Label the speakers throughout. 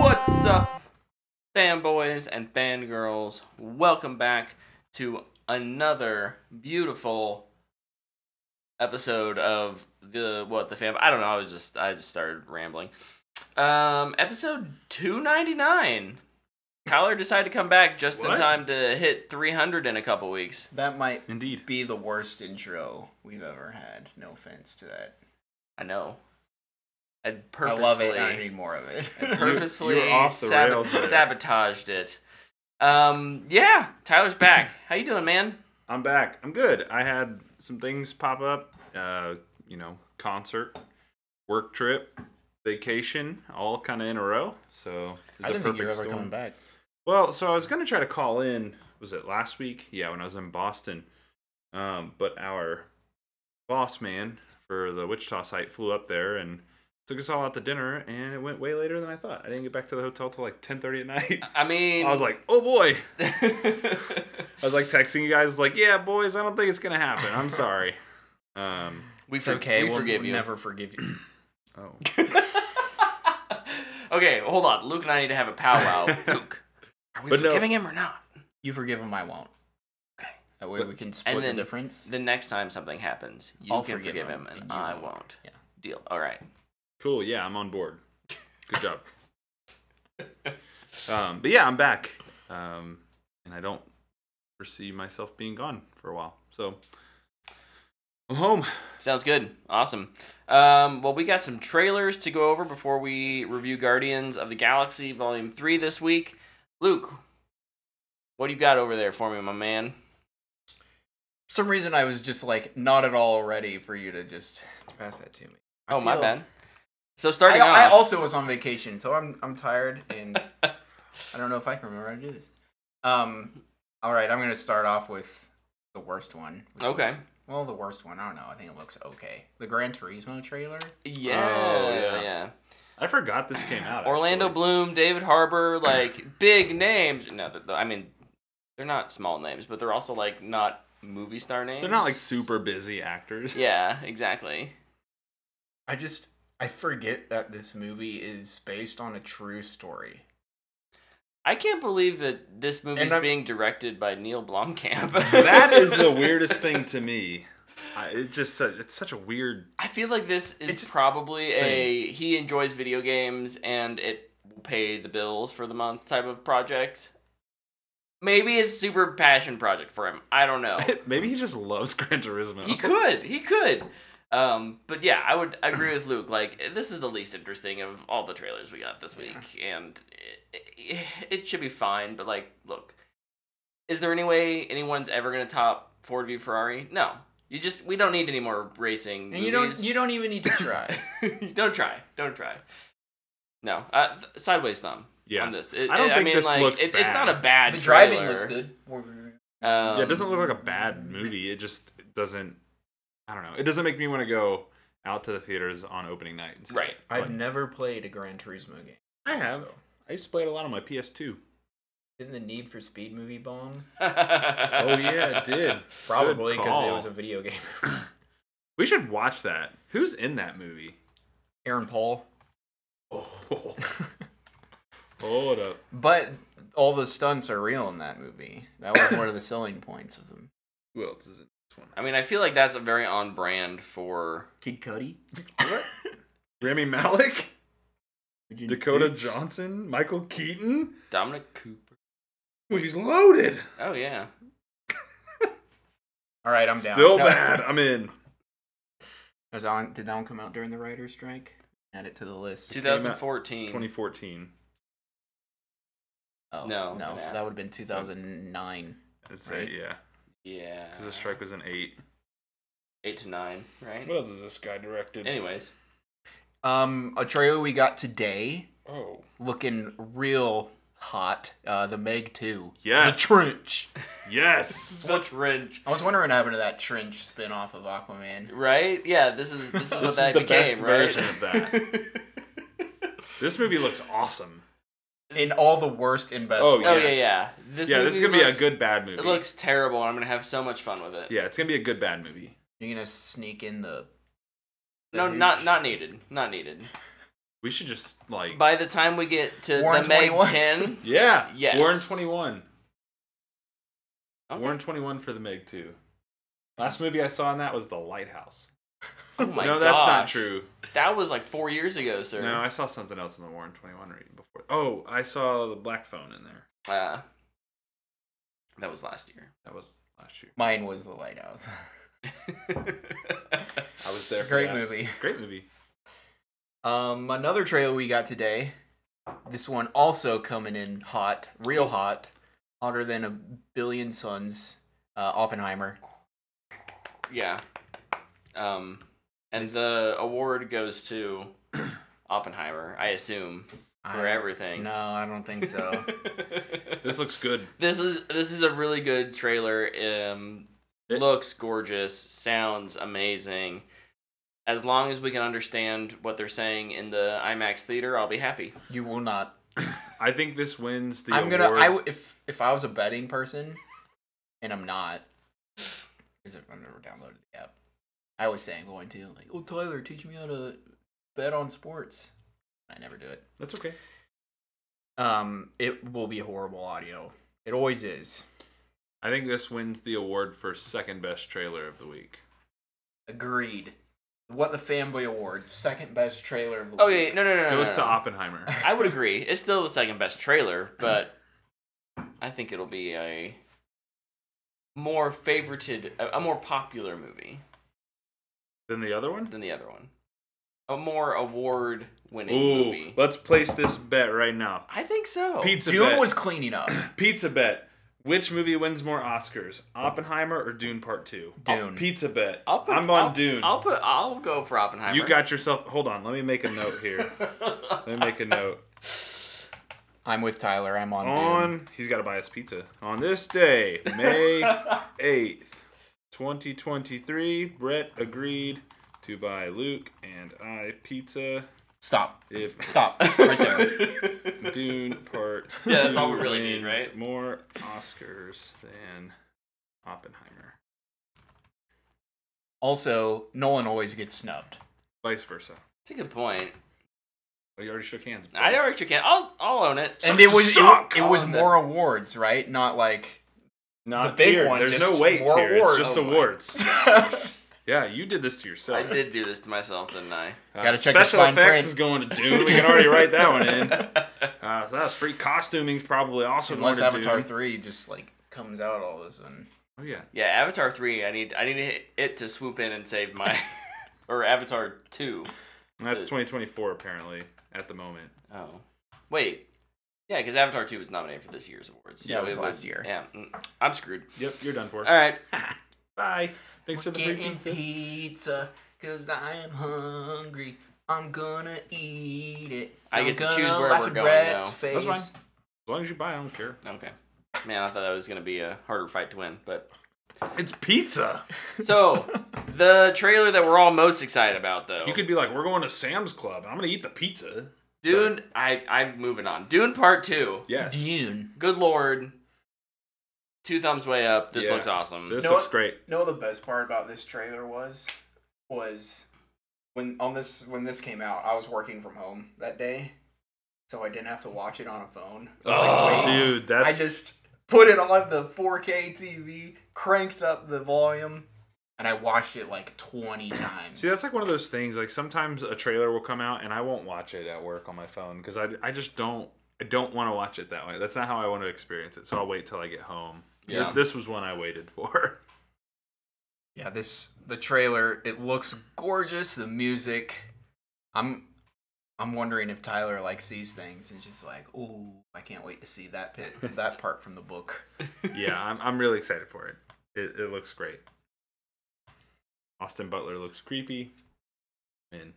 Speaker 1: up, fanboys and fangirls? Welcome back to another beautiful episode of the what the fan. I don't know. I was just I just started rambling. Um, episode two ninety nine. Kyler decided to come back just in
Speaker 2: What?
Speaker 1: time to hit three hundred in a couple weeks.
Speaker 3: That might
Speaker 2: Indeed.
Speaker 3: be the worst intro we've ever had. No offense to that.
Speaker 1: I know. I
Speaker 3: I
Speaker 1: purposefully
Speaker 3: love it. and I need more of it.
Speaker 1: purposefully
Speaker 2: were off the
Speaker 1: sab-
Speaker 2: rails there.
Speaker 1: sabotaged it. Um, yeah, Tyler's back. How you doing, man?
Speaker 2: I'm back. I'm good. I had some things pop up. Uh, you know, concert, work trip, vacation, all kind of in a row. So it's
Speaker 3: I
Speaker 2: a
Speaker 3: didn't think you were
Speaker 2: perfect
Speaker 3: ever
Speaker 2: storm.
Speaker 3: coming back.
Speaker 2: Well, so I was gonna try to call in. Was it last week? Yeah, when I was in Boston. Um, but our boss man for the Wichita site flew up there and took us all out to dinner, and it went way later than I thought. I didn't get back to the hotel till like 10:30 at night.
Speaker 1: I mean,
Speaker 2: I was like, oh boy.
Speaker 1: like,
Speaker 2: I was like texting you guys, like, yeah, boys, I don't think it's gonna happen. I'm sorry. Um,
Speaker 1: we,
Speaker 3: It's
Speaker 1: for-
Speaker 3: okay.
Speaker 1: we
Speaker 3: we'll,
Speaker 1: forgive
Speaker 3: we'll
Speaker 1: you.
Speaker 3: never forgive you. oh.
Speaker 1: okay, hold on. Luke and I need to have a powwow. Luke, are we
Speaker 2: But no.
Speaker 1: forgiving him or not?
Speaker 3: You forgive him, I won't.
Speaker 1: Okay.
Speaker 3: That way we can
Speaker 1: And
Speaker 3: split
Speaker 1: then-
Speaker 3: the difference.
Speaker 1: The next time something happens, you
Speaker 3: I'll
Speaker 1: can forgive,
Speaker 3: forgive
Speaker 1: him,
Speaker 3: him,
Speaker 1: and,
Speaker 3: and you
Speaker 1: I
Speaker 3: won't.
Speaker 1: won't.
Speaker 3: Yeah.
Speaker 1: Deal. All right.
Speaker 2: cool, yeah, I'm on board. Good job. um, but yeah, I'm back, um, and I don't foresee myself being gone for a while. So I'm home.
Speaker 1: Sounds good. Awesome. Um, well, we got some trailers to go over before we review Guardians of the Galaxy Volume 3 this week. Luke, what do you got over there for me, my man?
Speaker 3: For some reason, I was just like not at all ready for you to just pass that to me. I
Speaker 1: oh, my
Speaker 3: feel-
Speaker 1: bad. So,
Speaker 3: I,
Speaker 1: starting off.
Speaker 3: I also was on vacation, so I'm I'm tired and I don't know if I can remember how to do this. Um, all right, I'm gonna start off with the worst one. which
Speaker 1: Okay.
Speaker 3: was- well, the worst one. I don't know. I think it looks okay. The Gran Turismo trailer.
Speaker 1: yeah,
Speaker 2: Oh,
Speaker 1: yeah.
Speaker 2: yeah. I forgot this came out.
Speaker 1: Orlando
Speaker 2: actually.
Speaker 1: Bloom, David Harbour, like big names. No, th- th- I mean, they're not small names, but they're also like not movie star names.
Speaker 2: They're not like super busy actors.
Speaker 1: Yeah, exactly.
Speaker 3: I just I forget that this movie is based on a true story.
Speaker 1: I can't believe that this movie's
Speaker 3: And I'm-
Speaker 1: being directed by Neil Blomkamp.
Speaker 2: that is the weirdest thing to me. I, it just it's such a weird
Speaker 1: I feel like this is
Speaker 3: It's-
Speaker 1: probably a he enjoys video games and it will pay the bills for the month type of project. Maybe it's super passion project for him. I don't know.
Speaker 2: Maybe he just loves Gran Turismo.
Speaker 1: he could. He could. Um, but yeah, I would agree with Luke. Like this is the least interesting of all the trailers we got this week, and it, it, it should be fine. But like, look, is there any way anyone's ever gonna top Ford v Ferrari? No. You just we don't need any more racing.
Speaker 3: And you don't
Speaker 1: movies.
Speaker 3: you don't even need to try.
Speaker 1: don't try. Don't try. No, uh, th- sideways thumb
Speaker 2: Yeah.
Speaker 1: on this. It-
Speaker 2: I don't
Speaker 1: it-
Speaker 2: think
Speaker 1: mean,
Speaker 2: this
Speaker 1: like,
Speaker 2: looks
Speaker 1: it- It's not a
Speaker 2: bad.
Speaker 1: bad.
Speaker 3: the driving
Speaker 1: trailer.
Speaker 3: looks good.
Speaker 1: Um,
Speaker 2: yeah, it doesn't look like a bad movie. It just doesn't. I don't know. It doesn't make me want to go out to the theaters on opening night. instead.
Speaker 1: Right.
Speaker 3: I've never played a Gran Turismo game.
Speaker 2: I have.
Speaker 3: So.
Speaker 2: I used to play it a lot on my PS2.
Speaker 3: Didn't the Need for Speed movie bomb?
Speaker 1: oh
Speaker 3: Probably because it was a video game.
Speaker 2: We should watch that. Who's in that movie?
Speaker 3: Aaron Paul.
Speaker 2: Oh. Hold up.
Speaker 3: But all the stunts are real in that movie. That was one of the selling points of them.
Speaker 2: Who else is in this one?
Speaker 1: I mean, I feel like that's a very on brand for.
Speaker 3: Kid Cudi,
Speaker 2: What? Rami Malik,
Speaker 3: Virginia
Speaker 2: Dakota
Speaker 3: Beach.
Speaker 2: Johnson, Michael Keaton.
Speaker 1: Dominic Cooper.
Speaker 2: He's loaded.
Speaker 1: Oh yeah.
Speaker 3: All right, I'm down.
Speaker 2: Still
Speaker 3: No.
Speaker 2: bad. I'm in.
Speaker 3: Was that one- did that one come out during the writer's strike? Add it to the list.
Speaker 1: 2014.
Speaker 2: 2014.
Speaker 3: Oh
Speaker 1: No,
Speaker 3: no. So
Speaker 1: nah.
Speaker 3: that would have been 2009.
Speaker 2: I'd say
Speaker 3: Right.
Speaker 2: yeah.
Speaker 1: Yeah.
Speaker 2: Because the strike was an eight.
Speaker 1: Eight to nine, right?
Speaker 2: What else is this guy directed?
Speaker 1: Anyways,
Speaker 3: Um, a trailer we got today,
Speaker 2: Oh.
Speaker 3: looking real hot. Uh, the Meg 2.
Speaker 2: Yes.
Speaker 3: The trench.
Speaker 2: Yes.
Speaker 1: the trench.
Speaker 3: I was wondering what happened to that trench spin off of Aquaman.
Speaker 1: Right? Yeah. This is this is what
Speaker 2: This
Speaker 1: that
Speaker 2: is the
Speaker 1: became,
Speaker 2: best
Speaker 1: right?
Speaker 2: version of that. this movie looks awesome.
Speaker 3: In all the worst and best.
Speaker 2: Oh,
Speaker 3: ways.
Speaker 1: Oh yeah,
Speaker 2: Yes.
Speaker 1: yeah. This
Speaker 2: yeah, this is
Speaker 1: movie
Speaker 2: gonna
Speaker 1: looks-
Speaker 2: be a good bad movie.
Speaker 1: It looks terrible, and I'm gonna have so much fun with it.
Speaker 2: Yeah, it's gonna be a good bad movie.
Speaker 3: You're gonna sneak in the. the
Speaker 1: No, not
Speaker 3: hooch?
Speaker 1: not needed. Not needed.
Speaker 2: We should just like
Speaker 1: By the time we get to
Speaker 3: Warren
Speaker 1: the Meg
Speaker 3: 21.
Speaker 1: 10,
Speaker 2: yeah.
Speaker 1: Yes.
Speaker 2: Warren twenty one.
Speaker 1: Okay.
Speaker 2: Warren twenty one for the Meg two. Last movie I saw in that was The Lighthouse.
Speaker 1: oh my
Speaker 2: no, that's not
Speaker 1: gosh.
Speaker 2: true.
Speaker 1: That was like four years ago, sir.
Speaker 2: No, I saw something else in the Warren twenty one reading before. Oh, I saw the Black Phone in there.
Speaker 1: Uh, that was last year.
Speaker 2: That was last year.
Speaker 3: Mine was The Lighthouse.
Speaker 2: I was there. For
Speaker 3: Great
Speaker 2: that.
Speaker 3: movie.
Speaker 2: Great movie.
Speaker 3: Um, another trailer we got today. This one also coming in hot, real hot, hotter than a billion suns. Uh, Oppenheimer.
Speaker 1: yeah. Um, and the award goes to Oppenheimer, I assume, for
Speaker 3: I-
Speaker 1: everything.
Speaker 3: No, I don't think so.
Speaker 2: This looks good.
Speaker 1: this is this is a really good trailer. Um,
Speaker 2: It-
Speaker 1: looks gorgeous, sounds amazing. As long as we can understand what they're saying in the IMAX theater, I'll be happy.
Speaker 3: you will not
Speaker 2: I think this wins the
Speaker 3: I'm
Speaker 2: award.
Speaker 3: gonna. I w- if if I was a betting person, and I'm not, because I've never downloaded the app. I was saying going to like, oh Tyler, teach me how to bet on sports. I never do it.
Speaker 2: That's okay.
Speaker 3: Um, it will be horrible audio. It always is.
Speaker 2: I think this wins the award for second best trailer of the week.
Speaker 3: Agreed. What the fanboy award, second best trailer of the
Speaker 1: Oh
Speaker 3: week.
Speaker 1: yeah, no, no, no, no,
Speaker 2: Goes
Speaker 1: no,
Speaker 2: to
Speaker 1: no.
Speaker 2: Oppenheimer.
Speaker 1: I would agree. It's still the second best trailer, but I think it'll be a more favorited, a, a more popular movie
Speaker 2: Then the other one?
Speaker 1: than the other one, a more award-winning
Speaker 2: Ooh,
Speaker 1: movie.
Speaker 2: let's place this bet right now.
Speaker 1: I think so.
Speaker 2: Pizza
Speaker 3: Dune
Speaker 2: bet.
Speaker 3: was cleaning up.
Speaker 2: pizza bet. Which movie wins more Oscars, Oppenheimer or Dune Part Two?
Speaker 3: Dune.
Speaker 2: pizza bet.
Speaker 1: I'll put,
Speaker 2: I'm on
Speaker 1: I'll-
Speaker 2: Dune.
Speaker 1: I'll put. I'll go for Oppenheimer.
Speaker 2: you got yourself. Hold on. Let me make a note here. let me make a note.
Speaker 3: I'm with Tyler. I'm on. Dune.
Speaker 2: on he's got to buy us pizza on this day may 8th 2023 brett agreed to buy luke and i pizza
Speaker 3: Stop.
Speaker 2: if
Speaker 3: Stop. Right there.
Speaker 2: dune part
Speaker 1: Yeah, that's
Speaker 2: two
Speaker 1: all we really need,
Speaker 2: wins
Speaker 1: right?
Speaker 2: more oscars than oppenheimer
Speaker 3: also, Nolan always gets snubbed.
Speaker 2: vice versa
Speaker 1: It's a good point.
Speaker 2: oh, you already shook hands
Speaker 1: I
Speaker 2: Brett.
Speaker 1: already can. I'll. I'll own it.
Speaker 3: and it was it,
Speaker 2: Suck
Speaker 3: it was
Speaker 1: on
Speaker 3: more awards, right? Not like
Speaker 2: not
Speaker 3: the big
Speaker 2: tiered.
Speaker 3: one,
Speaker 2: there's
Speaker 3: just
Speaker 2: no weight
Speaker 3: more
Speaker 2: here
Speaker 3: awards.
Speaker 2: it's just
Speaker 1: Oh my.
Speaker 2: awards yeah you did this to
Speaker 1: I
Speaker 2: yourself
Speaker 1: did do this to myself, didn't I?
Speaker 2: Uh,
Speaker 3: Gotta check the
Speaker 2: special
Speaker 3: fine
Speaker 2: effects
Speaker 3: print.
Speaker 2: is going to Dune. We can already write that one in. Uh, so that's free. Costuming's probably also
Speaker 3: unless
Speaker 2: going to
Speaker 3: Avatar
Speaker 2: Dune.
Speaker 3: three just like comes out all of a sudden.
Speaker 2: Oh yeah,
Speaker 1: Yeah, Avatar three. I need. I need it- it to swoop in and save my. or Avatar two.
Speaker 2: And that's 2024 apparently at the moment.
Speaker 1: Oh, wait. Yeah, because Avatar two was nominated for this year's awards.
Speaker 3: Yeah, it was last
Speaker 1: would-
Speaker 3: year.
Speaker 1: Yeah, mm, I'm screwed.
Speaker 2: Yep, you're done for.
Speaker 1: All right.
Speaker 2: Bye. Thanks for the free pizza.
Speaker 3: pizza because I am hungry. I'm gonna eat it.
Speaker 1: I get to choose where we're going, though.
Speaker 2: That's fine. As long as you buy, I don't care.
Speaker 1: Okay. Man, I thought that was gonna be a harder fight to win, but
Speaker 2: It's pizza.
Speaker 1: so the trailer that we're all most excited about, though.
Speaker 2: You could be like, we're going to Sam's Club. and I'm gonna eat the pizza.
Speaker 1: Dune. I. I'm moving on. Dune Part Two.
Speaker 2: Yes.
Speaker 3: Dune.
Speaker 1: Good lord. Two thumbs way up. This
Speaker 2: Yeah.
Speaker 1: looks awesome.
Speaker 2: This
Speaker 3: know
Speaker 2: looks
Speaker 3: what?
Speaker 2: great.
Speaker 3: You know what the best part about this trailer was was when on this when this came out, I was working from home that day, so I didn't have to watch it on a phone. I was like,
Speaker 2: Oh,
Speaker 3: wait.
Speaker 2: dude, that's
Speaker 3: I just put it on the 4K TV, cranked up the volume, and I watched it like 20 times.
Speaker 2: See, that's like one of those things. Like sometimes a trailer will come out, and I won't watch it at work on my phone because I, I just don't I don't want to watch it that way. That's not how I want to experience it. So I'll wait till I get home.
Speaker 1: Yeah.
Speaker 2: Th- this was one I waited for.
Speaker 3: yeah, this the trailer, it looks gorgeous, the music. I'm I'm wondering if Tyler like sees things and just like, "Ooh, I can't wait to see that pit, that part from the book."
Speaker 2: yeah, I'm I'm really excited for it. It it looks great. Austin Butler looks creepy, and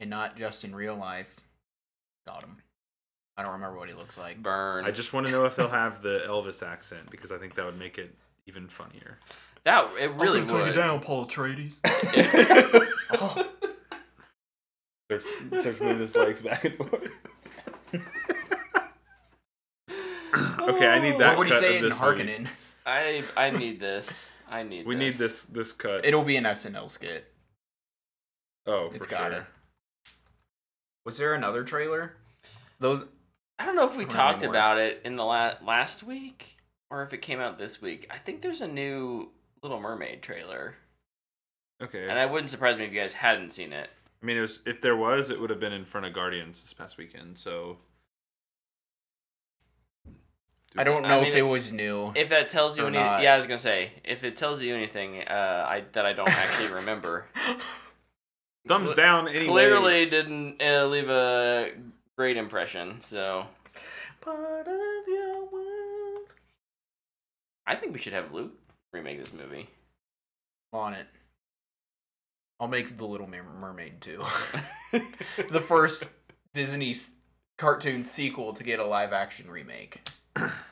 Speaker 3: And not just in real life. Got him. I don't remember what he looks like.
Speaker 1: Burn.
Speaker 2: I just want to know if they'll have the Elvis accent because I think that would make it even funnier.
Speaker 1: that it really would.
Speaker 3: Paul Atreides. Oh,
Speaker 2: Starts, starts moving his legs back and forth. okay, I need that.
Speaker 3: What would he
Speaker 2: cut
Speaker 3: say
Speaker 2: of
Speaker 3: in
Speaker 2: this movie.
Speaker 3: Harkonnen?
Speaker 1: I I need this. I need.
Speaker 2: We need this this cut.
Speaker 3: It'll be an SNL skit.
Speaker 2: oh, for
Speaker 3: It's
Speaker 2: sure.
Speaker 3: got it. Was there another trailer? Those
Speaker 1: I don't know if we
Speaker 3: I don't
Speaker 1: talked
Speaker 3: remember.
Speaker 1: about it in the la- last week or if it came out this week. I think there's a new Little Mermaid trailer,
Speaker 2: Okay.
Speaker 1: and
Speaker 2: I,
Speaker 1: I wouldn't surprise me if you guys hadn't seen it.
Speaker 2: mean, it was if there was, it would have been in front of Guardians this past weekend. So
Speaker 3: I don't
Speaker 1: I
Speaker 3: know
Speaker 1: mean,
Speaker 3: if it was new.
Speaker 1: If that tells you
Speaker 3: Or
Speaker 1: any,
Speaker 3: not.
Speaker 1: yeah, I was gonna say if it tells you anything, uh, I that I don't actually remember.
Speaker 2: thumbs
Speaker 1: Cle-
Speaker 2: down. Anyways.
Speaker 1: Clearly didn't uh, leave a great impression. So
Speaker 3: Part of your world.
Speaker 1: I think we should have Luke remake this movie.
Speaker 3: on it. I'll make the Little Mer- Mermaid too. the first Disney s- cartoon sequel to get a live action remake.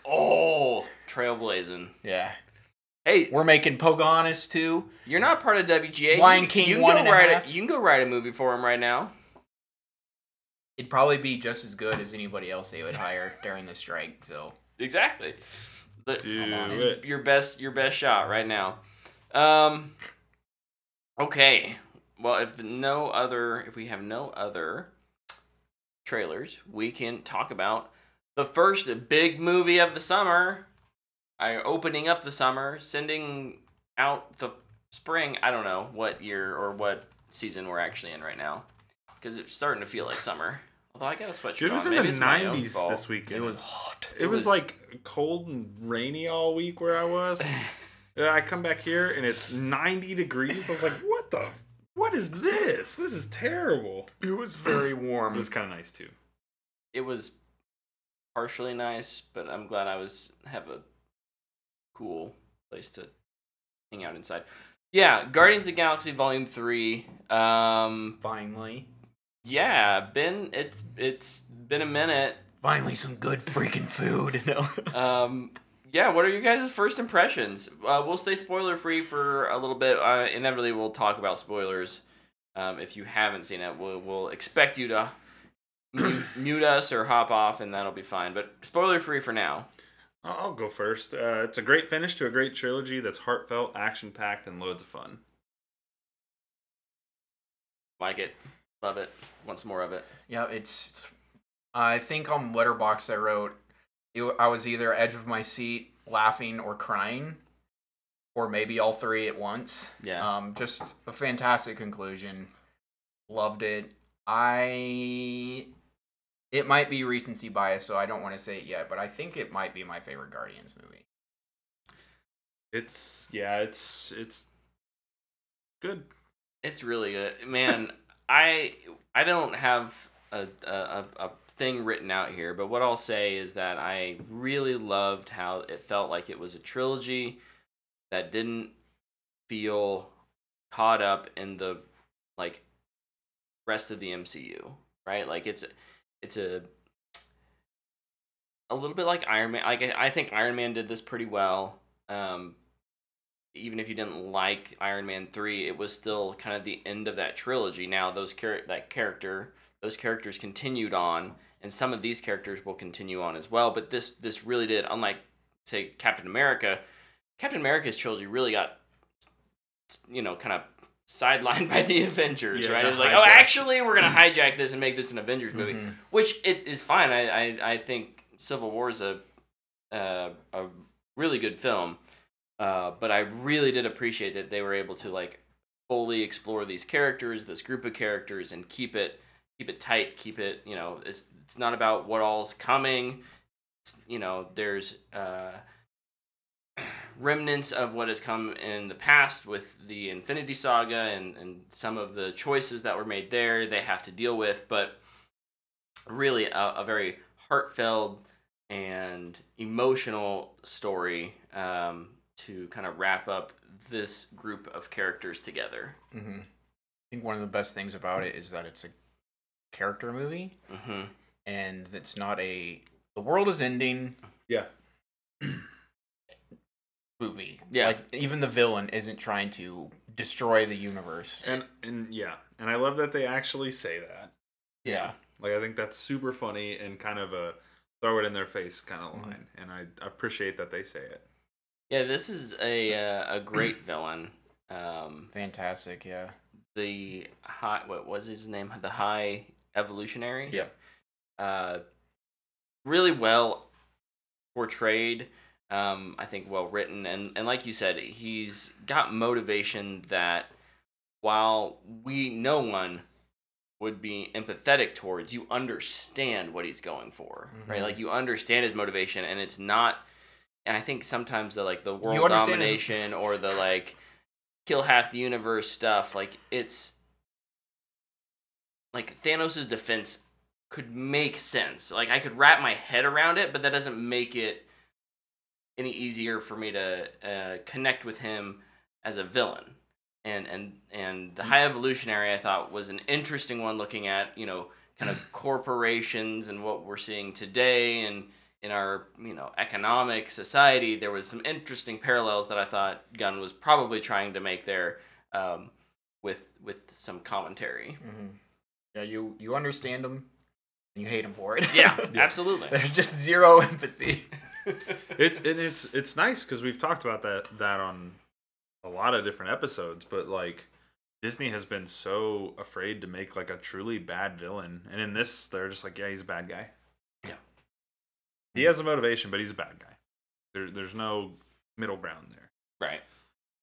Speaker 1: Oh, trailblazing!
Speaker 3: Yeah,
Speaker 1: Hey,
Speaker 3: we're making Pocahontas too.
Speaker 1: you're not part of WGA.
Speaker 3: Lion
Speaker 1: you,
Speaker 3: King
Speaker 1: you can
Speaker 3: one
Speaker 1: go
Speaker 3: and a
Speaker 1: write
Speaker 3: half.
Speaker 1: you can go write a movie for him right now.
Speaker 3: It'd probably be just as good as anybody else they would hire during the strike. So
Speaker 1: Exactly. The-
Speaker 2: Do
Speaker 1: Come on.
Speaker 2: it.
Speaker 1: Your best your best shot right now. Um Okay. Well, if no other if we have no other trailers, we can talk about the first big movie of the summer. I opening up the summer, sending out the spring. I don't know what year or what season we're actually in right now because it's starting to feel like summer. Although I got a sweatshirt
Speaker 2: Dude, it was
Speaker 1: on.
Speaker 2: in
Speaker 1: Maybe
Speaker 2: the
Speaker 1: it's my own
Speaker 2: nineties
Speaker 1: fault.
Speaker 2: this weekend.
Speaker 3: it was hot.
Speaker 2: It,
Speaker 1: It
Speaker 2: was,
Speaker 1: was-
Speaker 2: like cold and rainy all week where I was. Yeah, I come back here and it's 90 degrees. I was like, what the? What is this? This is terrible.
Speaker 3: It was very
Speaker 2: It
Speaker 3: warm.
Speaker 2: was kind of nice too.
Speaker 1: it was partially nice, but I'm glad I was have a cool place to hang out inside. Yeah, Guardians of the Galaxy Volume Three. Um,
Speaker 3: finally,
Speaker 1: yeah, been it's it's been a minute.
Speaker 3: finally some good freaking food.
Speaker 1: Um, yeah, what are your guys' first impressions? Uh, we'll stay spoiler free for a little bit. Uh, inevitably, we'll talk about spoilers. Um, if you haven't seen it, we'll, we'll expect you to mu- mute us or hop off, and that'll be fine. But spoiler free for now.
Speaker 2: I'll I'll go first. Uh, it's a great finish to a great trilogy that's heartfelt, action packed, and loads of fun.
Speaker 1: like it love it want some more of it
Speaker 3: Yeah, it's, it's. I think on Letterbox I wrote, it, I was either edge of my seat, laughing or crying, or maybe all three at once.
Speaker 1: yeah
Speaker 3: Um, just a fantastic conclusion. Loved it. I. It might be recency bias, so I don't want to say it yet, but I think it might be my favorite Guardians movie.
Speaker 2: It's yeah, it's it's good.
Speaker 1: it's really good man i i don't have a, a a a thing written out here but what i'll say is that i really loved how it felt like it was a trilogy that didn't feel caught up in the like rest of the mcu right like it's it's a a little bit like Iron Man. Like I I think Iron Man did this pretty well. Um, even if you didn't like Iron Man three, it was still kind of the end of that trilogy. Now those char- that character, those characters continued on, and some of these characters will continue on as well. But this this really did, unlike say Captain America, Captain America's trilogy really got you know kind of sidelined by the Avengers,
Speaker 2: Yeah,
Speaker 1: right? It
Speaker 2: got
Speaker 1: was like,
Speaker 2: hijacked.
Speaker 1: oh, actually, we're gonna hijack this and make this an Avengers movie
Speaker 3: Mm-hmm.
Speaker 1: which it is fine. I, I, I think Civil War is a uh, a really good film, uh, but I really did appreciate that they were able to like fully explore these characters, this group of characters, and keep it keep it tight, keep it you know it's it's not about what all's coming. It's, you know, there's uh, remnants of what has come in the past with the Infinity Saga and and some of the choices that were made there. They have to deal with, but really a, a very heartfelt and emotional story um, to kind of wrap up this group of characters together.
Speaker 3: Mm-hmm. I think one of the best things about it is that it's a character movie,
Speaker 1: hmm
Speaker 3: and it's not a. The world is ending.
Speaker 2: Yeah.
Speaker 3: movie.
Speaker 1: Yeah.
Speaker 3: Like even the villain isn't trying to destroy the universe.
Speaker 2: And and yeah. And I love that they actually say that.
Speaker 3: Yeah.
Speaker 2: Like I think that's super funny and kind of a throw it in their face kind of line. And I appreciate that they say it.
Speaker 1: Yeah, this is a uh, a great villain. Um,
Speaker 3: Fantastic, yeah.
Speaker 1: the high, what was his name? The high Evolutionary.
Speaker 4: Yeah.
Speaker 1: Uh, really well portrayed. Um, I think well written, and and like you said, he's got motivation that while we no one would be empathetic towards, you understand what he's going for, right?
Speaker 4: Mhm.
Speaker 1: Like you understand his motivation, and it's not. And I think sometimes the like the world
Speaker 4: understand his-
Speaker 1: domination or the like kill half the universe stuff, like it's like Thanos' defense could make sense. Like I could wrap my head around it, but that doesn't make it any easier for me to uh, connect with him as a villain. And and and the High Evolutionary I thought was an interesting one looking at, you know, kind of corporations and what we're seeing today and in our, you know, economic society, there was some interesting parallels that I thought Gunn was probably trying to make there um, with with some commentary.
Speaker 4: Mm-hmm. Yeah, you you understand him, and you hate him for it.
Speaker 1: Yeah, absolutely.
Speaker 4: There's just zero empathy.
Speaker 2: it's and it's it's nice because we've talked about that that on a lot of different episodes but like disney has been so afraid to make like a truly bad villain and in this they're just like yeah he's a bad guy
Speaker 1: Yeah.
Speaker 2: he has a motivation but he's a bad guy there, there's no middle ground there
Speaker 1: Right.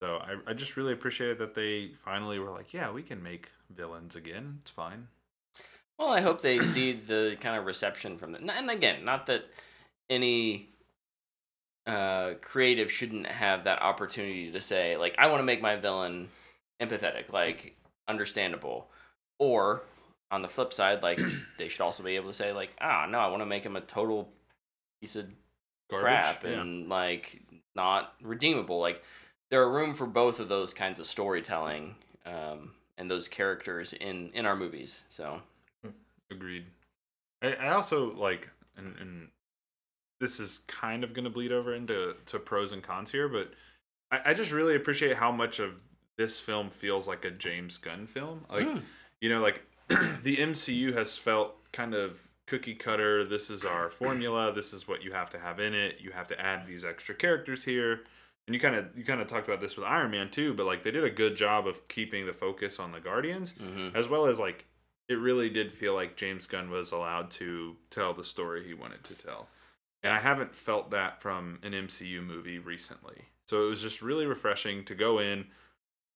Speaker 2: so I, I just really appreciated that they finally were like yeah we can make villains again it's fine
Speaker 1: Well, I hope they see the kind of reception from the. And again, not that any uh, creative shouldn't have that opportunity to say, like, I want to make my villain empathetic, like, understandable. Or on the flip side, like, they should also be able to say, like, ah, no, I want to make him a total piece of crap
Speaker 2: Yeah.
Speaker 1: and like not redeemable. Like there are room for both of those kinds of storytelling um, and those characters in in our movies. So
Speaker 2: Agreed. I, I also like, and, and this is kind of going to bleed over into to pros and cons here, but I, I just really appreciate how much of this film feels like a James Gunn film. Like, you know, like the MCU has felt kind of cookie cutter. This is our formula. This is what you have to have in it. You have to add these extra characters here. And you kind of you kind of talked about this with Iron Man too, but like they did a good job of keeping the focus on the Guardians
Speaker 1: mhm.
Speaker 2: as well as like it really did feel like James Gunn was allowed to tell the story he wanted to tell. And I haven't felt that from an MCU movie recently. So it was just really refreshing to go in.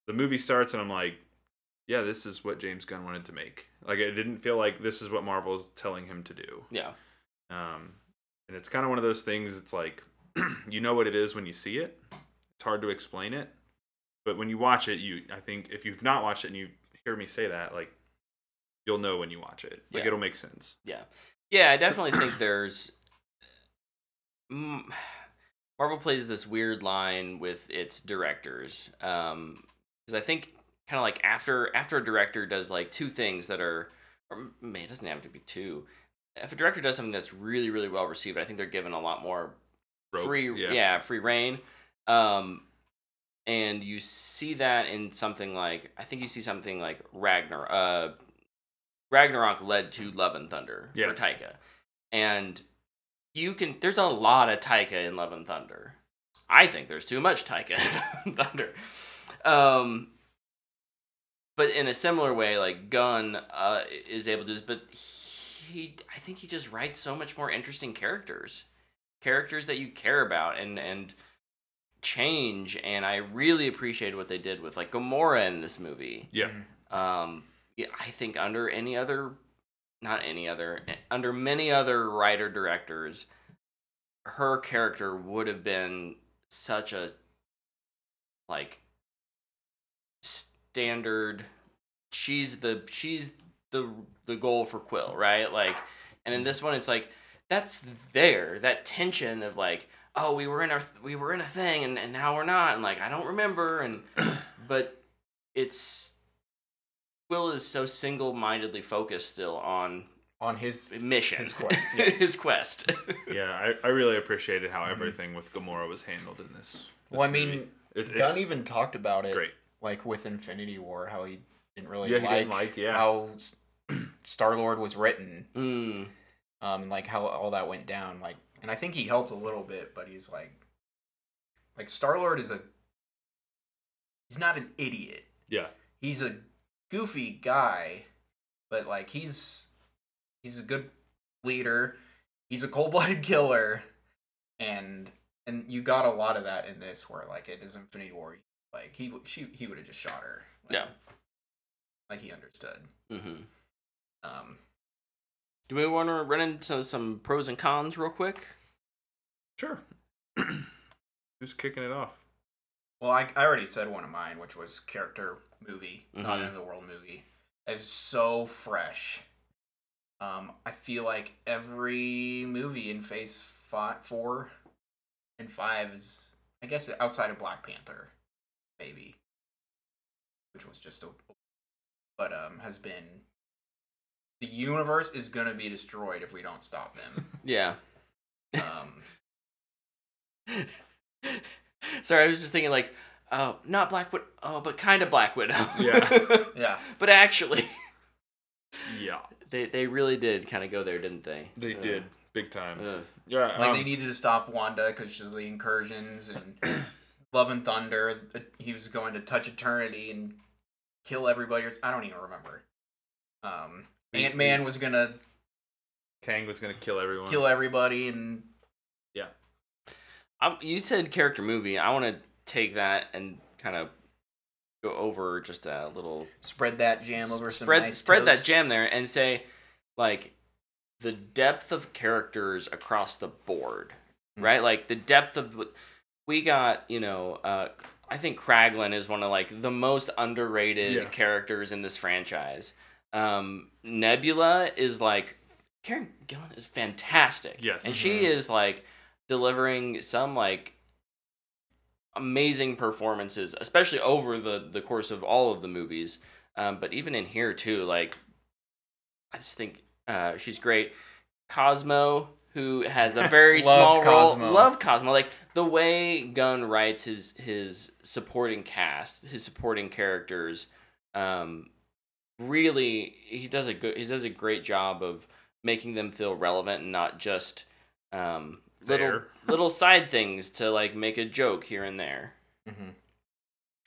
Speaker 2: The movie starts and I'm like, yeah, this is what James Gunn wanted to make. Like it didn't feel like this is what Marvel's telling him to do.
Speaker 1: yeah,
Speaker 2: Um, and it's kind of one of those things. It's like you know what it is when you see it. It's hard to explain it, but when you watch it, you I think if you've not watched it and you hear me say that, like you'll know when you watch it. Like
Speaker 1: Yeah.
Speaker 2: it'll make sense.
Speaker 1: yeah. I definitely think there's Mm, Marvel plays this weird line with its directors because I think kind of like after after a director does like two things that are or may it doesn't have to be two. If a director does something that's really really well received, I think they're given a lot more
Speaker 2: Rope,
Speaker 1: free yeah. free reign um and you see that in something like i think you see something like ragnar uh ragnarok led to love and thunder
Speaker 2: Yeah.
Speaker 1: for taika and you can there's a lot of taika in love and thunder i think there's too much taika in Love and thunder um but in a similar way like gunn uh, is able to but he i think he just writes so much more interesting characters characters that you care about and and change and I really appreciated what they did with like Gamora in this movie.
Speaker 2: Yeah.
Speaker 1: Um yeah, I think under any other not any other under many other writer directors her character would have been such a like standard she's the she's the the goal for Quill, right? Like and in this one it's like that's there that tension of like oh we were in our we were in a thing and, and now we're not and like i don't remember and but it's will is so single-mindedly focused still on
Speaker 4: On his
Speaker 1: mission
Speaker 4: His quest, yes.
Speaker 1: his quest
Speaker 2: Yeah, I, I really appreciated how everything with Gamora was handled in this.
Speaker 4: Well, I
Speaker 2: this movie.
Speaker 4: mean,
Speaker 2: It-
Speaker 4: Gunn even talked about it,
Speaker 2: great.
Speaker 4: like with Infinity War, how he didn't really
Speaker 2: Yeah, he
Speaker 4: like,
Speaker 2: didn't like, yeah.
Speaker 4: how Star Lord was written,
Speaker 1: mm,
Speaker 4: um, and like how all that went down. Like, and I think he helped a little bit, but he's like, like Star Lord is a, he's not an idiot.
Speaker 2: Yeah.
Speaker 4: He's a goofy guy, but like he's
Speaker 3: he's a good leader. He's a cold-blooded killer, and and you got a lot of that in this, where like it is Infinity War. Like he w- she he would have just shot her. Like,
Speaker 1: Yeah.
Speaker 3: like he understood.
Speaker 1: Mm-hmm.
Speaker 3: Um,
Speaker 1: Do we want to run into some pros and cons real quick?
Speaker 2: Sure. Who's kicking it off?
Speaker 3: Well, I, I already said one of mine, which was character movie, not
Speaker 1: Mhm.
Speaker 3: in the world movie. It's so fresh. Um, I feel like every movie in Phase five, Four and Five is, I guess, outside of Black Panther, maybe, which was just a, but um, has been. The universe is gonna be destroyed if we don't stop them.
Speaker 1: Yeah.
Speaker 3: Um,
Speaker 1: Sorry, I was just thinking like, oh, not Black Widow, oh, but kind of Black Widow.
Speaker 2: Yeah.
Speaker 3: yeah,
Speaker 1: but actually,
Speaker 2: Yeah,
Speaker 1: they they really did kind of go there, didn't they?
Speaker 2: they
Speaker 1: Uh,
Speaker 2: did big time.
Speaker 1: uh,
Speaker 2: yeah,
Speaker 3: Like
Speaker 2: um,
Speaker 3: they needed to stop Wanda because of the incursions and Love and Thunder. that He was going to touch eternity and kill everybody. Or, s- I don't even remember. Um,
Speaker 2: We-
Speaker 3: Ant Man was gonna
Speaker 2: Kang was gonna kill everyone.
Speaker 3: kill everybody, and
Speaker 1: I, you said character movie. I want to take that and kind of go over just a little
Speaker 3: spread that jam over some
Speaker 1: spread
Speaker 3: nice
Speaker 1: spread that
Speaker 3: toast.
Speaker 1: jam there and say like the depth of characters across the board
Speaker 3: Mhm.
Speaker 1: right like the depth of we got you know uh i think kraglin is one of like the most underrated
Speaker 2: Yeah.
Speaker 1: characters in this franchise um nebula is like karen gillan is fantastic
Speaker 2: Yes.
Speaker 1: and
Speaker 3: Mm-hmm.
Speaker 1: she is like delivering some like amazing performances especially over the the course of all of the movies um, but even in here too, like I just think uh, she's great. Cosmo, who has a very small
Speaker 3: Loved Cosmo.
Speaker 1: role, love Cosmo. Like the way Gunn writes his his supporting cast, his supporting characters, um, really he does a good he does a great job of making them feel relevant and not just um, little
Speaker 2: Fair.
Speaker 1: little side things to like make a joke here and there.
Speaker 3: Mhm.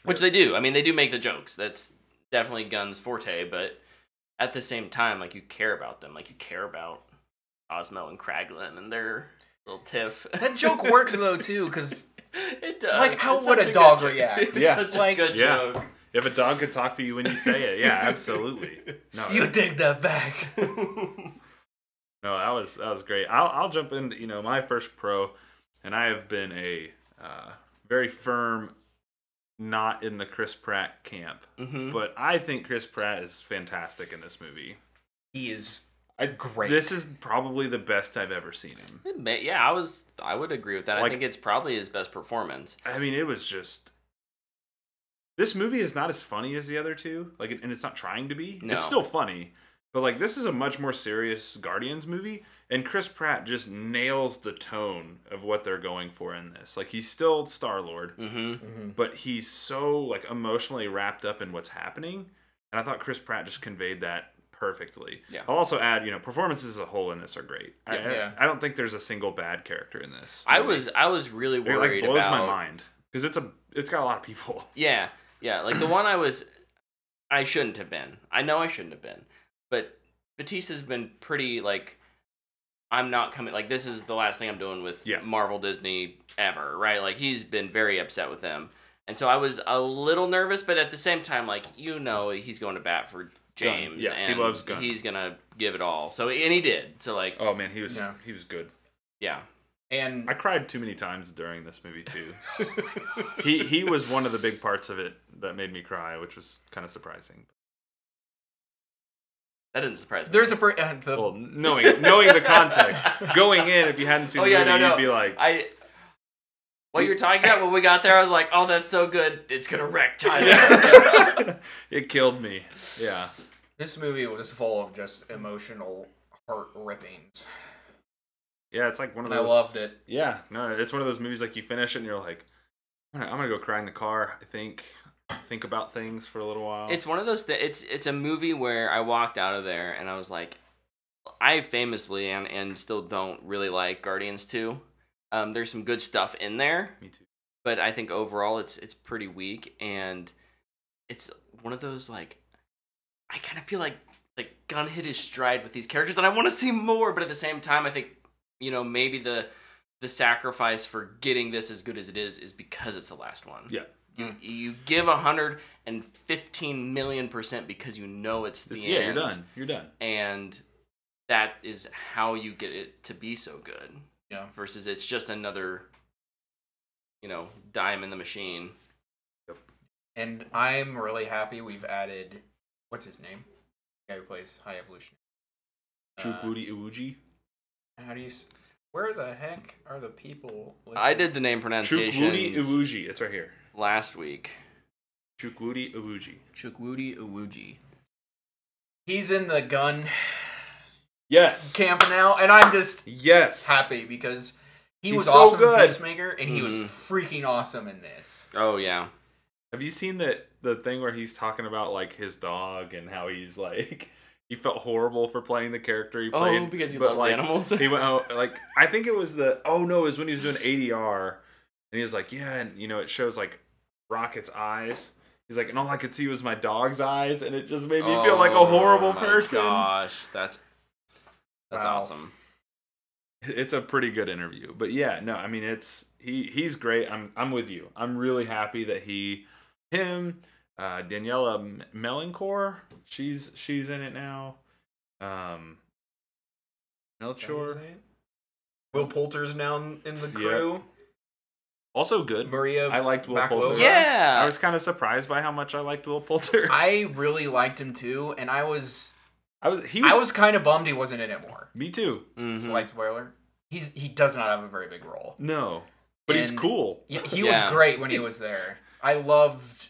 Speaker 1: Which they do. I mean, they do make the jokes. That's definitely Gunn's forte, but at the same time, like you care about them. Like you care about Osmo and Kraglin and their little tiff.
Speaker 3: That joke works though too, because
Speaker 1: it does.
Speaker 3: Like, how
Speaker 1: It's
Speaker 3: would
Speaker 1: such
Speaker 3: a
Speaker 1: good
Speaker 3: dog
Speaker 1: joke.
Speaker 3: react?
Speaker 1: It's
Speaker 2: Yeah.
Speaker 1: such
Speaker 3: Like-
Speaker 1: a good
Speaker 2: Yeah.
Speaker 1: joke.
Speaker 2: If a dog could talk to you when you say it, yeah, absolutely. No,
Speaker 3: you
Speaker 2: that-
Speaker 3: dig that back.
Speaker 2: no, that was that was great. I'll I'll jump into you know my first pro, and I have been a uh, very firm, not in the Chris Pratt camp,
Speaker 1: hmm
Speaker 2: but I think Chris Pratt is fantastic in this movie.
Speaker 3: He is
Speaker 2: I,
Speaker 3: Great.
Speaker 2: This is probably the best I've ever seen him.
Speaker 1: Yeah, I was. I would agree with that. I
Speaker 2: Like-
Speaker 1: think it's probably his best performance.
Speaker 2: I mean, it was just. This movie is not as funny as the other two, like, and it's not trying to be.
Speaker 1: No.
Speaker 2: It's still funny, but like, this is a much more serious Guardians movie, and Chris Pratt just nails the tone of what they're going for in this. Like, he's still Star Lord,
Speaker 1: hmm
Speaker 3: Mm-hmm.
Speaker 2: but he's so like emotionally wrapped up in what's happening, and I thought Chris Pratt just conveyed that perfectly.
Speaker 1: Yeah.
Speaker 2: I'll also add, you know, performances as a whole in this are great. I, I-
Speaker 3: Yeah.
Speaker 2: I, don't think there's a single bad character in this.
Speaker 1: I
Speaker 2: movie.
Speaker 1: was. I was really
Speaker 2: It like
Speaker 1: worried
Speaker 2: blows
Speaker 1: about.
Speaker 2: my mind because it's a it's got a lot of people.
Speaker 1: Yeah, yeah. Like the one I was, I shouldn't have been. I know I shouldn't have been, but Batista's been pretty like, I'm not coming. Like this is the last thing I'm doing with
Speaker 2: Yeah.
Speaker 1: Marvel Disney ever, right? Like he's been very upset with them, and so I was a little nervous, but at the same time, like you know, he's going to bat for James.
Speaker 2: Yeah, he
Speaker 1: and
Speaker 2: loves Gunn.
Speaker 1: He's gonna give it all. So and he did. So like,
Speaker 2: Oh man, he was
Speaker 3: Yeah.
Speaker 2: he was good.
Speaker 1: yeah,
Speaker 3: and
Speaker 2: I cried too many times during this movie too. he he was one of the big parts of it that made me cry, which was kind of surprising.
Speaker 1: that didn't surprise me.
Speaker 3: there's a per- uh,
Speaker 1: Um,
Speaker 3: the
Speaker 2: Well, knowing knowing the context, going in if you hadn't seen
Speaker 1: Oh,
Speaker 2: the
Speaker 1: yeah,
Speaker 2: movie,
Speaker 1: no,
Speaker 2: you'd
Speaker 1: no.
Speaker 2: be like,
Speaker 1: I. While you were talking about when we got there, I was like, "Oh, that's so good! It's gonna wreck Tyler."
Speaker 2: it killed me. Yeah,
Speaker 3: this movie was full of just emotional heart rippings,
Speaker 2: yeah, it's like one of
Speaker 3: and
Speaker 2: those.
Speaker 3: I loved it.
Speaker 2: Yeah, no, it's one of those movies like you finish it and you're like, I'm gonna, I'm gonna go cry in the car. I think think about things for a little while.
Speaker 1: It's one of those. Th- it's it's a movie where I walked out of there and I was like, I famously and and still don't really like Guardians two. Um, there's some good stuff in there,
Speaker 2: me too.
Speaker 1: but I think overall it's it's pretty weak and it's one of those like I kind of feel like like Gunn hit his stride with these characters, and I want to see more. But at the same time, I think you know maybe the the sacrifice for getting this as good as it is is because it's the last one.
Speaker 2: Yeah. Mm.
Speaker 1: You, you give 115 million percent because you know it's the
Speaker 2: It's,
Speaker 1: end
Speaker 2: yeah, you're done. You're done.
Speaker 1: and that is how you get it to be so good.
Speaker 3: Yeah.
Speaker 1: Versus it's just another, you know, dime in the machine.
Speaker 3: And I'm really happy we've added what's his name? The guy who plays High Evolution. Uh,
Speaker 2: Chukwudi Iwuji.
Speaker 3: how do you? s- Where the heck are the people? Listed?
Speaker 1: I did the name
Speaker 2: Chukwudi
Speaker 1: pronunciation
Speaker 2: Iwuji. It's right here.
Speaker 1: last week.
Speaker 2: Chukwudi Iwuji.
Speaker 3: Chukwudi Awuji. He's in the gun
Speaker 2: Yes.
Speaker 3: camp now, and I'm just
Speaker 2: Yes.
Speaker 3: happy because he
Speaker 2: He's
Speaker 3: was
Speaker 2: so
Speaker 3: awesome in
Speaker 2: good. Mm-hmm.
Speaker 3: Peacemaker, and he was
Speaker 1: Mhm.
Speaker 3: freaking awesome in this.
Speaker 1: Oh yeah.
Speaker 2: Have you seen the the thing where he's talking about like his dog and how he's like he felt horrible for playing the character he played?
Speaker 1: Oh, because he
Speaker 2: but,
Speaker 1: loves
Speaker 2: like,
Speaker 1: animals.
Speaker 2: he went out like I think it was the oh no, it was when he was doing ADR and he was like, Yeah, and you know, it shows like Rocket's eyes. He's like, and all I could see was my dog's eyes, and it just made me feel like a
Speaker 1: Oh,
Speaker 2: horrible
Speaker 1: my
Speaker 2: person.
Speaker 1: Gosh, that's that's
Speaker 3: Wow.
Speaker 1: awesome.
Speaker 2: It's a pretty good interview. But yeah, no, I mean it's he he's great. I'm I'm with you. I'm really happy that he him, uh Daniela M- Melancore, she's she's in it now. Um Melchior.
Speaker 3: Will Poulter's now in in the crew.
Speaker 2: Also good.
Speaker 3: Maria.
Speaker 2: I liked Will
Speaker 3: Bakalova.
Speaker 2: Poulter.
Speaker 1: Yeah.
Speaker 2: I was kind of surprised by how much I liked Will Poulter. I,
Speaker 3: I really liked him too, and I was
Speaker 2: was he was,
Speaker 3: I was kind of bummed he wasn't in it more.
Speaker 2: me too.
Speaker 1: Mhm.
Speaker 3: So like spoiler, he's he does not have a very big role.
Speaker 2: No, but he's
Speaker 3: And-
Speaker 2: cool.
Speaker 3: Yeah, he
Speaker 1: Yeah.
Speaker 3: was great when he was there. I loved,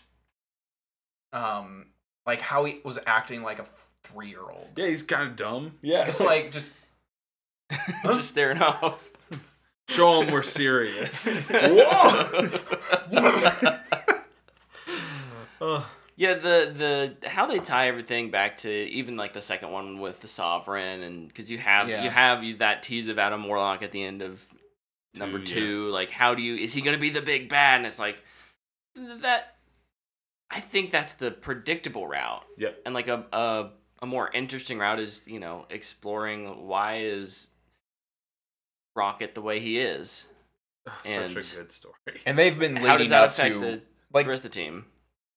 Speaker 3: um, like how he was acting like a three year old.
Speaker 2: Yeah, he's kind of dumb. Yeah,
Speaker 3: Just like just
Speaker 1: just staring off.
Speaker 2: show him we're serious. Whoa. Ugh.
Speaker 1: Yeah, the the how they tie everything back to even like the second one with the sovereign, and because you have
Speaker 3: Yeah.
Speaker 1: you have you that tease of Adam Warlock at the end of number
Speaker 2: Two,
Speaker 1: two, like how do you is he gonna be the big bad? And it's like that. I think that's the predictable route,
Speaker 2: Yep.
Speaker 1: and like a a a more interesting route is you know exploring why is Rocket the way he is. And-
Speaker 2: Such a good story.
Speaker 3: and they've been
Speaker 1: How does
Speaker 3: leading
Speaker 1: that
Speaker 3: up
Speaker 1: affect
Speaker 3: to
Speaker 1: the,
Speaker 3: like
Speaker 1: the rest of the team?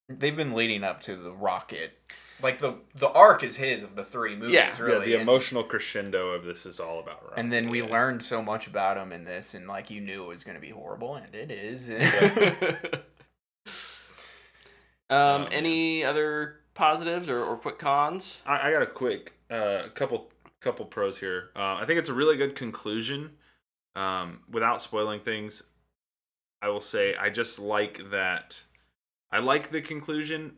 Speaker 3: they've been leading up to the rocket. Like the the arc is his of the three movies,
Speaker 1: Yeah. Yeah,
Speaker 2: yeah,
Speaker 3: really.
Speaker 2: the
Speaker 3: and-
Speaker 2: emotional crescendo of this is all about. Rob.
Speaker 3: And then we
Speaker 2: Yeah.
Speaker 3: learned so much about him in this, and like you knew it was going to be horrible, and it is.
Speaker 1: Um,
Speaker 2: Oh,
Speaker 1: any other positives or, or quick cons?
Speaker 2: I, I got a quick uh, couple couple pros here. Uh, I think it's a really good conclusion. Um, without spoiling things, I will say I just like that. I like the conclusion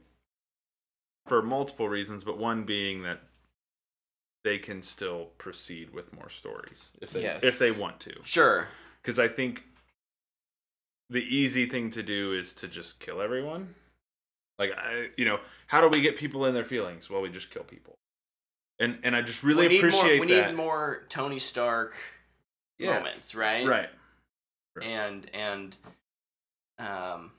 Speaker 2: for multiple reasons, but one being that they can still proceed with more stories if they
Speaker 3: Yes.
Speaker 2: if they want to.
Speaker 1: Sure.
Speaker 2: Because I think the easy thing to do is to just kill everyone. Like I, you know, how do we get people in their feelings? Well, we just kill people. And and I just really
Speaker 1: we need
Speaker 2: appreciate
Speaker 1: more, we
Speaker 2: that.
Speaker 1: need more Tony Stark
Speaker 2: yeah.
Speaker 1: moments, right?
Speaker 2: Right.
Speaker 1: And and um,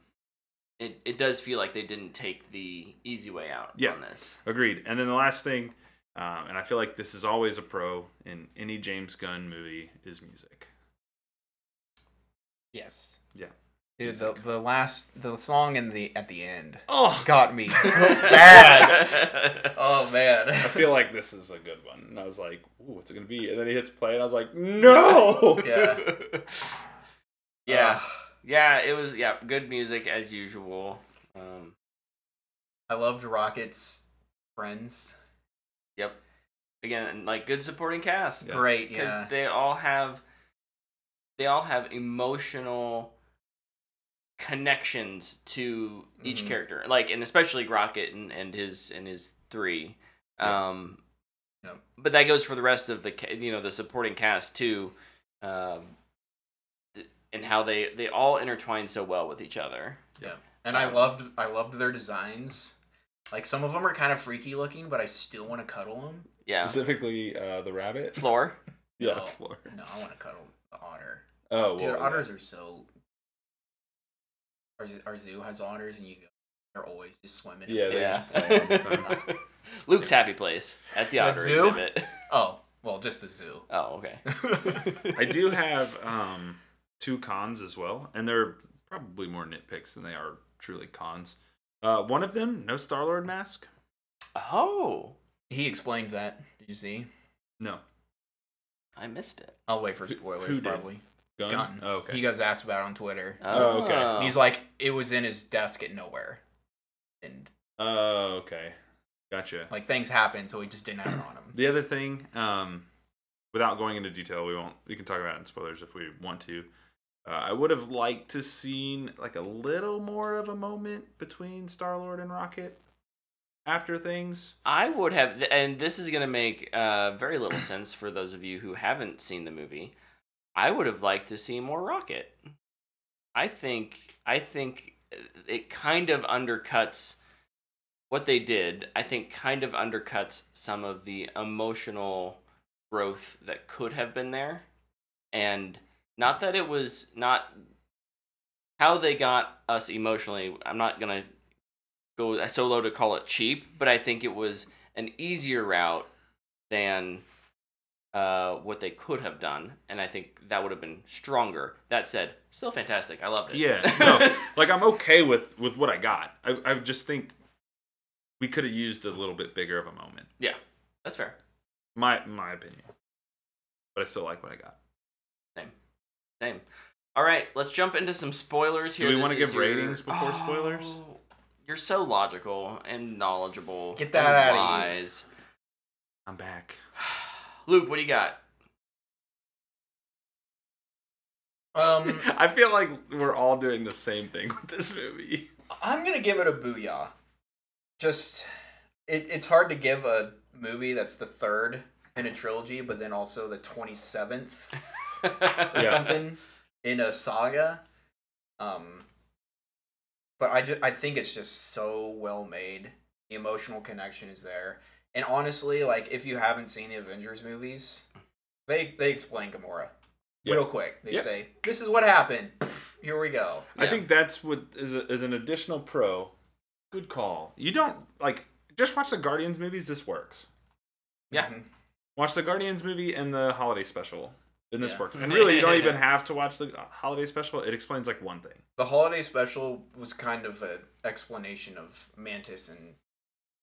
Speaker 1: it it does feel like they didn't take the easy way out
Speaker 2: Yeah.
Speaker 1: on this.
Speaker 2: Agreed. And then the last thing, um, and I feel like this is always a pro in any James Gunn movie is music.
Speaker 3: yes.
Speaker 2: Yeah.
Speaker 3: Dude, the, the last the song in the at the end
Speaker 2: Oh,
Speaker 3: got me bad. oh
Speaker 2: I
Speaker 3: man.
Speaker 2: feel like this is a good one. And I was like, "Ooh, what's it gonna be?" And then he hits play, and I was like, "No."
Speaker 3: Yeah.
Speaker 1: yeah, yeah. It was yeah, good music as usual. Um,
Speaker 3: I loved Rocket's friends.
Speaker 1: yep. Again, like good supporting cast.
Speaker 2: Yeah.
Speaker 3: Great,
Speaker 1: because
Speaker 3: yeah.
Speaker 1: they all have they all have emotional connections to each
Speaker 2: Mm-hmm.
Speaker 3: Mhm.
Speaker 1: character like and especially rocket and, and his and his three
Speaker 2: Yeah.
Speaker 1: um
Speaker 3: Yep.
Speaker 1: but that goes for the rest of the ca- you know the supporting cast too um and how they they all intertwine so well with each other
Speaker 3: and I loved I loved their designs. Like some of them are kind of freaky looking, but I still want to cuddle them.
Speaker 1: yeah
Speaker 2: Specifically, uh, the rabbit.
Speaker 1: floor
Speaker 2: Yeah,
Speaker 3: No.
Speaker 2: floor.
Speaker 3: No, I want to cuddle the otter.
Speaker 2: Oh,
Speaker 3: Dude,
Speaker 2: well, yeah.
Speaker 3: otters are so. Our, z- our zoo has otters, and you go, they're always just swimming. in
Speaker 2: Yeah,
Speaker 3: there.
Speaker 2: they
Speaker 1: Yeah.
Speaker 2: just play all the time.
Speaker 1: Luke's happy place at the
Speaker 3: That
Speaker 1: Otter
Speaker 3: zoo?
Speaker 1: exhibit.
Speaker 3: Oh, well, just the zoo.
Speaker 1: Oh, okay.
Speaker 2: I do have um, two cons as well, and they're probably more nitpicks than they are truly cons. Uh, one of them, no Star Lord mask.
Speaker 1: Oh,
Speaker 3: he explained that. Did you see?
Speaker 2: No
Speaker 1: I missed it.
Speaker 3: I'll wait for
Speaker 2: Who-
Speaker 3: spoilers.
Speaker 2: who did?
Speaker 3: probably.
Speaker 2: gun.
Speaker 3: Gun.
Speaker 2: Oh, okay.
Speaker 3: He gets asked about it on Twitter.
Speaker 2: Oh, okay.
Speaker 1: Oh.
Speaker 3: He's like, it was in his desk at nowhere, and
Speaker 2: oh, okay. Gotcha.
Speaker 3: like things happened, so he just didn't have it on him.
Speaker 2: The other thing, um, without going into detail, we won't. We can talk about it in spoilers if we want to. Uh, I would have liked to seen like a little more of a moment between Star Lord and Rocket after things.
Speaker 1: I would have, and this is going to make uh, very little sense for those of you who haven't seen the movie. I would have liked to see more Rocket. I think, I think uh, it kind of undercuts what they did. I think kind of undercuts some of the emotional growth that could have been there, and not that it was not how they got us emotionally. I'm not gonna go so low to call it cheap, but I think it was an easier route than uh, what they could have done, and I think that would have been stronger. That said, still fantastic. I loved it.
Speaker 2: Yeah, no, like I'm okay with with what I got. I I just think we could have used a little bit bigger of a moment.
Speaker 1: yeah, that's fair.
Speaker 2: My my opinion, but I still like what I got.
Speaker 1: Same. All right, let's jump into some spoilers
Speaker 2: Do
Speaker 1: here.
Speaker 2: we
Speaker 1: This
Speaker 2: wanna
Speaker 1: is
Speaker 2: give
Speaker 1: your- Oh,
Speaker 2: ratings before spoilers?
Speaker 1: You're so logical and knowledgeable.
Speaker 3: Get that
Speaker 1: and
Speaker 3: outta here.
Speaker 1: wise.
Speaker 2: I'm back.
Speaker 1: Luke, what do you got?
Speaker 3: Um,
Speaker 2: I feel like we're all doing the same thing with this movie.
Speaker 3: I'm gonna give it a booyah. Just, it, it's hard to give a movie that's the third in a trilogy, but then also the twenty seventh or
Speaker 2: Yeah.
Speaker 3: something in a saga. Um, but I, ju- I think it's just so well made. The emotional connection is there, and honestly, like if you haven't seen the Avengers movies, they they explain Gamora
Speaker 2: Yeah.
Speaker 3: real quick. They
Speaker 2: Yeah.
Speaker 3: say this is what happened. Here we go.
Speaker 2: I
Speaker 1: Yeah.
Speaker 2: think that's what is, a, is an additional pro. Good call. You don't like just watch the Guardians movies. This works.
Speaker 1: Yeah.
Speaker 3: Mhm.
Speaker 2: Watch the Guardians movie and the holiday special. And this
Speaker 3: Yeah.
Speaker 2: works. And really, you don't even have to watch the holiday special. It explains like one thing.
Speaker 3: The holiday special was kind of an explanation of Mantis and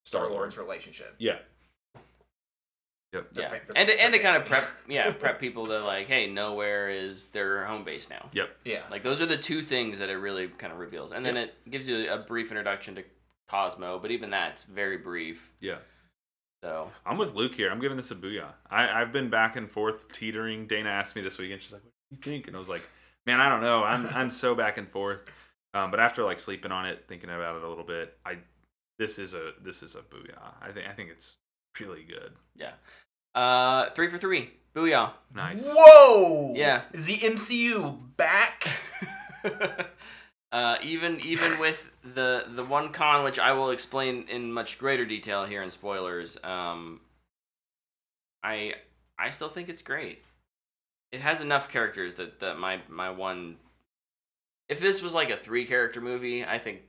Speaker 3: Star Lord's relationship.
Speaker 2: Yeah. Yep.
Speaker 1: yeah,
Speaker 3: Perfect,
Speaker 1: and and to
Speaker 3: perfect.
Speaker 1: kind of prep, yeah, prep people to like, hey, nowhere is their home base now.
Speaker 2: Yep.
Speaker 3: Yeah,
Speaker 1: Like those are the two things that it really kind of reveals, and then
Speaker 2: Yeah.
Speaker 1: it gives you a brief introduction to Cosmo, but even that's very brief.
Speaker 2: Yeah.
Speaker 1: So
Speaker 2: I'm with Luke here. I'm giving this a booyah. I, I've been back and forth teetering. Dana asked me this weekend. She's like, "What do you think?" And I was like, "Man, I don't know. I'm I'm so back and forth." Um, but after like sleeping on it, thinking about it a little bit, I this is a this is a booyah. I think I think it's really good.
Speaker 1: yeah, uh, three for three, booyah.
Speaker 2: Nice.
Speaker 3: Whoa!
Speaker 1: Yeah.
Speaker 3: Is the MCU back?
Speaker 1: uh, even even with the the one con, which I will explain in much greater detail here in spoilers, um, I I still think it's great. It has enough characters that, that my my one. If this was like a three character movie, I think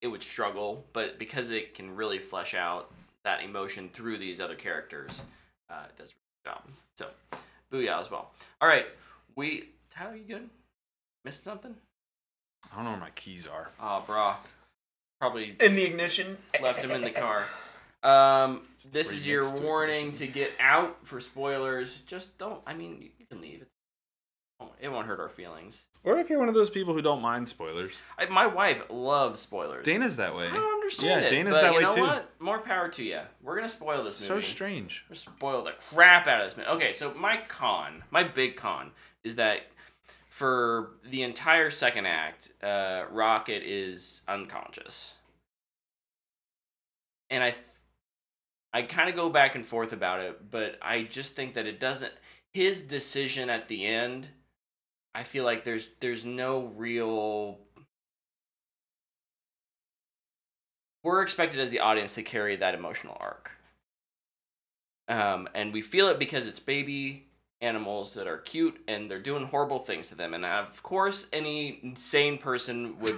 Speaker 1: it would struggle. But because it can really flesh out that emotion through these other characters, uh, it does a good job. So, booyah as well. All right, we Tyler, you good? Missed something?
Speaker 2: I don't know where my keys are.
Speaker 1: Oh, brah. Probably
Speaker 3: In the ignition?
Speaker 1: left him in the car. Um, this
Speaker 2: Right
Speaker 1: is your
Speaker 2: next to it,
Speaker 1: warning to
Speaker 2: actually.
Speaker 1: get out for spoilers. Just don't. I mean, you- you can leave. It won't, it won't hurt our feelings.
Speaker 2: Or if you're one of those people who don't mind spoilers,
Speaker 1: I, my wife loves spoilers.
Speaker 2: Dana's that way.
Speaker 1: I don't understand
Speaker 2: Yeah,
Speaker 1: it.
Speaker 2: Dana's
Speaker 1: but
Speaker 2: that
Speaker 1: you
Speaker 2: way
Speaker 1: know
Speaker 2: too.
Speaker 1: What? More power to you. We're gonna spoil this
Speaker 2: So
Speaker 1: movie.
Speaker 2: strange.
Speaker 1: Just spoil the crap out of this movie. Okay, so my con, my big con, is that for the entire second act, uh, Rocket is unconscious, and I, th- I kind of go back and forth about it, but I just think that it doesn't. His decision at the end, I feel like there's there's no real. We're expected as the audience to carry that emotional arc um, and we feel it because it's baby animals that are cute and they're doing horrible things to them and of course any sane person would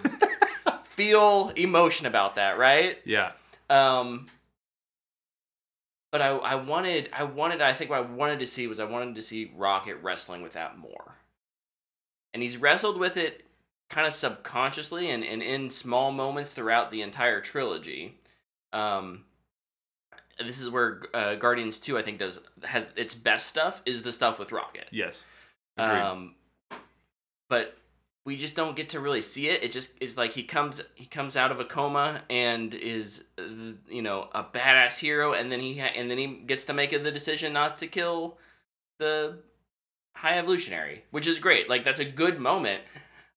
Speaker 1: feel emotion about that right
Speaker 2: Yeah.
Speaker 1: um, But I, I wanted I wanted I think what I wanted to see was I wanted to see Rocket wrestling with that more. And he's wrestled with it kind of subconsciously and, and in small moments throughout the entire trilogy. Um, this is where uh, Guardians 2 I think does has its best stuff is the stuff with Rocket.
Speaker 2: Yes. Agreed.
Speaker 1: Um, but we just don't get to really see it. It just is like he comes he comes out of a coma and is uh, you know a badass hero, and then he ha- and then he gets to make the decision not to kill the high evolutionary, which is great. Like that's a good moment.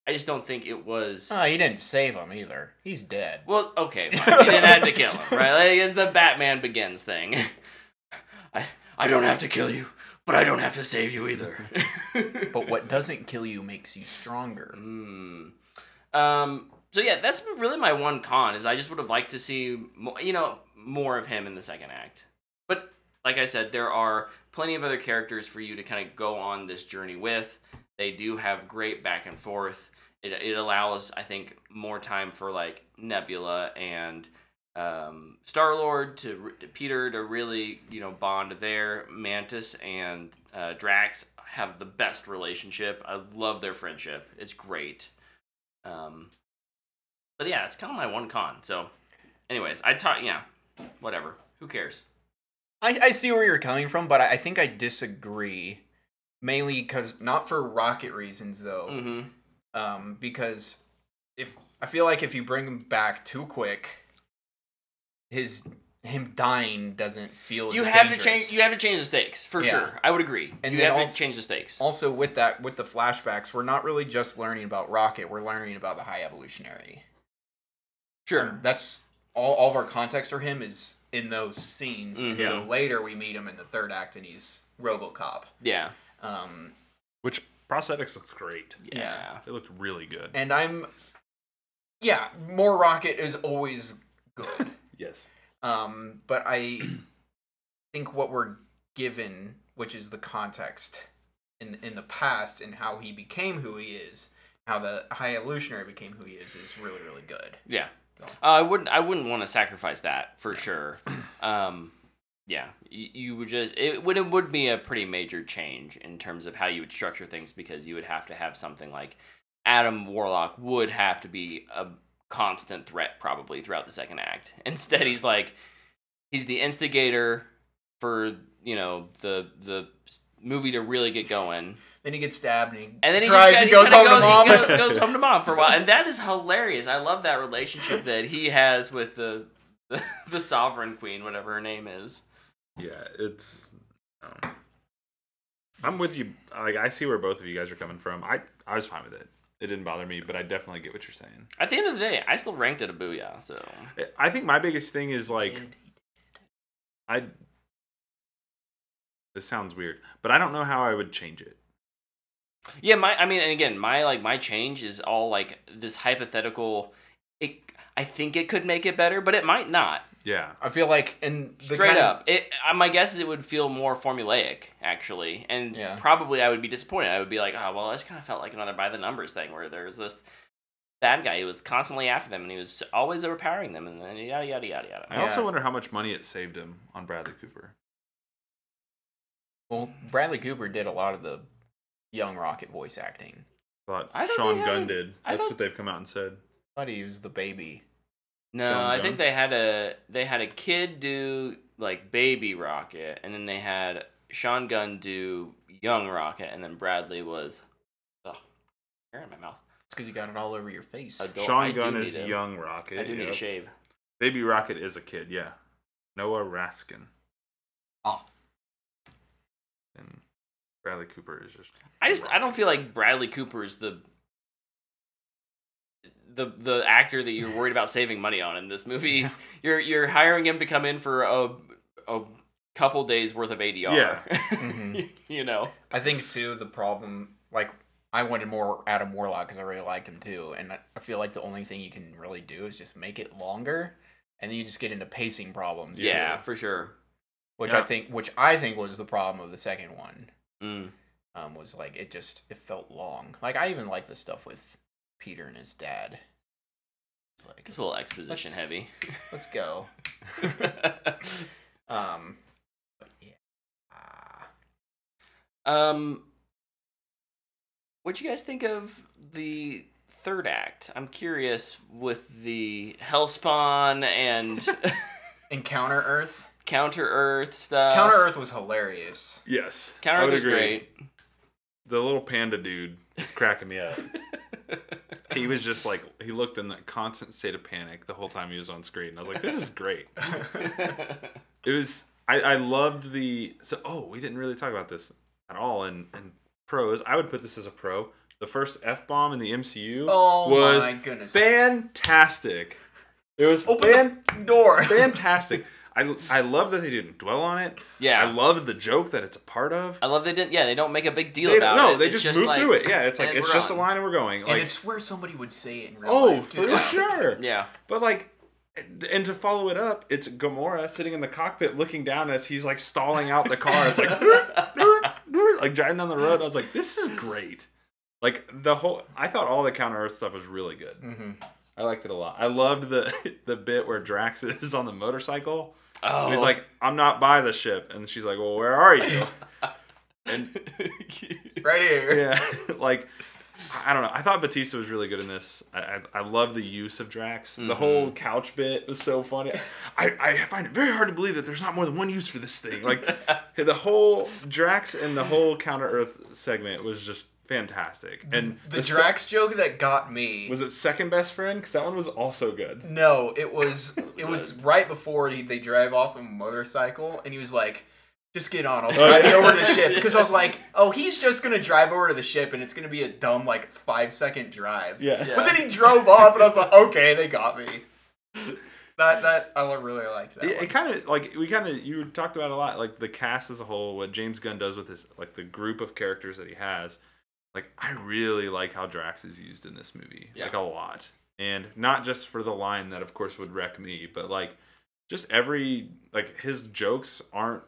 Speaker 1: I just don't think it was.
Speaker 3: Uh. Ah,
Speaker 5: Oh, he didn't save him either. He's dead.
Speaker 1: Well, okay, fine. you didn't have to kill him, right? Like, it's the Batman Begins thing. I I don't have to kill you, but I don't have to save you either.
Speaker 3: But what doesn't kill you makes you stronger.
Speaker 1: Mm. Um. So yeah, that's really my one con is I just would have liked to see mo you know more of him in the second act. But like I said, there are plenty of other characters for you to kind of go on this journey with. They do have great back and forth. It it allows I think more time for like Nebula and um, Star Lord to, re- to Peter to really you know bond there. Mantis and uh, Drax have the best relationship. I love their friendship. It's great. Um, but yeah, it's kind of my one con. So, anyways, I taught yeah, whatever. Who cares?
Speaker 5: I, I see where you're coming from, but I, I think I
Speaker 3: Disagree. Mainly because, not for rocket reasons though.
Speaker 1: hmm
Speaker 3: um, because if I feel like if you bring him back too quick, his him dying doesn't feel. As
Speaker 1: You have to
Speaker 3: dangerous.
Speaker 1: change. You have to change the stakes for
Speaker 3: Yeah.
Speaker 1: sure. I would agree.
Speaker 3: And
Speaker 1: you
Speaker 3: then
Speaker 1: have
Speaker 3: als-
Speaker 1: to change the stakes.
Speaker 3: also, with that, with the flashbacks, we're not really just learning about Rocket. We're learning about the High Evolutionary.
Speaker 1: Sure.
Speaker 3: That's all. All of our context for him is in those scenes.
Speaker 1: Mhm.
Speaker 3: Until
Speaker 2: Yeah.
Speaker 3: later, we meet him in the third act, and he's RoboCop.
Speaker 1: Yeah.
Speaker 3: Um,
Speaker 2: Which prosthetics looks great.
Speaker 1: Yeah. Yeah.
Speaker 2: It looked really good.
Speaker 3: and I'm, yeah, more Rocket is always good.
Speaker 2: yes.
Speaker 3: Um, but I think what we're given, which is the context in in the past and how he became who he is, how the High Evolutionary became who he is, is really really good.
Speaker 1: Uh, I wouldn't. I wouldn't want to sacrifice that for sure. Um, yeah. You, you would just. It would. It would be a pretty major change in terms of how you would structure things because you would have to have something like Adam Warlock would have to be a constant threat probably throughout the second act. Instead, he's like, he's the instigator for you know the the movie to really get going.
Speaker 3: Then he gets stabbed and he
Speaker 1: And then he
Speaker 3: cries.
Speaker 1: just
Speaker 3: he goes home
Speaker 1: kinda
Speaker 3: to mom.
Speaker 1: goes, He goes, goes home to mom for a while, and that is hilarious. I love that relationship that he has with the the, the sovereign queen, whatever her name is.
Speaker 2: Yeah, it's. Um, I'm with you. Like, I see where both of you guys are coming from. I I was fine with it. It didn't bother me, but I definitely get what you're saying.
Speaker 1: At the end of the day, I still ranked it a booyah. So
Speaker 2: I- I think my biggest thing is like I. This sounds weird, but I don't know how I would change it.
Speaker 1: yeah, my I mean, and again, my like my change is all like this hypothetical. It I think it could make it better, but it might not.
Speaker 2: Yeah,
Speaker 3: I feel like in the
Speaker 1: Straight
Speaker 3: kind of-
Speaker 1: up, it. uh, My guess is it would feel more formulaic, actually, and
Speaker 3: Yeah.
Speaker 1: probably I would be disappointed. I would be like, oh well, this kind of felt like another by the numbers thing where there was this bad guy who was constantly after them and he was always overpowering them and then yada yada yada yada.
Speaker 2: I also
Speaker 3: Yeah.
Speaker 2: wonder how much money it saved him on Bradley Cooper.
Speaker 3: well, Bradley Cooper did a lot of the young Rocket voice acting.
Speaker 2: Thought
Speaker 1: I thought
Speaker 2: Sean
Speaker 1: they
Speaker 2: Gunn
Speaker 1: had-
Speaker 2: did.
Speaker 1: I
Speaker 2: That's
Speaker 1: thought-
Speaker 2: what they've come out and said.
Speaker 3: I thought he was the baby.
Speaker 1: No,
Speaker 2: Sean
Speaker 1: I
Speaker 2: Gunn?
Speaker 1: think they had a they had a kid do like Baby Rocket and then they had Sean Gunn do Young Rocket and then Bradley was, ugh, hair in my mouth.
Speaker 3: It's because you got it all over your face.
Speaker 1: Adult.
Speaker 2: Sean
Speaker 1: I do
Speaker 2: Gunn
Speaker 1: need
Speaker 2: is
Speaker 1: a-
Speaker 2: young Rocket.
Speaker 1: I do need
Speaker 2: yep.
Speaker 1: a shave.
Speaker 2: Baby Rocket is a kid, yeah. Noah Raskin.
Speaker 3: Ah.
Speaker 2: And Bradley Cooper is just.
Speaker 1: I just I don't feel like Bradley Cooper is the the the actor that you're worried about saving money on in this movie. You're you're hiring him to come in for a a couple days worth of ADR.
Speaker 2: Yeah.
Speaker 3: Mhm.
Speaker 1: you know.
Speaker 3: I think too the problem like I wanted more Adam Warlock because I really liked him too, and I I feel like the only thing you can really do is just make it longer, and then you just get into pacing problems. too,
Speaker 1: Yeah, for sure.
Speaker 3: which I
Speaker 2: Yeah.
Speaker 3: think which I think was the problem of the second one.
Speaker 1: Mm.
Speaker 3: Um, was like it just it felt long. Like I even like the stuff with Peter and his dad. It's like
Speaker 1: It's a little exposition
Speaker 3: Let's-
Speaker 1: heavy.
Speaker 3: let's go. Um,
Speaker 1: Um, what'd you guys think of the third act? I'm curious with the Hellspawn and
Speaker 4: Encounter Earth.
Speaker 1: Counter Earth stuff.
Speaker 4: Counter Earth was hilarious.
Speaker 2: Yes.
Speaker 1: Counter
Speaker 2: I
Speaker 1: Earth
Speaker 2: would
Speaker 1: was
Speaker 2: agree.
Speaker 1: great.
Speaker 2: The little panda dude was cracking me up. he was just like he looked in that constant state of panic the whole time he was on screen. I was like, this is great. it was I, I loved the so oh we didn't really talk about this at all in, in pros i would put this as a pro the first f-bomb in the mcu
Speaker 4: Oh
Speaker 2: was
Speaker 4: my goodness.
Speaker 2: fantastic it was
Speaker 4: Open
Speaker 2: fan-
Speaker 4: the door.
Speaker 2: fantastic I, I love that they didn't dwell on it
Speaker 1: Yeah.
Speaker 2: i love the joke that it's a part of
Speaker 1: I love they didn't. Yeah, they don't make a big deal
Speaker 2: They-
Speaker 1: about
Speaker 2: no
Speaker 1: it.
Speaker 2: they
Speaker 1: It's
Speaker 2: just, move
Speaker 1: like-
Speaker 2: through it yeah it's like
Speaker 1: and
Speaker 2: it's
Speaker 1: we're
Speaker 2: just
Speaker 1: on.
Speaker 2: a line and we're going
Speaker 4: and
Speaker 2: like
Speaker 4: it's where somebody would say it in real
Speaker 2: oh
Speaker 4: life.
Speaker 2: for
Speaker 4: Too.
Speaker 2: sure
Speaker 1: Yeah.
Speaker 2: But like, and to follow it up, it's Gamora sitting in the cockpit looking down as he's like stalling out the car. It's like, "Durr, durr, durr," like driving down the road. I was like, this is great. Like the whole, I thought all the Counter Earth stuff was really good.
Speaker 4: Mm-hmm.
Speaker 2: I liked it a lot. I loved the the bit where Drax is on the motorcycle.
Speaker 1: Oh.
Speaker 2: And he's like, I'm not by the ship, and she's like, Well, where are you?
Speaker 4: Right here.
Speaker 2: yeah, like I don't know. I thought Batista was really good in this. I I, I love the use of Drax.
Speaker 4: Mm-hmm.
Speaker 2: The whole couch bit was so funny. I, I find it very hard to believe that there's not more than one use for this thing. Like the whole Drax and the whole Counter Earth segment was just fantastic. And
Speaker 4: The,
Speaker 2: se-
Speaker 4: Drax joke that got me.
Speaker 2: was it second best friend because that one was also good.
Speaker 4: No, it was it was right before he, they drive off on a motorcycle, and he was like, "Just get on, I'll drive you over to the ship." Because I was like, "Oh, he's just gonna drive over to the ship, and it's gonna be a dumb like five second drive."
Speaker 2: Yeah.
Speaker 4: But then he drove off, and I was like, "Okay, they got me." That that I lo- really liked that.
Speaker 2: It,
Speaker 4: one.
Speaker 2: it kind of like we kind of you talked about a lot like the cast as a whole what James Gunn does with his like the group of characters that he has like I really like how Drax is used in this movie
Speaker 1: Yeah.
Speaker 2: like a lot and not just for the line that of course would wreck me but like just every like his jokes aren't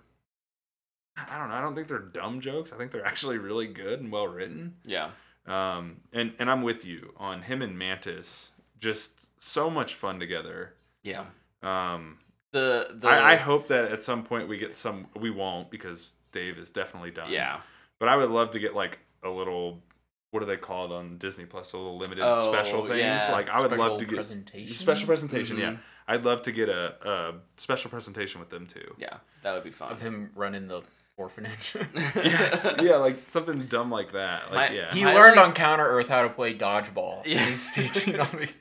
Speaker 2: I don't know I don't think they're dumb jokes I think they're actually really good and well written
Speaker 1: yeah.
Speaker 2: um, and and I'm with you on him and Mantis just so much fun together
Speaker 1: Yeah.
Speaker 2: um
Speaker 1: The the
Speaker 2: I, I hope that at some point we get some. We won't because Dave is definitely done.
Speaker 1: yeah.
Speaker 2: But I would love to get like a little. What do they call it on Disney Plus? A little limited
Speaker 1: Oh,
Speaker 2: special things.
Speaker 1: yeah.
Speaker 2: Like I would love to get
Speaker 3: presentation.
Speaker 2: special presentation. Yeah,
Speaker 1: Mhm.
Speaker 2: I'd love to get a, a special presentation with them too.
Speaker 1: Yeah. That would be fun.
Speaker 3: of him running the orphanage.
Speaker 2: yes. Yeah, like something dumb like that. Like
Speaker 1: My-
Speaker 2: yeah.
Speaker 3: he
Speaker 1: I
Speaker 3: learned
Speaker 1: like-
Speaker 3: on Counter Earth how to play dodgeball.
Speaker 1: Yeah.
Speaker 3: He's teaching on the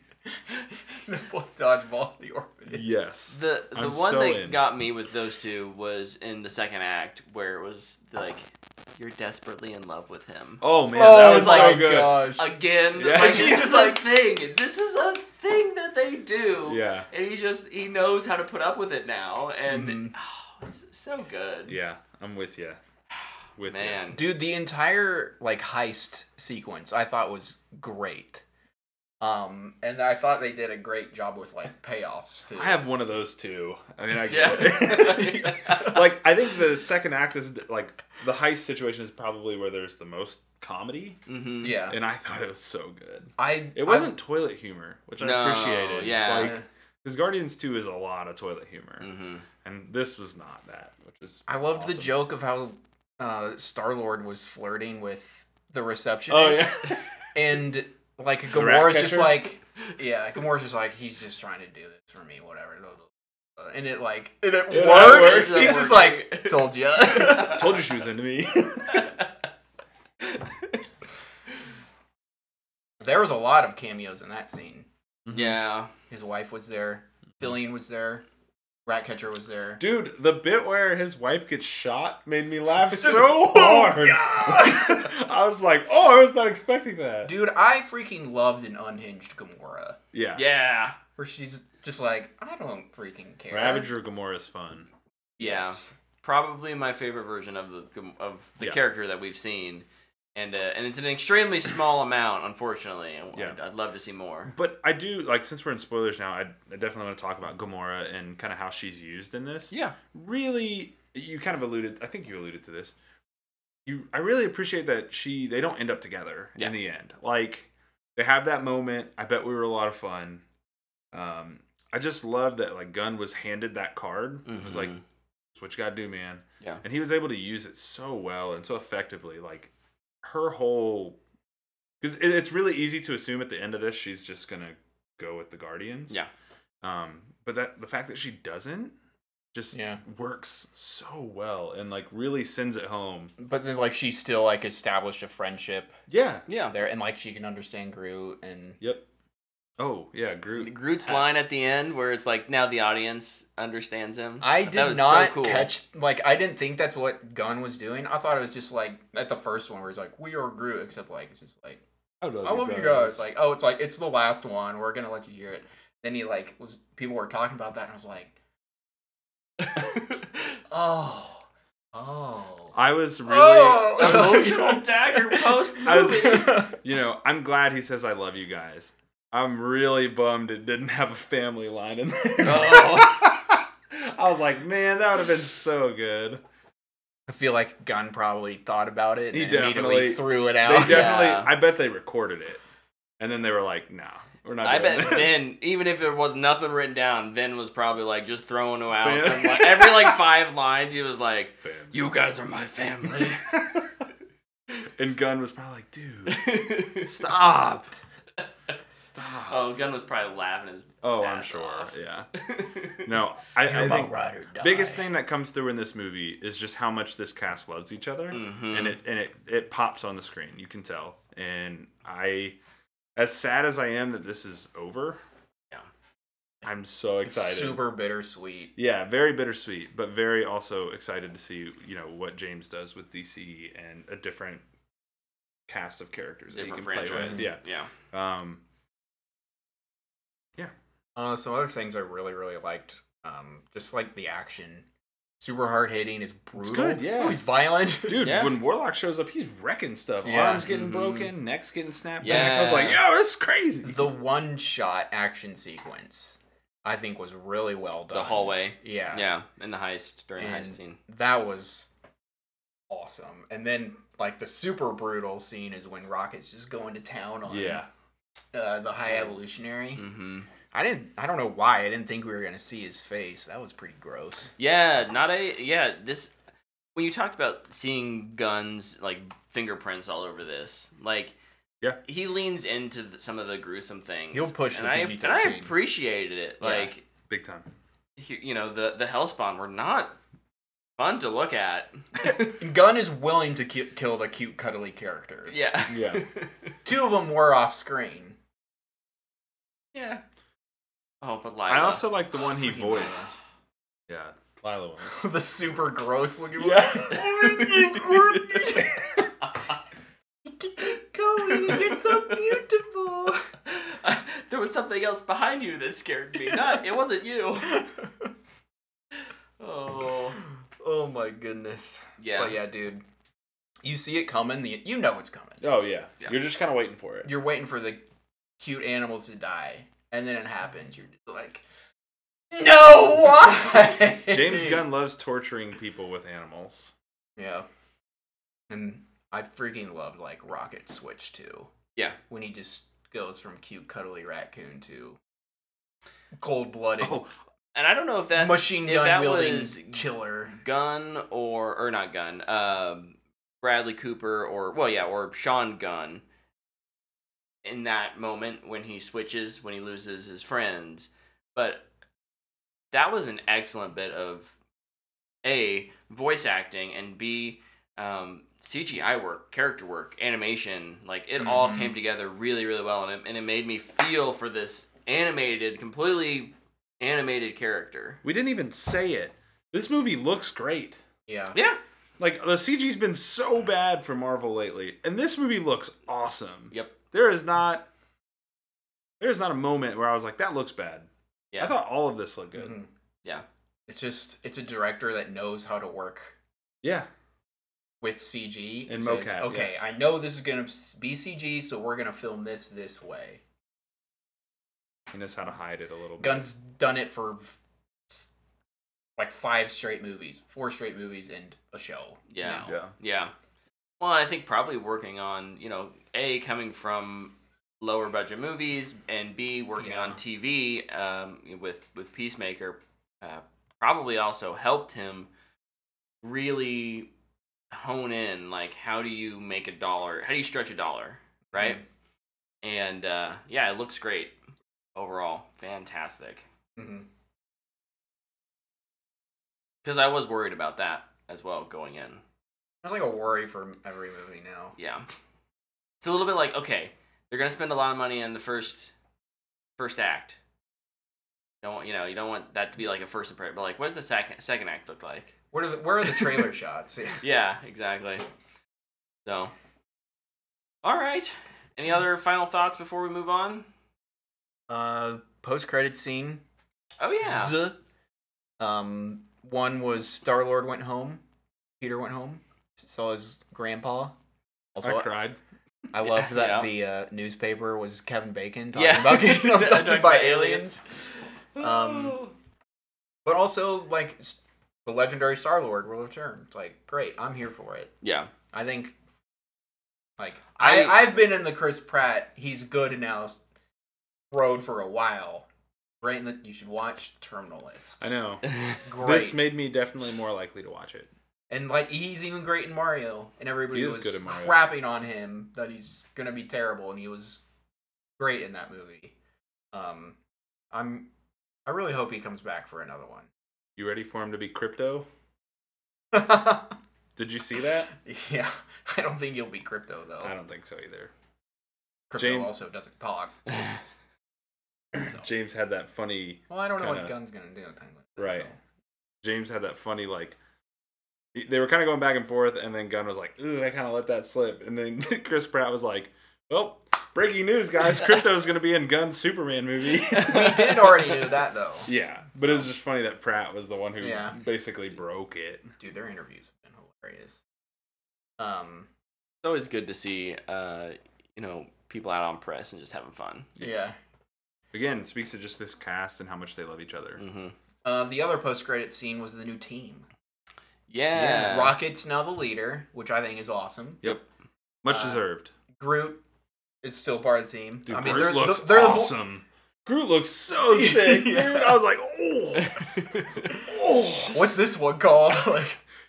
Speaker 4: the boy dodgeball, the orphanage.
Speaker 2: yes.
Speaker 1: The the
Speaker 2: I'm
Speaker 1: one
Speaker 2: so
Speaker 1: that
Speaker 2: in.
Speaker 1: got me with those two was in the second act where it was like you're desperately in love with him.
Speaker 2: oh man, that was
Speaker 1: my
Speaker 2: so good.
Speaker 3: gosh.
Speaker 1: Again, like,
Speaker 2: Yeah.
Speaker 1: this
Speaker 4: Jesus,
Speaker 1: is
Speaker 4: like-
Speaker 1: a thing. This is a thing that they do.
Speaker 2: Yeah.
Speaker 1: And he just he knows how to put up with it now, and oh, it's so good.
Speaker 2: Mm-hmm. Yeah, I'm with you. With ya.
Speaker 1: Man.
Speaker 3: Dude, the entire like heist sequence I thought was great.
Speaker 4: Um, and I thought they did a great job with like payoffs too.
Speaker 2: I have one of those too. I mean, I get it.
Speaker 1: Yeah.
Speaker 2: like I think the second act is like the heist situation is probably where there's the most comedy,
Speaker 1: mm-hmm.
Speaker 4: yeah.
Speaker 2: and I thought it was so good.
Speaker 4: I
Speaker 2: It wasn't toilet humor, which
Speaker 1: No,
Speaker 2: I appreciated.
Speaker 1: yeah.
Speaker 2: like because Guardians Two is a lot of toilet humor,
Speaker 1: Mm-hmm.
Speaker 2: and this was not that, which is
Speaker 3: I loved the
Speaker 2: awesome.
Speaker 3: joke of how uh, Star Lord was flirting with the
Speaker 2: Oh
Speaker 3: receptionist,
Speaker 2: yeah,
Speaker 3: and like
Speaker 2: rat
Speaker 3: Gamora's just
Speaker 2: catcher?
Speaker 3: like,
Speaker 4: Yeah, Gamora's just like he's just trying to do this for me, whatever. blah, blah, blah. And it like and it
Speaker 2: Yeah,
Speaker 4: worked.
Speaker 2: that works.
Speaker 4: He's
Speaker 1: That
Speaker 4: just
Speaker 1: worked.
Speaker 4: like told you.
Speaker 2: told you she was into me.
Speaker 4: there was a lot of cameos in that scene.
Speaker 1: Yeah.
Speaker 4: His wife was there. Fillion was there. Ratcatcher was there.
Speaker 2: Dude, the bit where his wife gets shot made me laugh so hard. I was like, oh, I was not expecting that.
Speaker 4: Dude, I freaking loved an unhinged Gamora,
Speaker 2: yeah.
Speaker 1: Yeah.
Speaker 4: where she's just like, I don't freaking care.
Speaker 2: Ravager Gamora is fun.
Speaker 1: Yeah. probably my favorite version of the of the
Speaker 2: Yeah.
Speaker 1: character that we've seen, and uh, and it's an extremely small amount, unfortunately. And
Speaker 2: Yeah.
Speaker 1: I'd, I'd love to see more.
Speaker 2: But I do like since we're in spoilers now. I, I definitely want to talk about Gamora and kind of how she's used in this.
Speaker 1: Yeah,
Speaker 2: Really, you kind of alluded. I think you alluded to this. You, I really appreciate that she. They don't end up together
Speaker 1: Yeah.
Speaker 2: in the end. Like they have that moment. I bet we were a lot of fun. Um, I just love that like Gunn was handed that card. It was like,
Speaker 1: Mhm.
Speaker 2: It's what you gotta do, man.
Speaker 1: Yeah.
Speaker 2: And he was able to use it so well and so effectively. Like her whole, because it, it's really easy to assume at the end of this she's just gonna go with the Guardians.
Speaker 1: Yeah.
Speaker 2: Um, but that the fact that she doesn't just
Speaker 6: Yeah.
Speaker 2: works so well and like really sends it home.
Speaker 6: But then, like, she still like established a friendship
Speaker 2: Yeah.
Speaker 1: Yeah.
Speaker 6: there, and like she can understand Groot, and
Speaker 2: Yep. Oh yeah, Groot.
Speaker 1: Groot's line at the end where it's like now the audience understands him.
Speaker 6: I
Speaker 1: That
Speaker 6: did
Speaker 1: was so
Speaker 6: not
Speaker 1: cool.
Speaker 6: catch.
Speaker 3: Like I didn't think that's what Gunn was doing. I thought it was just like at the first one where he's like, "We are Groot," except like it's just like,
Speaker 2: I love,
Speaker 3: "I love you guys." Like, oh, it's like it's the last one. We're gonna let you hear it. Then he like was people were talking about that, and I was like, "Oh, oh."
Speaker 2: I was really.
Speaker 3: Oh!
Speaker 2: I was-
Speaker 1: Emotional dagger post
Speaker 2: I was-
Speaker 1: movie.
Speaker 2: you know, I'm glad he says I love you guys. I'm really bummed it didn't have a family line in there.
Speaker 3: Oh.
Speaker 2: I was like, man, that would have been so good.
Speaker 6: I feel like Gunn probably thought about it. And
Speaker 2: He
Speaker 6: then immediately
Speaker 2: definitely-
Speaker 6: threw it
Speaker 2: They
Speaker 6: out.
Speaker 2: definitely,
Speaker 1: yeah.
Speaker 2: I bet they recorded it, and then they were like, nah, we're not.
Speaker 1: I
Speaker 2: doing
Speaker 1: bet
Speaker 2: this.
Speaker 1: Vin, even if there was nothing written down, Vin was probably like just throwing them out.
Speaker 2: Fan-
Speaker 1: Some, like, every like five lines, he was like,
Speaker 2: Fam.
Speaker 1: "You guys are my family."
Speaker 2: and Gunn was probably like, dude, stop, stop.
Speaker 1: oh, Gunn was probably laughing his.
Speaker 2: oh, I'm
Speaker 1: ass
Speaker 2: sure.
Speaker 1: off.
Speaker 2: Yeah. No, I, I think
Speaker 6: ride or die.
Speaker 2: biggest thing that comes through in this movie is just how much this cast loves each other
Speaker 1: Mhm.
Speaker 2: and it and it, it pops on the screen you can tell and i as sad as i am that this is over
Speaker 1: Yeah.
Speaker 2: i'm so excited
Speaker 3: Super bittersweet.
Speaker 2: yeah very bittersweet but very also excited to see you know what james does with dc and a different cast of characters
Speaker 1: Different
Speaker 2: that you can
Speaker 1: franchise.
Speaker 2: play with
Speaker 1: yeah.
Speaker 2: yeah um
Speaker 3: Uh, some other things I really really liked, um, just like the action, super hard hitting. It's brutal.
Speaker 2: good, yeah.
Speaker 3: It was violent.
Speaker 2: Dude,
Speaker 1: Yeah.
Speaker 2: when Warlock shows up, he's wrecking stuff.
Speaker 3: Yeah.
Speaker 2: Arms getting
Speaker 1: Mhm.
Speaker 2: broken, necks getting snapped.
Speaker 1: Yeah.
Speaker 2: back. I was like, yo, this is crazy.
Speaker 3: the one shot action sequence, I think was really well done.
Speaker 1: The hallway.
Speaker 3: Yeah.
Speaker 1: Yeah, in the heist during the heist
Speaker 3: And-
Speaker 1: scene.
Speaker 3: That was awesome. And then like the super brutal scene is when Rocket's just going to town on
Speaker 2: yeah.
Speaker 3: uh, the
Speaker 1: Mm.
Speaker 3: High Evolutionary.
Speaker 1: hmm
Speaker 3: I didn't. I don't know why. I didn't think we were gonna see his face. That was pretty gross.
Speaker 1: Yeah, not a yeah. This when you talked about seeing guns like fingerprints all over this, like
Speaker 2: Yeah.
Speaker 1: he leans into the, some of the gruesome things.
Speaker 6: He'll push
Speaker 1: and
Speaker 6: the
Speaker 1: I and I
Speaker 6: PG-13.
Speaker 1: appreciated it.
Speaker 6: Yeah.
Speaker 1: Like
Speaker 2: Big time.
Speaker 1: he, you know the the hellspawn were not fun to look at.
Speaker 3: Gunn is willing to ki- kill the cute, cuddly characters.
Speaker 1: yeah,
Speaker 2: Yeah.
Speaker 3: Two of them were off screen.
Speaker 1: yeah. Oh, but Lila.
Speaker 2: I also like the one he
Speaker 3: Freaking
Speaker 2: voiced. Yeah. Lila one.
Speaker 3: the super gross looking one. You're so beautiful.
Speaker 1: there was something else behind you that scared me. Not it wasn't you. Oh
Speaker 3: Oh my goodness.
Speaker 1: yeah.
Speaker 3: But yeah, dude. You see it coming, the you know it's coming.
Speaker 2: Oh, yeah.
Speaker 1: Yeah.
Speaker 2: You're just kind of waiting for it.
Speaker 3: You're waiting for the cute animals to die, and then it happens. You're like, no, why?
Speaker 2: James Gunn loves torturing people with animals.
Speaker 3: Yeah. And I freaking loved like Rocket Switch too.
Speaker 1: Yeah.
Speaker 3: When he just goes from cute cuddly raccoon to cold blooded
Speaker 1: And I don't know if Oh, that's
Speaker 3: machine
Speaker 1: if
Speaker 3: gun
Speaker 1: that
Speaker 3: wielding
Speaker 1: was
Speaker 3: killer.
Speaker 1: Gun or or not Gun. Um, Bradley Cooper or well yeah or Sean Gunn. In that moment when he switches when he loses his friends, but that was an excellent bit of a voice acting and b um, CGI work, character work, animation. Like it all
Speaker 3: Mhm.
Speaker 1: came together really really well and it, and it made me feel for this animated completely animated character.
Speaker 2: We didn't even say it. This movie looks great.
Speaker 3: Yeah.
Speaker 1: Yeah.
Speaker 2: Like, the CG's been so bad for Marvel lately, and this movie looks awesome.
Speaker 1: Yep.
Speaker 2: There is not. There is not a moment where I was like, "That looks bad."
Speaker 1: Yeah.
Speaker 2: I thought all of this looked good.
Speaker 3: Mhm.
Speaker 1: Yeah.
Speaker 3: It's just it's a director that knows how to work
Speaker 2: Yeah,
Speaker 3: with CG
Speaker 2: And
Speaker 3: says,
Speaker 2: mocap,
Speaker 3: Okay, I know this is gonna be CG, so we're gonna film this this way.
Speaker 2: he knows how to hide it a little bit.
Speaker 3: Gunn's done it for s- like five straight movies, four straight movies, and a show.
Speaker 1: Yeah.
Speaker 3: now.
Speaker 2: Yeah,
Speaker 1: Yeah. Well, and I think probably working on, you know, A, coming from lower budget movies, and B, working
Speaker 3: Yeah.
Speaker 1: on TV um, with, with Peacemaker, uh, probably also helped him really hone in like how do you make a dollar? How do you stretch a dollar, right? And uh, yeah, it looks great overall. Fantastic.
Speaker 3: Mm-hmm.
Speaker 1: Because I was worried about that as well going in.
Speaker 3: That's like a worry for every movie now.
Speaker 1: Yeah. It's a little bit like, okay, they're gonna spend a lot of money in the first first act. Don't want- you know, you don't want that to be like a first impression, but like what does the second second act look like?
Speaker 3: What are the where are the trailer shots? Yeah.
Speaker 1: Yeah, exactly. So Alright. Any other final thoughts before we move on?
Speaker 7: Uh, post credit scene.
Speaker 1: Oh yeah.
Speaker 7: Z. Um, one was Star Lord went home. Peter went home. Saw his grandpa. Also,
Speaker 2: I
Speaker 7: I,
Speaker 2: cried.
Speaker 7: loved
Speaker 1: Yeah.
Speaker 7: that
Speaker 1: Yeah.
Speaker 7: the uh, newspaper was Kevin Bacon talking
Speaker 1: Yeah.
Speaker 7: about getting abducted
Speaker 1: Talking
Speaker 7: by
Speaker 1: about
Speaker 7: aliens.
Speaker 2: Oh.
Speaker 7: Um,
Speaker 3: But also like s- the legendary Star Lord will return. It's like great, I'm here for it.
Speaker 1: yeah.
Speaker 3: I think like I,
Speaker 1: I-
Speaker 3: I have been in the Chris Pratt he's good now s- road for a while. Right in the you should watch Terminal List.
Speaker 2: I know.
Speaker 3: Great.
Speaker 2: This made me definitely more likely to watch it.
Speaker 3: and like he's even great in Mario and everybody
Speaker 2: He is
Speaker 3: was
Speaker 2: good in Mario.
Speaker 3: crapping on him that he's going to be terrible and he was great in that movie. Um I'm I really hope he comes back for another one.
Speaker 2: You ready for him to be crypto? Did you see that?
Speaker 3: yeah, I don't think he'll be crypto though.
Speaker 2: I don't think so either.
Speaker 3: Crypto
Speaker 2: James-
Speaker 3: also doesn't talk. So.
Speaker 2: James had that funny
Speaker 3: Well, I don't know what
Speaker 2: Kinda-
Speaker 3: Gun's gonna do. with Penguin.
Speaker 2: Right.
Speaker 3: So.
Speaker 2: James had that funny like they were kind of going back and forth, and then Gunn was like, "Ooh, I kind of let that slip," and then Chris Pratt was like, "Well, breaking news, guys, Crypto's gonna be in Gunn's Superman movie."
Speaker 3: We did already knew that though.
Speaker 2: yeah, but it was just funny that Pratt was the one who
Speaker 3: Yeah.
Speaker 2: basically broke it.
Speaker 3: Dude, their interviews have been hilarious. Um.
Speaker 1: It's always good to see uh, you know, people out on press and just having fun.
Speaker 3: Yeah.
Speaker 2: Again, it speaks to just this cast and how much they love each other.
Speaker 1: Mm-hmm.
Speaker 3: Uh, the other post-credit scene was the new team.
Speaker 1: Yeah.
Speaker 3: Rocket's now the leader, which I think is awesome.
Speaker 2: Yep, much
Speaker 3: Uh,
Speaker 2: deserved.
Speaker 3: Groot is still part of the team.
Speaker 2: Dude,
Speaker 3: I mean,
Speaker 2: Groot
Speaker 3: they're,
Speaker 2: looks
Speaker 3: they're the vo-
Speaker 2: awesome. Groot looks so sick, dude. I was like, oh, oh,
Speaker 3: What's this one called? like,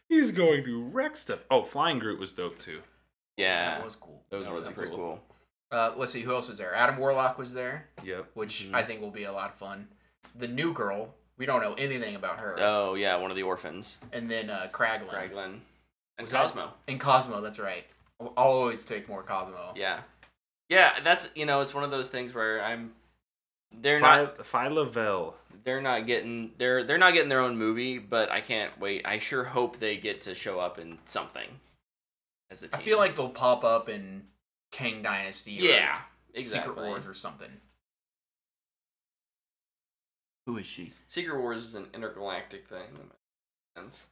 Speaker 2: he's going to wreck stuff. Oh, Flying Groot was dope too.
Speaker 1: yeah.
Speaker 3: that was cool.
Speaker 2: That was
Speaker 1: That was
Speaker 2: really
Speaker 1: pretty
Speaker 2: cool.
Speaker 1: cool.
Speaker 3: Uh, let's see who else was there. Adam Warlock was there,
Speaker 2: Yep. Mm-hmm.
Speaker 3: which
Speaker 1: Mhm.
Speaker 3: I think will be a lot of fun. The new girl, we don't know anything about her.
Speaker 1: Oh yeah, one of the orphans,
Speaker 3: and then uh, Kraglin.
Speaker 1: Kraglin, and
Speaker 3: Was that-
Speaker 1: Cosmo.
Speaker 3: And Cosmo, that's right. I'll I'll always take more Cosmo.
Speaker 1: Yeah, yeah. That's you know, it's one of those things where I'm. They're
Speaker 2: Phi,
Speaker 1: not.
Speaker 2: Phi Lavelle.
Speaker 1: They're not getting. They're they're not getting their own movie, but I can't wait. I sure hope they get to show up in something. As a
Speaker 3: I
Speaker 1: team.
Speaker 3: feel like they'll pop up in Kang Dynasty. or
Speaker 1: Yeah. Exactly.
Speaker 3: Secret Wars or something. Who is she?
Speaker 1: Secret Wars is an intergalactic thing. That makes sense.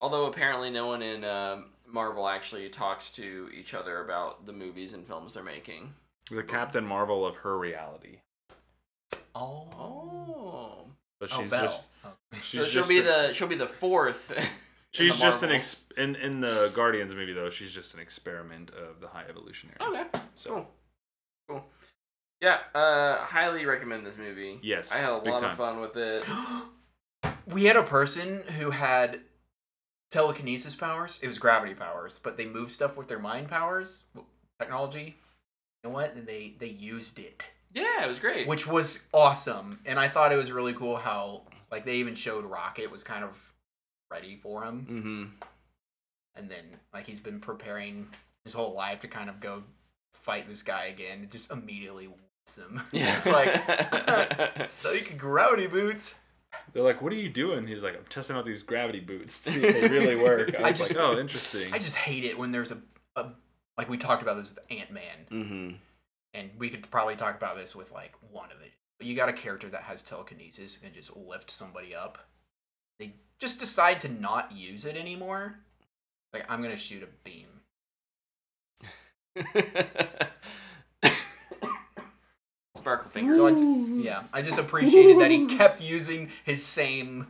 Speaker 1: Although apparently no one in um, Marvel actually talks to each other about the movies and films they're making.
Speaker 2: The Captain Marvel of her reality.
Speaker 3: Oh.
Speaker 1: Oh.
Speaker 2: But
Speaker 3: Oh,
Speaker 2: she's
Speaker 3: Belle.
Speaker 2: just
Speaker 3: Oh.
Speaker 2: she's
Speaker 1: so she'll
Speaker 2: just
Speaker 1: be
Speaker 2: a-
Speaker 1: the she'll be the fourth. in
Speaker 2: she's
Speaker 1: the
Speaker 2: just an
Speaker 1: Marvels.
Speaker 2: ex, in in the Guardians movie though. She's just an experiment of the High Evolutionary.
Speaker 1: Okay. So cool. Yeah, uh highly recommend this movie.
Speaker 2: Yes,
Speaker 1: I had a
Speaker 2: big
Speaker 1: lot
Speaker 2: time.
Speaker 1: of fun with it.
Speaker 3: we had a person who had telekinesis powers. It was gravity powers, but they moved stuff with their mind powers, technology. You know what? And they they used it.
Speaker 1: Yeah, it was great.
Speaker 3: which was awesome and i thought it was really cool how like they even showed rocket was kind of ready for him
Speaker 1: mm-hmm.
Speaker 3: and then like he's been preparing his whole life to kind of go fight this guy again it just immediately whoops him
Speaker 1: Yeah.
Speaker 3: it's like psych gravity boots
Speaker 2: They're like, "What are you doing?" He's like, "I'm testing out these gravity boots to see if they really work." I
Speaker 3: I
Speaker 2: was
Speaker 3: just-
Speaker 2: like, "Oh, interesting."
Speaker 3: i just hate it when there's a, a like we talked about this with ant-man
Speaker 1: mm-hmm.
Speaker 3: and we could probably talk about this with like one of it but you got a character that has telekinesis and just lift somebody up they just decide to not use it anymore like i'm gonna shoot a beam
Speaker 1: Mm-hmm. Sparkle
Speaker 3: so I,
Speaker 1: fingers.
Speaker 3: yeah i just appreciated that he kept using his same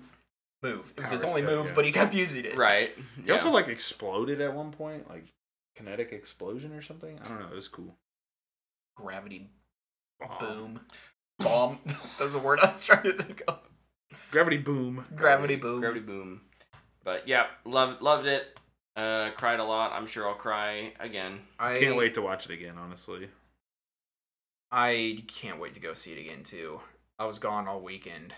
Speaker 3: move it was his
Speaker 2: Power
Speaker 3: only
Speaker 2: set,
Speaker 3: move
Speaker 2: yeah.
Speaker 3: but he kept using it
Speaker 1: Right.
Speaker 2: He
Speaker 1: Yeah.
Speaker 2: also like exploded at one point, like kinetic explosion or something. I don't know. It was cool.
Speaker 3: gravity
Speaker 2: Bomb.
Speaker 3: boom bomb that's the word i was trying to think of
Speaker 2: Gravity boom.
Speaker 3: gravity boom
Speaker 1: Gravity boom. But yeah, loved loved it. Uh, cried a lot. I'm sure I'll cry again.
Speaker 3: I
Speaker 2: Can't wait to watch it again, honestly.
Speaker 3: I can't wait to go see it again too. I was gone all weekend,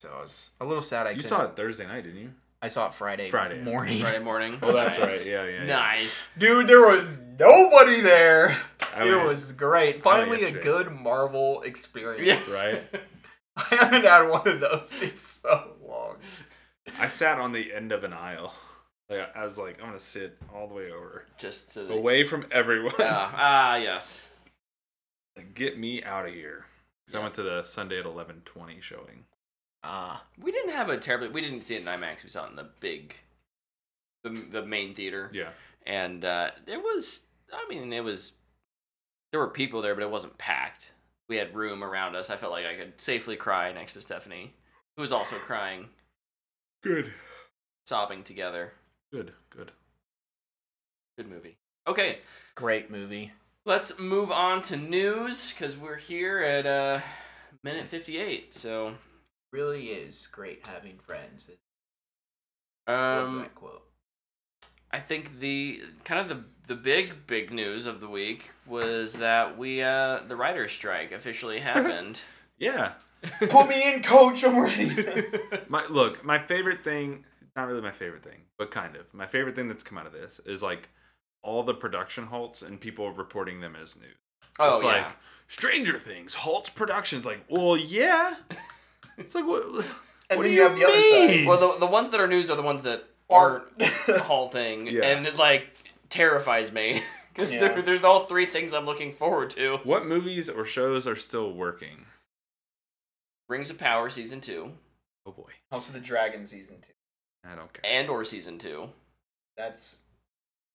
Speaker 3: so I was a little sad. I
Speaker 2: You
Speaker 3: couldn't-
Speaker 2: saw it Thursday night, didn't you?
Speaker 3: I saw it Friday
Speaker 2: Friday.
Speaker 3: morning.
Speaker 1: Friday morning.
Speaker 2: Oh, that's
Speaker 1: Nice.
Speaker 2: right. Yeah, yeah. yeah.
Speaker 1: Nice.
Speaker 3: Dude, there was nobody there.
Speaker 2: I
Speaker 3: it
Speaker 2: went-
Speaker 3: was
Speaker 1: Oh,
Speaker 3: great. Finally, a
Speaker 2: yesterday.
Speaker 3: good Marvel experience.
Speaker 1: Yes.
Speaker 2: right.
Speaker 3: I haven't had one of those in so long.
Speaker 2: I sat on the end of an aisle. Like I was like, I'm gonna sit all the way over,
Speaker 1: Just to the.
Speaker 2: away from everyone.
Speaker 1: Yeah. Ah, yes.
Speaker 2: Get me out of here. 'Cause I went to the Sunday at 11:20 showing.
Speaker 3: Ah,
Speaker 1: We didn't have a terribly. We didn't see it in IMAX. We saw it in the big, the the main theater,
Speaker 2: Yeah,
Speaker 1: and uh, there was. I mean, it was. There were people there, but it wasn't packed. We had room around us. I felt like I could safely cry next to Stephanie, who was also crying,
Speaker 2: good,
Speaker 1: sobbing together.
Speaker 2: good, good.
Speaker 1: Good movie. Okay,
Speaker 3: great movie.
Speaker 1: let's move on to news because we're here at uh, minute fifty-eight. So,
Speaker 3: Really is great having friends.
Speaker 1: um,
Speaker 3: quote.
Speaker 1: I think the kind of the the big big news of the week was that we uh the writers strike officially happened.
Speaker 2: Yeah,
Speaker 3: Put me in, coach. I'm ready.
Speaker 2: my look. My favorite thing, not really my favorite thing, but kind of my favorite thing that's come out of this is like all the production halts and people reporting them as news.
Speaker 1: oh
Speaker 2: it's
Speaker 1: yeah.
Speaker 2: like Stranger Things halts productions. Like, well, yeah. It's like what?
Speaker 3: And
Speaker 2: what
Speaker 3: then
Speaker 2: do
Speaker 3: you
Speaker 2: you,
Speaker 3: have the other side.
Speaker 2: mean?
Speaker 1: well the the ones that are news are the ones that aren't halting
Speaker 2: Yeah.
Speaker 1: and it like terrifies me because
Speaker 3: Yeah.
Speaker 1: there, there's all three things I'm looking forward to.
Speaker 2: What movies or shows are still working?
Speaker 1: Rings of Power season 2
Speaker 2: Oh boy,
Speaker 3: Also, the Dragon season two.
Speaker 2: I don't care.
Speaker 1: and or season 2.
Speaker 3: That's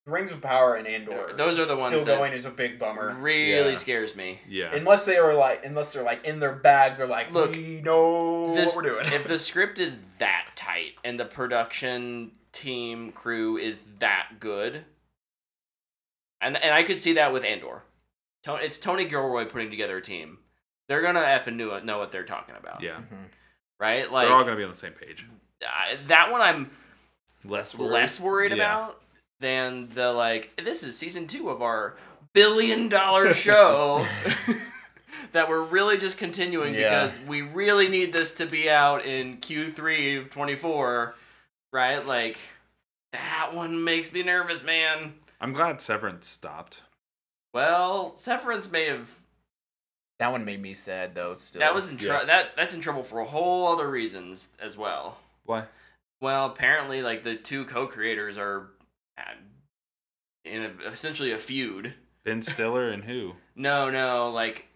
Speaker 3: Rings of Power and Andor.
Speaker 1: Those are the ones
Speaker 3: still
Speaker 1: that
Speaker 3: going is a big bummer.
Speaker 1: really
Speaker 2: Yeah.
Speaker 1: scares me.
Speaker 2: Yeah,
Speaker 3: Unless they were like, unless they're like in their bag, they're like,
Speaker 1: Look,
Speaker 3: we know
Speaker 1: this-
Speaker 3: what we're doing.
Speaker 1: if the script is that tight and the production team crew is that good, and and I could see that with Andor. Tony, it's Tony Gilroy putting together a team. They're gonna f and know, know what they're talking about.
Speaker 2: yeah.
Speaker 3: Mhm.
Speaker 1: Right. Like
Speaker 2: They're all gonna be on the same page.
Speaker 1: I- that one, I'm
Speaker 2: Less
Speaker 1: less worried
Speaker 2: Yeah.
Speaker 1: about than the like. This is season two of our billion dollar show. That we're really just continuing
Speaker 3: Yeah.
Speaker 1: because we really need this to be out in Q3 of 24, right? Like, that one makes me nervous, man.
Speaker 2: I'm glad Severance stopped.
Speaker 1: Well, Severance may have.
Speaker 3: That one made me sad though. Still,
Speaker 1: That was in tr-
Speaker 2: Yeah.
Speaker 1: that that's in trouble for a whole other reasons as well.
Speaker 2: Why?
Speaker 1: Well, apparently, like the two co-creators are uh, in a, essentially a feud.
Speaker 2: Ben Stiller and who?
Speaker 1: No, no, like,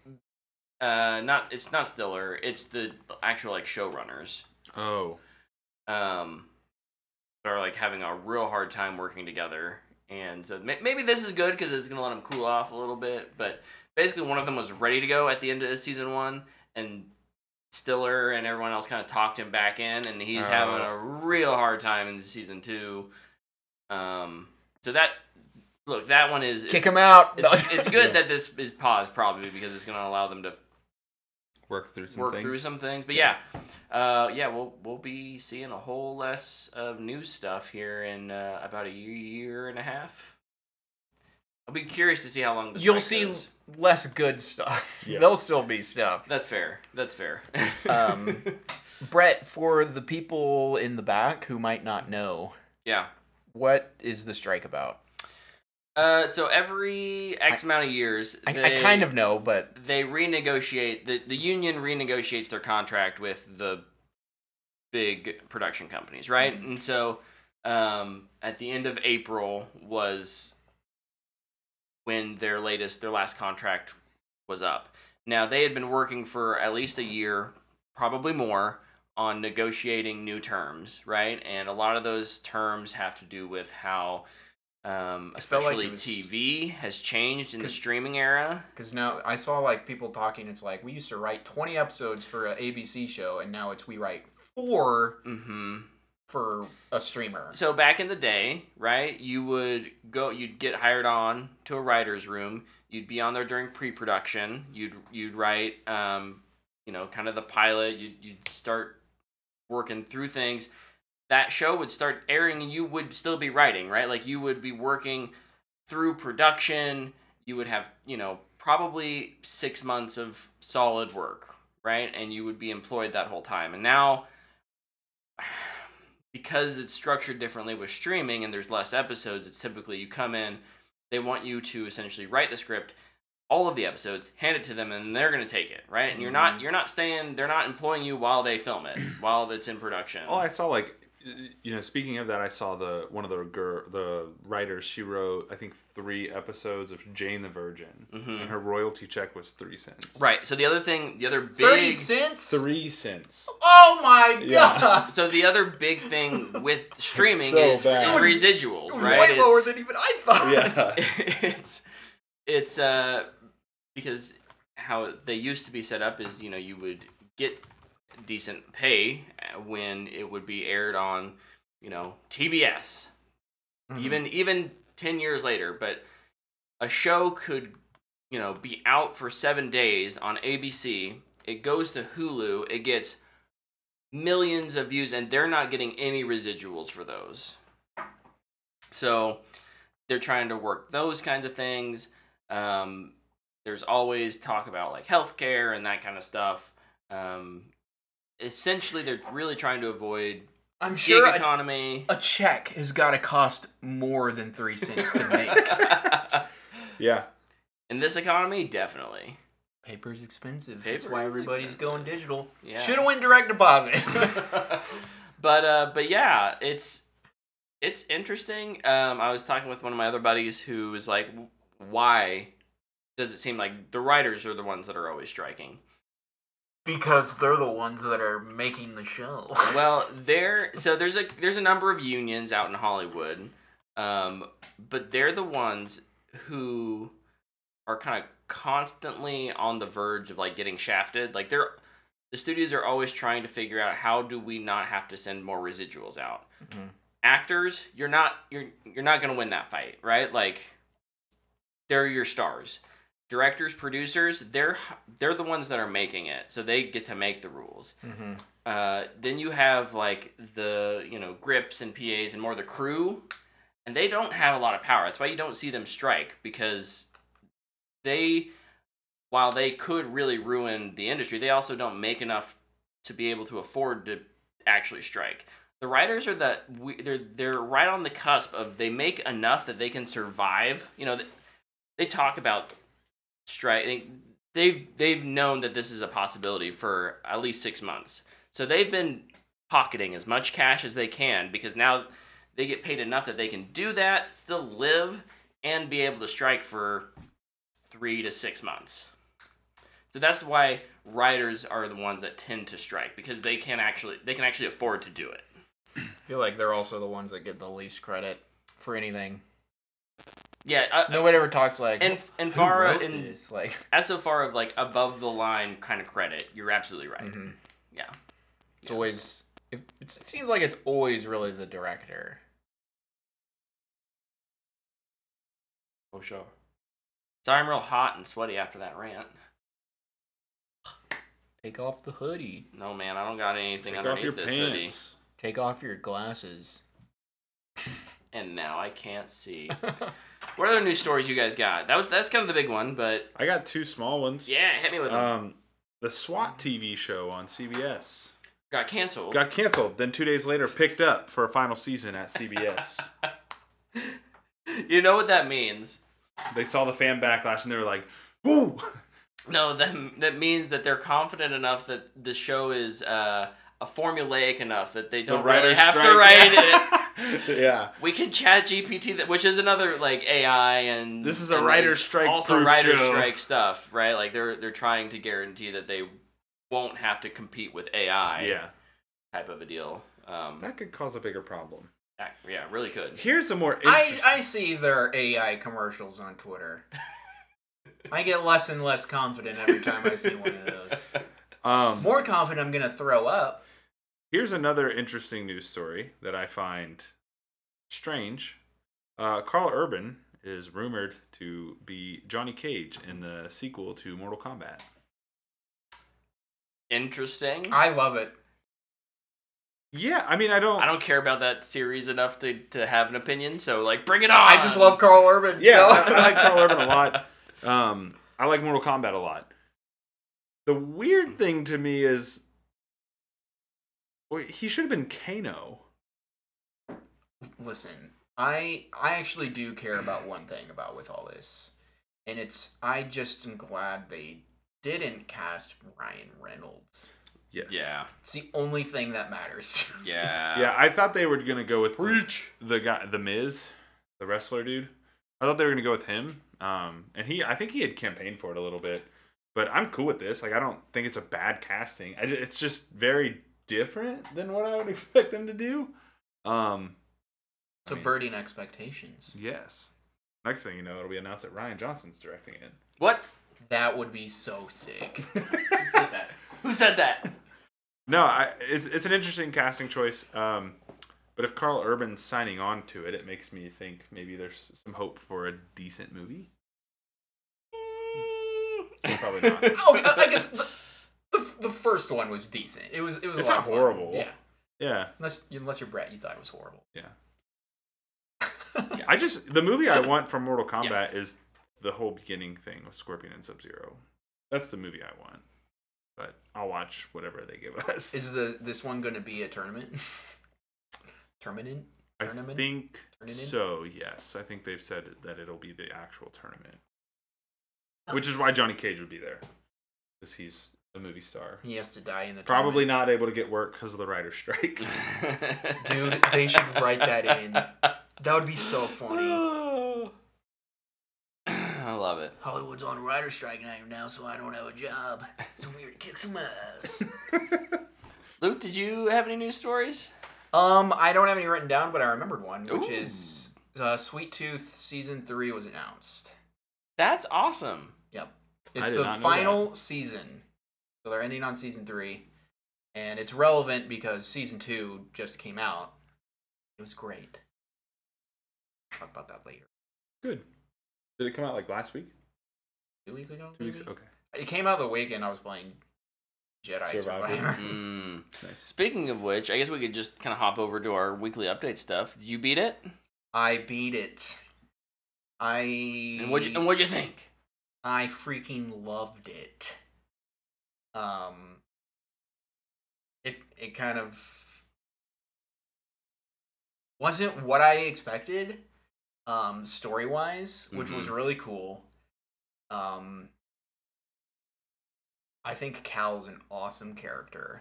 Speaker 1: uh, not it's not Stiller. It's the actual like showrunners.
Speaker 2: Oh,
Speaker 1: Um, that are like having a real hard time working together, and so may- maybe this is good because it's gonna let them cool off a little bit. But basically, one of them was ready to go at the end of season one, and Stiller and everyone else kind of talked him back in, and he's having
Speaker 2: Oh.
Speaker 1: a real hard time in season two. Um, so that look, that one is
Speaker 3: kick him out.
Speaker 1: it's, it's good that this is paused probably because it's going to allow them to
Speaker 2: work through some
Speaker 1: work
Speaker 2: things.
Speaker 1: through some things. But yeah, uh, yeah, we'll we'll be seeing a whole less of new stuff here in uh, about a year, year and a half. I'll be curious to see how long this.
Speaker 3: You'll
Speaker 1: strike
Speaker 3: see
Speaker 1: goes.
Speaker 3: less good stuff.
Speaker 2: Yeah.
Speaker 3: There'll still be stuff.
Speaker 1: That's fair. That's fair.
Speaker 3: Um, Brett, for the people in the back who might not know,
Speaker 1: yeah.
Speaker 3: what is the strike about?
Speaker 1: Uh, so every X amount of years,
Speaker 3: I, I
Speaker 1: they-
Speaker 3: kind of know, but
Speaker 1: they renegotiate the, the union renegotiates their contract with the big production companies right
Speaker 3: Mm-hmm.
Speaker 1: and so um, at the end of april was when their latest their last contract was up now they had been working for at least a year probably more on negotiating new terms right and a lot of those terms have to do with how um,
Speaker 3: I felt like
Speaker 1: especially
Speaker 3: it was-
Speaker 1: tv has changed in the
Speaker 3: 'Cause-
Speaker 1: streaming era
Speaker 3: because now I saw like people talking. It's like we used to write twenty episodes for an ABC show, and now it's we write four Mm-hmm.
Speaker 1: hmm
Speaker 3: for a streamer.
Speaker 1: So back in the day, right, you would go, you'd get hired on to a writer's room. You'd be on there during pre-production. You'd you'd write, um, you know, kind of the pilot. You'd you'd start working through things. that show would start airing and you would still be writing, right? Like you would be working through production. You would have, you know, probably six months of solid work, right? And you would be employed that whole time. And now, because it's structured differently with streaming and there's less episodes, it's typically you come in, they want you to essentially write the script all of the episodes hand it to them and they're going to take it right and you're not you're not staying they're not employing you while they film it while it's in production
Speaker 2: All Oh, I saw, like, you know, speaking of that, I saw the one of the girl, the writers. She wrote, I think, three episodes of Jane the Virgin, and her royalty check was three cents.
Speaker 1: Mm-hmm. right so the other thing the other big
Speaker 4: Thirty cents.
Speaker 2: Three cents.
Speaker 4: Oh my
Speaker 2: Yeah.
Speaker 4: god!
Speaker 1: so the other big thing with streaming
Speaker 2: So
Speaker 1: is, is
Speaker 2: bad.
Speaker 1: residuals
Speaker 4: It was
Speaker 1: right
Speaker 4: Way lower
Speaker 1: It's-
Speaker 4: than even I thought.
Speaker 2: Yeah.
Speaker 1: it's it's uh because how they used to be set up is you know you would get decent pay uh, when it would be aired on you know TBS
Speaker 4: Mm-hmm.
Speaker 1: even even 10 years later but a show could you know be out for 7 days on ABC it goes to Hulu it gets millions of views and they're not getting any residuals for those so they're trying to work those kinds of things. Um, there's always talk about like healthcare and that kind of stuff. Um, essentially, they're really trying to avoid
Speaker 4: I'm
Speaker 1: gig
Speaker 4: sure a,
Speaker 1: economy.
Speaker 4: a check has got to cost more than three cents to make.
Speaker 2: Yeah.
Speaker 1: In this economy, definitely.
Speaker 4: Paper's expensive.
Speaker 1: Paper
Speaker 4: That's why
Speaker 1: is
Speaker 4: everybody's
Speaker 1: expensive.
Speaker 4: going digital.
Speaker 1: Yeah.
Speaker 4: Should have went direct deposit.
Speaker 1: but uh but yeah it's it's interesting um i was talking with one of my other buddies who was like why does it seem like the writers are the ones that are always striking
Speaker 4: because they're the ones that are making the show.
Speaker 1: well there so there's a there's a number of unions out in hollywood um but they're the ones who are kind of constantly on the verge of like getting shafted like they're the studios are always trying to figure out how do we not have to send more residuals out
Speaker 3: Mhm.
Speaker 1: actors you're not you're you're not going to win that fight right like they're your stars directors producers they're they're the ones that are making it so they get to make the rules uh, then you have like the you know grips and PAs and more the crew, and they don't have a lot of power. That's why you don't see them strike because they, while they could really ruin the industry, they also don't make enough to be able to afford to actually strike. The writers are that we, they're they're right on the cusp of they make enough that they can survive. You know, they, they talk about strike. They've they've known that this is a possibility for at least six months. So they've been pocketing as much cash as they can because now they get paid enough that they can do that, still live, and be able to strike for three to six months. So that's why writers are the ones that tend to strike because they can actually they can actually afford to do it.
Speaker 3: I feel like they're also the ones that get the least credit for anything.
Speaker 1: Yeah, uh,
Speaker 3: Nobody ever talks like
Speaker 1: and and
Speaker 3: "Who
Speaker 1: far
Speaker 3: wrote
Speaker 1: and
Speaker 3: this?" like
Speaker 1: as so far of like above the line kind of credit, you're absolutely right.
Speaker 2: Mm-hmm.
Speaker 3: Mhm.
Speaker 1: Yeah.
Speaker 3: it's always it, it seems like it's always really the director.
Speaker 1: Oh sure. Sorry, I'm real hot and sweaty after that rant.
Speaker 3: Take off the hoodie.
Speaker 1: No man, I don't got anything
Speaker 2: Take off
Speaker 1: underneath
Speaker 2: your
Speaker 1: this hoodie.
Speaker 2: pants.
Speaker 3: Take off your glasses.
Speaker 1: and now I can't see. what other news stories you guys got? That was that's kind of the big one, but
Speaker 2: I got two small ones.
Speaker 1: yeah, hit me with them.
Speaker 2: Um, the SWAT TV show on CBS
Speaker 1: got canceled.
Speaker 2: got canceled. Then two days later, picked up for a final season at CBS.
Speaker 1: you know what that means?
Speaker 2: they saw the fan backlash and they were like, "Woo!"
Speaker 1: No, that that means that they're confident enough that the show is uh, a formulaic enough that they don't really
Speaker 2: writers
Speaker 1: have to
Speaker 2: strike.
Speaker 1: write it.
Speaker 2: yeah.
Speaker 1: We can chat GPT, that, which is another like AI and
Speaker 2: This is a
Speaker 1: and
Speaker 2: writer
Speaker 1: is
Speaker 2: strike
Speaker 1: also
Speaker 2: proof
Speaker 1: writer
Speaker 2: show.
Speaker 1: strike stuff, right? Like they're they're trying to guarantee that they won't have to compete with AI,
Speaker 2: Yeah.
Speaker 1: type of a deal. Um,
Speaker 2: That could cause a bigger problem.
Speaker 1: that- yeah, really could.
Speaker 2: Here's a more
Speaker 4: I,
Speaker 2: interest-
Speaker 4: I see their AI commercials on Twitter. I get less and less confident every time I see one of those.
Speaker 2: um
Speaker 4: More confident I'm gonna throw up.
Speaker 2: Here's another interesting news story that I find strange. Uh, Carl Urban is rumored to be Johnny Cage in the sequel to Mortal Kombat.
Speaker 1: interesting.
Speaker 4: I love it.
Speaker 2: Yeah, I mean, I don't.
Speaker 1: I don't care about that series enough to, to have an opinion. So like, bring it on.
Speaker 3: I just love Carl Urban.
Speaker 2: yeah,
Speaker 3: so-
Speaker 2: I, I like Carl Urban a lot. Um, I like Mortal Kombat a lot. The weird thing to me is, well, he should have been Kano.
Speaker 3: Listen, I I actually do care about one thing about with all this, and it's I just am glad they didn't cast Ryan Reynolds.
Speaker 2: Yes.
Speaker 1: Yeah,
Speaker 3: It's the only thing that matters.
Speaker 1: yeah,
Speaker 2: Yeah, I thought they were gonna go with Reach the guy, the Miz, the wrestler dude. I thought they were gonna go with him. Um, and he, I think he had campaigned for it a little bit, but I'm cool with this. Like, I don't think it's a bad casting. I ju- it's just very different than what I would expect them to do. Um, I mean-
Speaker 3: Subverting expectations.
Speaker 2: Yes. Next thing you know, it'll be announced that Ryan Johnson's directing it.
Speaker 1: What?
Speaker 3: That would be so sick.
Speaker 1: Who said that? Who said that?
Speaker 2: No, I, it's, it's an interesting casting choice. Um, but if Carl Urban's signing on to it, it makes me think maybe there's some hope for a decent movie. Probably not.
Speaker 3: oh, I, I guess the, the, the first one was decent. It was it was.
Speaker 2: It's
Speaker 3: a lot
Speaker 2: not
Speaker 3: of fun.
Speaker 2: horrible.
Speaker 3: Yeah,
Speaker 2: yeah,
Speaker 3: unless unless you're Brett, you thought it was horrible.
Speaker 2: I just the movie I want from Mortal Kombat is the whole beginning thing with Scorpion and Sub Zero. That's the movie I want. But I'll watch whatever they give us.
Speaker 3: Is the this one going to be a tournament? tournament?
Speaker 2: I
Speaker 3: tournament?
Speaker 2: think
Speaker 3: Tournament?
Speaker 2: so. Yes, I think they've said that it'll be the actual tournament, which is why Johnny Cage would be there, because he's a movie star.
Speaker 3: He has to die in the
Speaker 2: Probably not able to get work because of the writer's strike.
Speaker 3: tournament. Dude, they should write that in. That would be so funny.
Speaker 1: I love it.
Speaker 3: Hollywood's on writer strike night now, so I don't have a job. So we're gonna kick some ass.
Speaker 1: Luke, did you have any news stories?
Speaker 3: um, I don't have any written down, but I remembered one, which
Speaker 1: Ooh.
Speaker 3: is uh, Sweet Tooth season three was announced.
Speaker 1: That's awesome.
Speaker 3: Yep.
Speaker 2: I
Speaker 3: It's
Speaker 2: did
Speaker 3: the
Speaker 2: not know
Speaker 3: final season. So they're ending on season three. And it's relevant because season two just came out. It was great. Talk about that later.
Speaker 2: Good. Did it come out like last week?
Speaker 3: Two weeks ago?
Speaker 2: Two weeks?
Speaker 3: maybe?
Speaker 2: Okay.
Speaker 3: It came out the weekend I was playing Jedi
Speaker 2: Survivor.
Speaker 3: Survivor.
Speaker 1: Mm.
Speaker 2: Nice.
Speaker 1: Speaking of which, I guess we could just kind of hop over to our weekly update stuff. Did you beat it?
Speaker 3: I beat it. I
Speaker 1: And what'd you, and what'd you think?
Speaker 3: I freaking loved it. Um it it kind of wasn't what I expected um story-wise, which was really cool. Um I think Cal's an awesome character.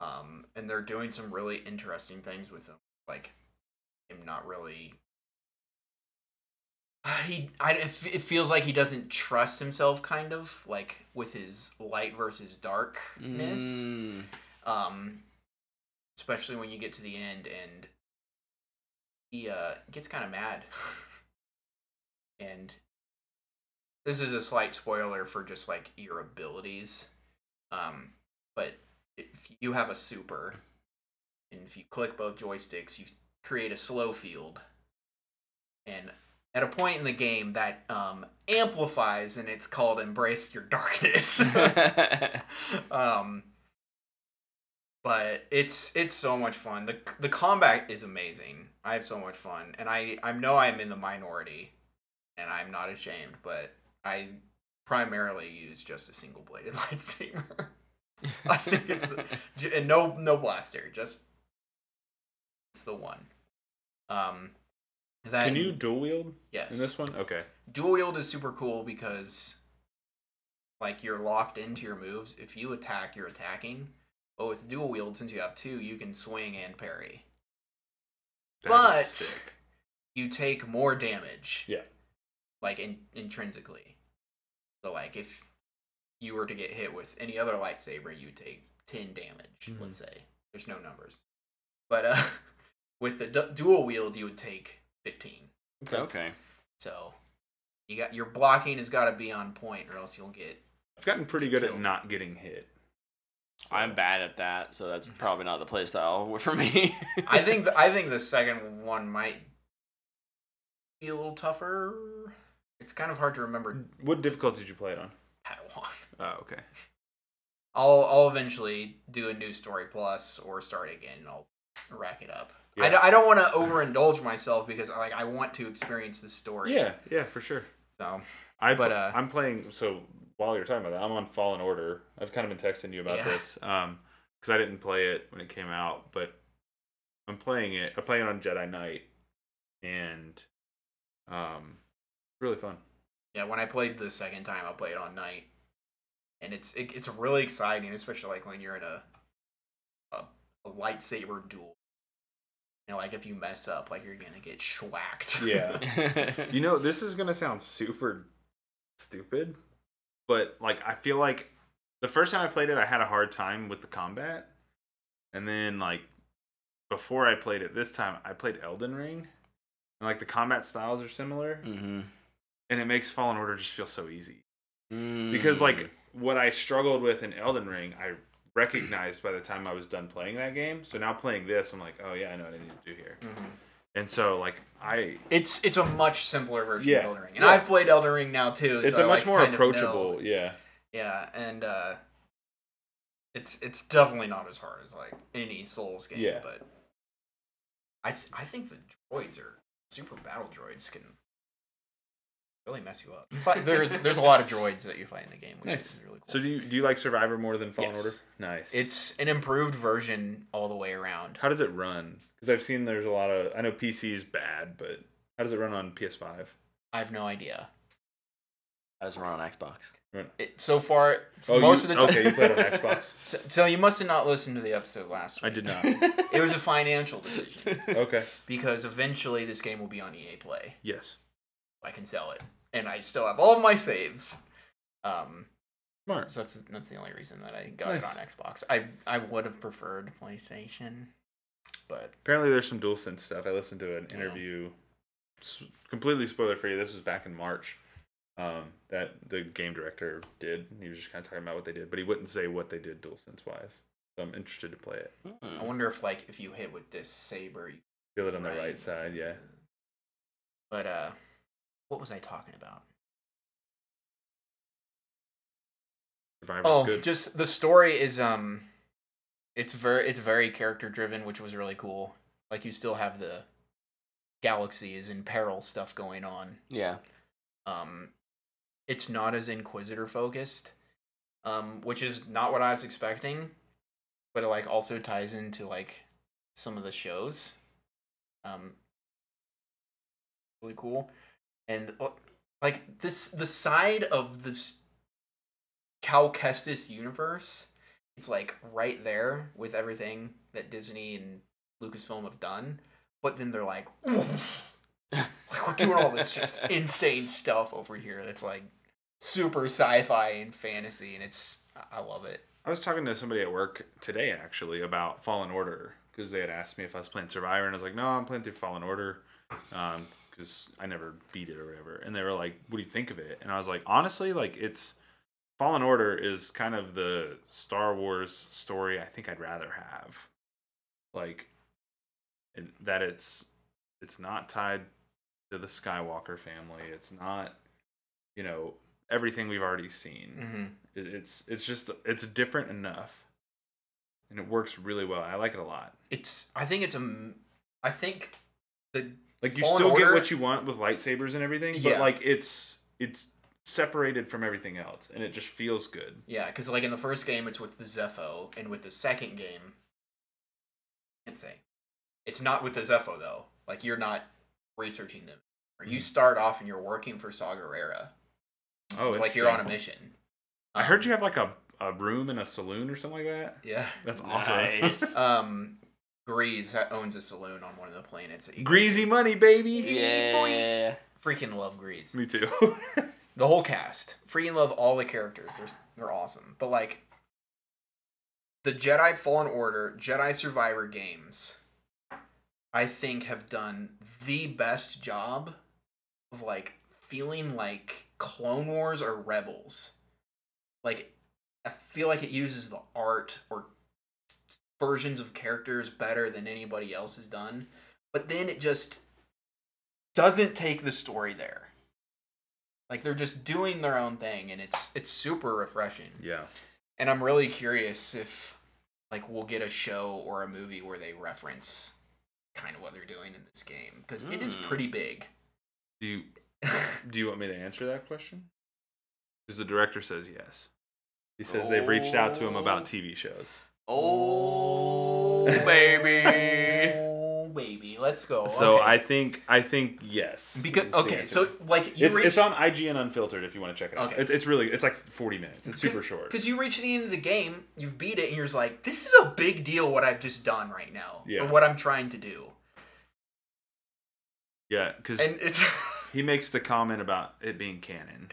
Speaker 3: Um and they're doing some really interesting things with him like him not really he I, it f- it feels like he doesn't trust himself kind of like with his light versus darkness
Speaker 1: Mm.
Speaker 3: um especially when you get to the end and he uh gets kind of mad and this is a slight spoiler for just like your abilities um but if you have a super and if you click both joysticks you create a slow field and at a point in the game that um amplifies and it's called embrace your darkness um but it's it's so much fun the the combat is amazing i have so much fun and i i know i'm in the minority and i'm not ashamed but i primarily use just a single bladed lightsaber i think it's the, j- and no no blaster just it's the one um that
Speaker 2: Can you dual wield
Speaker 3: yes
Speaker 2: in this one? Okay.
Speaker 3: dual wield is super cool because like you're locked into your moves. If you attack, you're attacking. But with dual wield, since you have two, you can swing and parry.
Speaker 2: That is
Speaker 3: But-
Speaker 2: sick.
Speaker 3: You take more damage.
Speaker 2: Yeah.
Speaker 3: Like in- intrinsically. So like if you were to get hit with any other lightsaber, you take ten damage.
Speaker 2: Mhm.
Speaker 3: Let's say there's no numbers, but uh, with the du- dual wield, you would take fifteen.
Speaker 1: okay.
Speaker 3: So you got your blocking has got to be on point, or else you'll get
Speaker 2: I've gotten pretty good at
Speaker 3: Killed.
Speaker 2: not getting hit.
Speaker 1: I'm bad at that, so that's probably not the playstyle for me.
Speaker 3: I think the, I think the second one might be a little tougher. It's kind of hard to remember
Speaker 2: What difficulty did you play it on?
Speaker 3: Padawan.
Speaker 2: Oh, okay.
Speaker 3: I'll I'll eventually do a new story plus or start again and I'll rack it up.
Speaker 2: Yeah.
Speaker 3: I, don't, I don't want to overindulge myself because I, like I want to experience this story.
Speaker 2: Yeah, yeah, for sure.
Speaker 3: So
Speaker 2: I
Speaker 3: But, uh,
Speaker 2: I'm playing. So while you're talking about that, I'm on Fallen Order. I've kind of been texting you about
Speaker 3: Yeah.
Speaker 2: this, um, because I didn't play it when it came out, but I'm playing it. I'm playing it on Jedi Knight, and um, really fun.
Speaker 3: yeah, when I played the second time, I played on night, and it's it, it's really exciting, especially like when you're in a a, a lightsaber duel. You know, like if you mess up, like you're gonna get schwacked.
Speaker 2: Yeah. You know, this is gonna sound super stupid, but like I feel like the first time I played it, I had a hard time with the combat, and then like before I played it this time, I played Elden Ring, and like the combat styles are similar,
Speaker 3: Mm.
Speaker 1: mm-hmm.
Speaker 2: and it makes Fallen Order just feel so easy
Speaker 3: Mm.
Speaker 2: because
Speaker 1: Mm.
Speaker 2: like what I struggled with in Elden Ring, I recognized by the time I was done playing that game. So now playing this, I'm like, oh yeah, I know what I need to do here,
Speaker 3: Mhm.
Speaker 2: and so like I
Speaker 3: It's it's a much simpler version
Speaker 2: Yeah.
Speaker 3: of Elden Ring, and
Speaker 2: Yeah.
Speaker 3: I've played Elden Ring now too.
Speaker 2: it's
Speaker 3: so
Speaker 2: a
Speaker 3: I,
Speaker 2: much
Speaker 3: like,
Speaker 2: more
Speaker 3: kind of know-
Speaker 2: approachable, yeah.
Speaker 3: Yeah, and uh, it's it's definitely not as hard as like any Souls game.
Speaker 2: Yeah.
Speaker 3: but I th- I think the droids are super battle droids can really mess you up.
Speaker 4: You fight, there's there's a lot of droids that you fight in the game, which
Speaker 2: Nice.
Speaker 4: is really cool.
Speaker 2: So do you do you like Survivor more than Fallen
Speaker 3: Yes.
Speaker 2: Order? Nice.
Speaker 3: It's an improved version all the way around.
Speaker 2: how does it run? Because I've seen there's a lot of I know PC's bad, but how does it run on PS5?
Speaker 3: I have no idea.
Speaker 1: as we're on Xbox.
Speaker 3: It, so far,
Speaker 2: Oh,
Speaker 3: most
Speaker 2: you,
Speaker 3: of the time.
Speaker 2: okay, you played on Xbox.
Speaker 3: So, so you must have not listened to the episode last
Speaker 2: I
Speaker 3: week.
Speaker 2: did not.
Speaker 3: It was a financial decision
Speaker 2: Okay.
Speaker 3: because eventually this game will be on EA Play.
Speaker 2: Yes.
Speaker 3: I can sell it, and I still have all of my saves. Um,
Speaker 2: Smart.
Speaker 3: so that's that's the only reason that I got it
Speaker 2: Nice.
Speaker 3: on Xbox. I I would have preferred PlayStation, but
Speaker 2: Apparently there's some DualSense stuff. I listened to an
Speaker 3: Yeah.
Speaker 2: interview, s- completely spoiler free. This was back in March. Um, that the game director did. He was just kind of talking about what they did, but he wouldn't say what they did DualSense wise. So I'm interested to play it.
Speaker 3: I wonder if like if you hit with this saber, you
Speaker 2: Feel it on the right,
Speaker 3: Right.
Speaker 2: side, yeah.
Speaker 3: But uh, what was I talking about?
Speaker 2: Survivor's
Speaker 3: Oh,
Speaker 2: good.
Speaker 3: just the story is um, it's very it's very character driven, which was really cool. Like you still have the galaxy is in peril stuff going on.
Speaker 1: Yeah.
Speaker 3: um it's not as inquisitor focused um which is not what i was expecting but it like also ties into like some of the shows um really cool and uh, like this the side of this cal kestis universe it's like right there with everything that disney and lucasfilm have done but then they're like like we're doing all this just insane stuff over here that's like super sci-fi and fantasy and it's I- i love it
Speaker 2: I was talking to somebody at work today actually about Fallen Order because they had asked me if I was playing Survivor, and I was like, "No, I'm playing through Fallen Order," because I never beat it or whatever. And they were like, "What do you think of it?" And I was like, "Honestly, like it's Fallen Order is kind of the Star Wars story I think I'd rather have, like, and that it's it's not tied to the Skywalker family. It's not, you know, everything we've already seen."
Speaker 3: mm-hmm.
Speaker 2: It, it's it's just it's different enough, and it works really well. I like it a lot.
Speaker 3: it's i think it's a m- i think the
Speaker 2: Like you
Speaker 3: Fallen
Speaker 2: still get
Speaker 3: Order-
Speaker 2: what you want with lightsabers and everything, but
Speaker 3: Yeah.
Speaker 2: like it's it's separated from everything else, and it just feels good.
Speaker 3: yeah because like in the first game it's with the zepho and with the second game I can't say it's not with the zepho though like you're not researching them or
Speaker 2: Mm-hmm.
Speaker 3: you start off and you're working for sagarera
Speaker 2: Oh,
Speaker 3: like you're on a
Speaker 2: interesting.
Speaker 3: mission
Speaker 2: I heard
Speaker 3: Um,
Speaker 2: you have like a a room in a saloon or something like that.
Speaker 3: yeah
Speaker 2: That's awesome.
Speaker 1: Nice.
Speaker 3: um grease owns a saloon on one of the planets that you go
Speaker 2: Greasy
Speaker 3: to.
Speaker 2: money, baby.
Speaker 1: yeah.
Speaker 3: freaking love Grease.
Speaker 2: Me too.
Speaker 3: The whole cast. Freaking love all the characters. They're they're awesome. But like the Jedi Fallen Order, Jedi Survivor games, I think have done the best job of like feeling like Clone Wars or Rebels. Like I feel like it uses the art or versions of characters better than anybody else has done. But then it just doesn't take the story there. Like they're just doing their own thing and it's it's super refreshing.
Speaker 2: yeah.
Speaker 3: and I'm really curious if like we'll get a show or a movie where they reference kind of what they're doing in this game because it is
Speaker 2: Hmm.
Speaker 1: Mm.
Speaker 3: pretty big.
Speaker 2: Do you do you want me to answer that question? Because the director says yes. He says they've reached out to him about TV shows.
Speaker 1: Oh, baby.
Speaker 3: oh baby, let's go.
Speaker 2: So
Speaker 3: okay.
Speaker 2: I think I think yes.
Speaker 3: because
Speaker 2: is the
Speaker 3: okay,
Speaker 2: answer.
Speaker 3: so like you
Speaker 2: it's,
Speaker 3: reach
Speaker 2: it's on IGN Unfiltered if you want to check it out.
Speaker 3: Okay.
Speaker 2: It, it's really it's like forty minutes. It's super short.
Speaker 3: because you reach the end of the game, you've beat it, and you're just like, this is a big deal what I've just done right now
Speaker 2: Yeah.
Speaker 3: or what I'm trying to do,
Speaker 2: Yeah, because
Speaker 3: and it's
Speaker 2: he makes the comment about it being canon,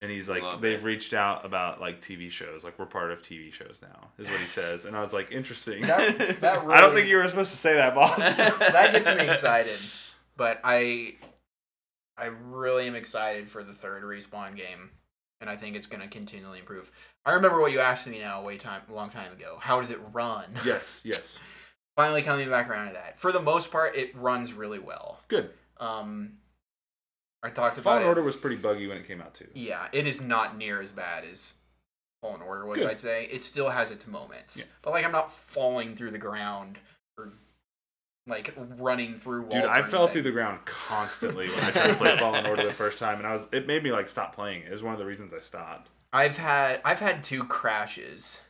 Speaker 2: and he's like,
Speaker 1: Love
Speaker 2: they've
Speaker 1: it.
Speaker 2: reached out about like TV shows, like we're part of TV shows now, is what he says. And I was like, interesting.
Speaker 3: that, that really,
Speaker 2: I don't think you were supposed to say that, boss.
Speaker 3: that gets me excited. But I I really am excited for the third respawn game, and I think it's going to continually improve. I remember what you asked me now, way time, a long time ago. How does it run?
Speaker 2: yes, yes,
Speaker 3: Finally coming back around to that. For the most part, it runs really well.
Speaker 2: good.
Speaker 3: Um, I talked about
Speaker 2: Fallen
Speaker 3: it.
Speaker 2: Order was pretty buggy when it came out too.
Speaker 3: Yeah, it is not near as bad as Fallen Order was.
Speaker 2: Good.
Speaker 3: I'd say it still has its moments,
Speaker 2: Yeah.
Speaker 3: but like I'm not falling through the ground or like running through walls.
Speaker 2: Dude,
Speaker 3: or
Speaker 2: I fell
Speaker 3: anything.
Speaker 2: through the ground constantly when I tried to play Fallen Order the first time, and I was it made me like stop playing. It was one of the reasons I stopped.
Speaker 3: I've had I've had two crashes.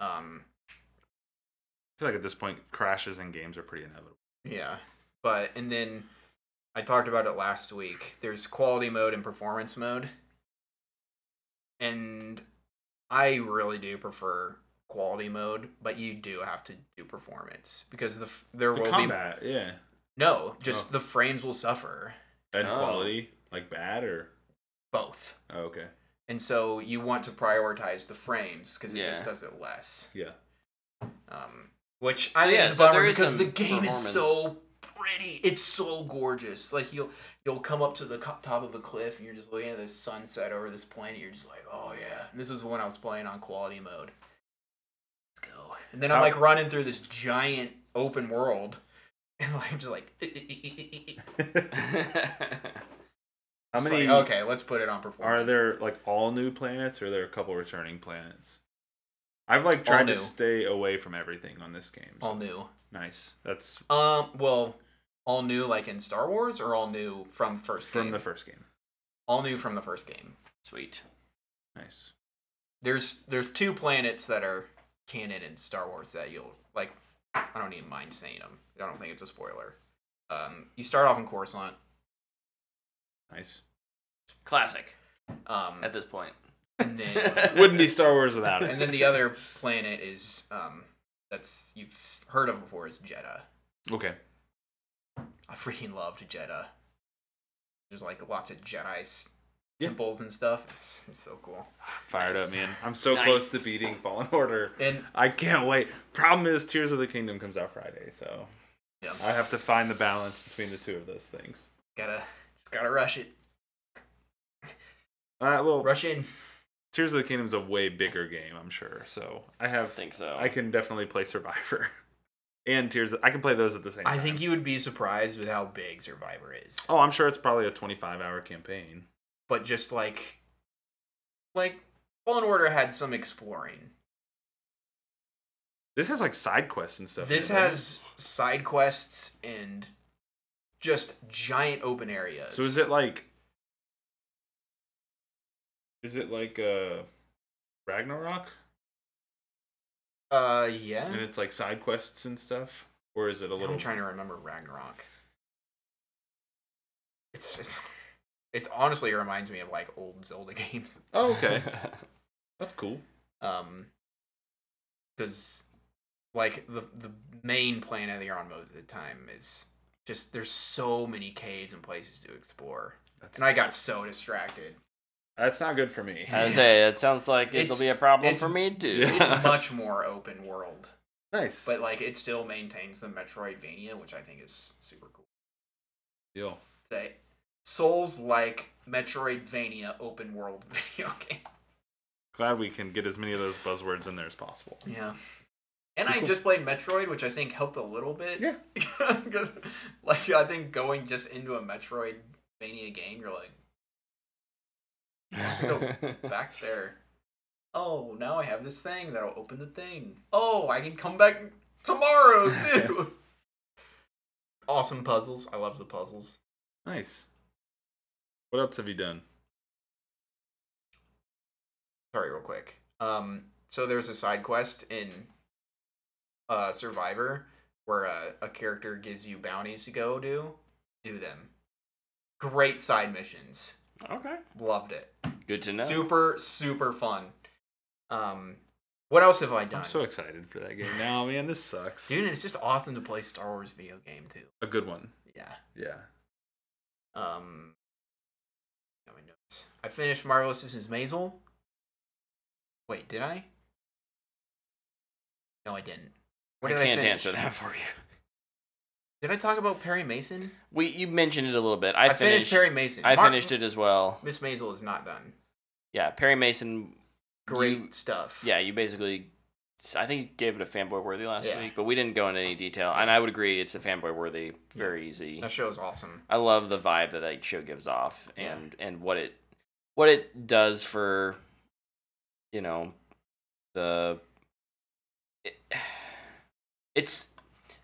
Speaker 3: Um
Speaker 2: I feel like at this point, crashes in games are pretty inevitable.
Speaker 3: yeah. But and then I talked about it last week. There's quality mode and performance mode. And I really do prefer quality mode, but you do have to do performance because the f- there
Speaker 2: The
Speaker 3: will
Speaker 2: combat, yeah,
Speaker 3: be no, just
Speaker 2: Oh.
Speaker 3: the frames will suffer
Speaker 2: and
Speaker 1: Oh.
Speaker 2: quality, like bad or
Speaker 3: both.
Speaker 2: oh, okay,
Speaker 3: And so you want to prioritize the frames because it
Speaker 1: Yeah.
Speaker 3: just does it less.
Speaker 2: yeah.
Speaker 3: Um, which I think
Speaker 1: yeah,
Speaker 3: is a
Speaker 1: so
Speaker 3: bummer
Speaker 1: there is
Speaker 3: because the
Speaker 1: some
Speaker 3: game is
Speaker 1: performance.
Speaker 3: so pretty. It's so gorgeous. Like you'll you'll come up to the co- top of a cliff and you're just looking at this sunset over this planet. You're just like, oh yeah. And this is the one I was playing on quality mode. Let's go. And then I'm
Speaker 2: How-
Speaker 3: like running through this giant open world, and I'm just like, "Eh,
Speaker 2: How
Speaker 3: It's
Speaker 2: many
Speaker 3: like, okay, let's put it on performance.
Speaker 2: are there? Like all new planets, or are there a couple returning planets? I've like
Speaker 3: All
Speaker 2: tried to
Speaker 3: new.
Speaker 2: stay away from everything on this game. so-
Speaker 3: all new?
Speaker 2: Nice. That's
Speaker 3: Um, well, all new like in Star Wars or all new from first
Speaker 2: from
Speaker 3: game?
Speaker 2: the first game.
Speaker 3: all new from the first game.
Speaker 1: Sweet.
Speaker 2: Nice.
Speaker 3: there's there's two planets that are canon in Star Wars that you'll like. I don't even mind saying them. I don't think it's a spoiler. Um, you start off in Coruscant.
Speaker 2: Nice.
Speaker 1: Classic
Speaker 3: Um,
Speaker 1: at this point.
Speaker 3: and then
Speaker 2: Wouldn't be Star Wars without it.
Speaker 3: and then the other planet is um, that's you've heard of before is Jeddah.
Speaker 2: Okay.
Speaker 3: I freaking loved Jeddah. There's like lots of Jedi s-
Speaker 2: Yeah.
Speaker 3: temples and stuff. It's, it's so cool.
Speaker 2: Fired
Speaker 1: Nice.
Speaker 2: up, man. I'm so
Speaker 1: Nice.
Speaker 2: close to beating Fallen Order.
Speaker 3: And
Speaker 2: I can't wait. Problem is, Tears of the Kingdom comes out Friday, so
Speaker 3: yeah,
Speaker 2: I have to find the balance between the two of those things.
Speaker 3: gotta just gotta rush it.
Speaker 2: Uh, well,
Speaker 3: Rush in.
Speaker 2: Tears of the Kingdom's a way bigger game, I'm sure. So I
Speaker 1: I
Speaker 2: have,
Speaker 1: think so.
Speaker 2: I can definitely play Survivor and Tears. Of, I can play those at the same.
Speaker 3: I
Speaker 2: time.
Speaker 3: think you would be surprised with how big Survivor is.
Speaker 2: Oh, I'm sure it's probably a 25 hour campaign.
Speaker 3: but just like like Fallen Order had some exploring.
Speaker 2: This has like side quests and stuff.
Speaker 3: This
Speaker 2: in it, right?
Speaker 3: has side quests and just giant open areas.
Speaker 2: So is it like? Is it like uh, Ragnarok?
Speaker 3: Uh yeah.
Speaker 2: and it's like side quests and stuff, or is it a little?
Speaker 3: I'm trying to remember Ragnarok. It's it's, it's honestly reminds me of like old Zelda games.
Speaker 2: oh, okay, that's cool.
Speaker 3: Um cuz like the the main planet that you're on most of the time is just there's so many caves and places to explore.
Speaker 2: That's,
Speaker 3: and I got so distracted.
Speaker 2: that's not good for me.
Speaker 1: I say that sounds like
Speaker 3: It's-
Speaker 1: it'll be a problem
Speaker 3: it's-
Speaker 1: for me too.
Speaker 2: Yeah.
Speaker 3: It's much more open world,
Speaker 2: nice
Speaker 3: but like it still maintains the Metroidvania, which I think is super cool.
Speaker 2: deal.
Speaker 3: That Souls like Metroidvania open world video game.
Speaker 2: Glad we can get as many of those buzzwords in there as possible.
Speaker 3: Yeah. And I just played Metroid, which I think helped a little bit.
Speaker 2: Yeah.
Speaker 3: Because, like, I think going just into a Metroidvania game, you're like, back there. Oh, now I have this thing that'll open the thing. Oh, I can come back tomorrow too. awesome puzzles. I love the puzzles.
Speaker 2: Nice. What else have you done?
Speaker 3: Sorry, real quick. Um, so there's a side quest in uh Survivor where uh, a character gives you bounties to go do. Do them. Great side missions.
Speaker 1: Okay.
Speaker 3: Loved it.
Speaker 1: Good to know.
Speaker 3: Super super fun. Um, what else have I done?
Speaker 2: I'm so excited for that game now, man. This sucks.
Speaker 3: Dude, it's just awesome to play Star Wars video game too.
Speaker 2: A good one.
Speaker 3: Yeah.
Speaker 2: Yeah.
Speaker 3: Um, got my notes. I finished Marvelous Mrs. Maisel. Wait, did I? No, I didn't. What
Speaker 1: I
Speaker 3: did
Speaker 1: can't
Speaker 3: finish?
Speaker 1: answer that for you.
Speaker 3: Did I talk about Perry Mason?
Speaker 1: We you mentioned it a little bit. I,
Speaker 3: finished,
Speaker 1: finished.
Speaker 3: Perry Mason.
Speaker 1: I finished it as well.
Speaker 3: Miss Maisel is not done.
Speaker 1: Yeah, Perry Mason.
Speaker 3: Great
Speaker 1: you-
Speaker 3: stuff.
Speaker 1: yeah, you basically. I think you gave it a fanboy worthy last
Speaker 3: Yeah.
Speaker 1: week, but we didn't go into any detail. And I would agree, it's a fanboy worthy, very easy.
Speaker 3: that show is awesome.
Speaker 1: I love the vibe that that show gives off,
Speaker 3: Yeah.
Speaker 1: and and what it what it does for, you know, the. It, it's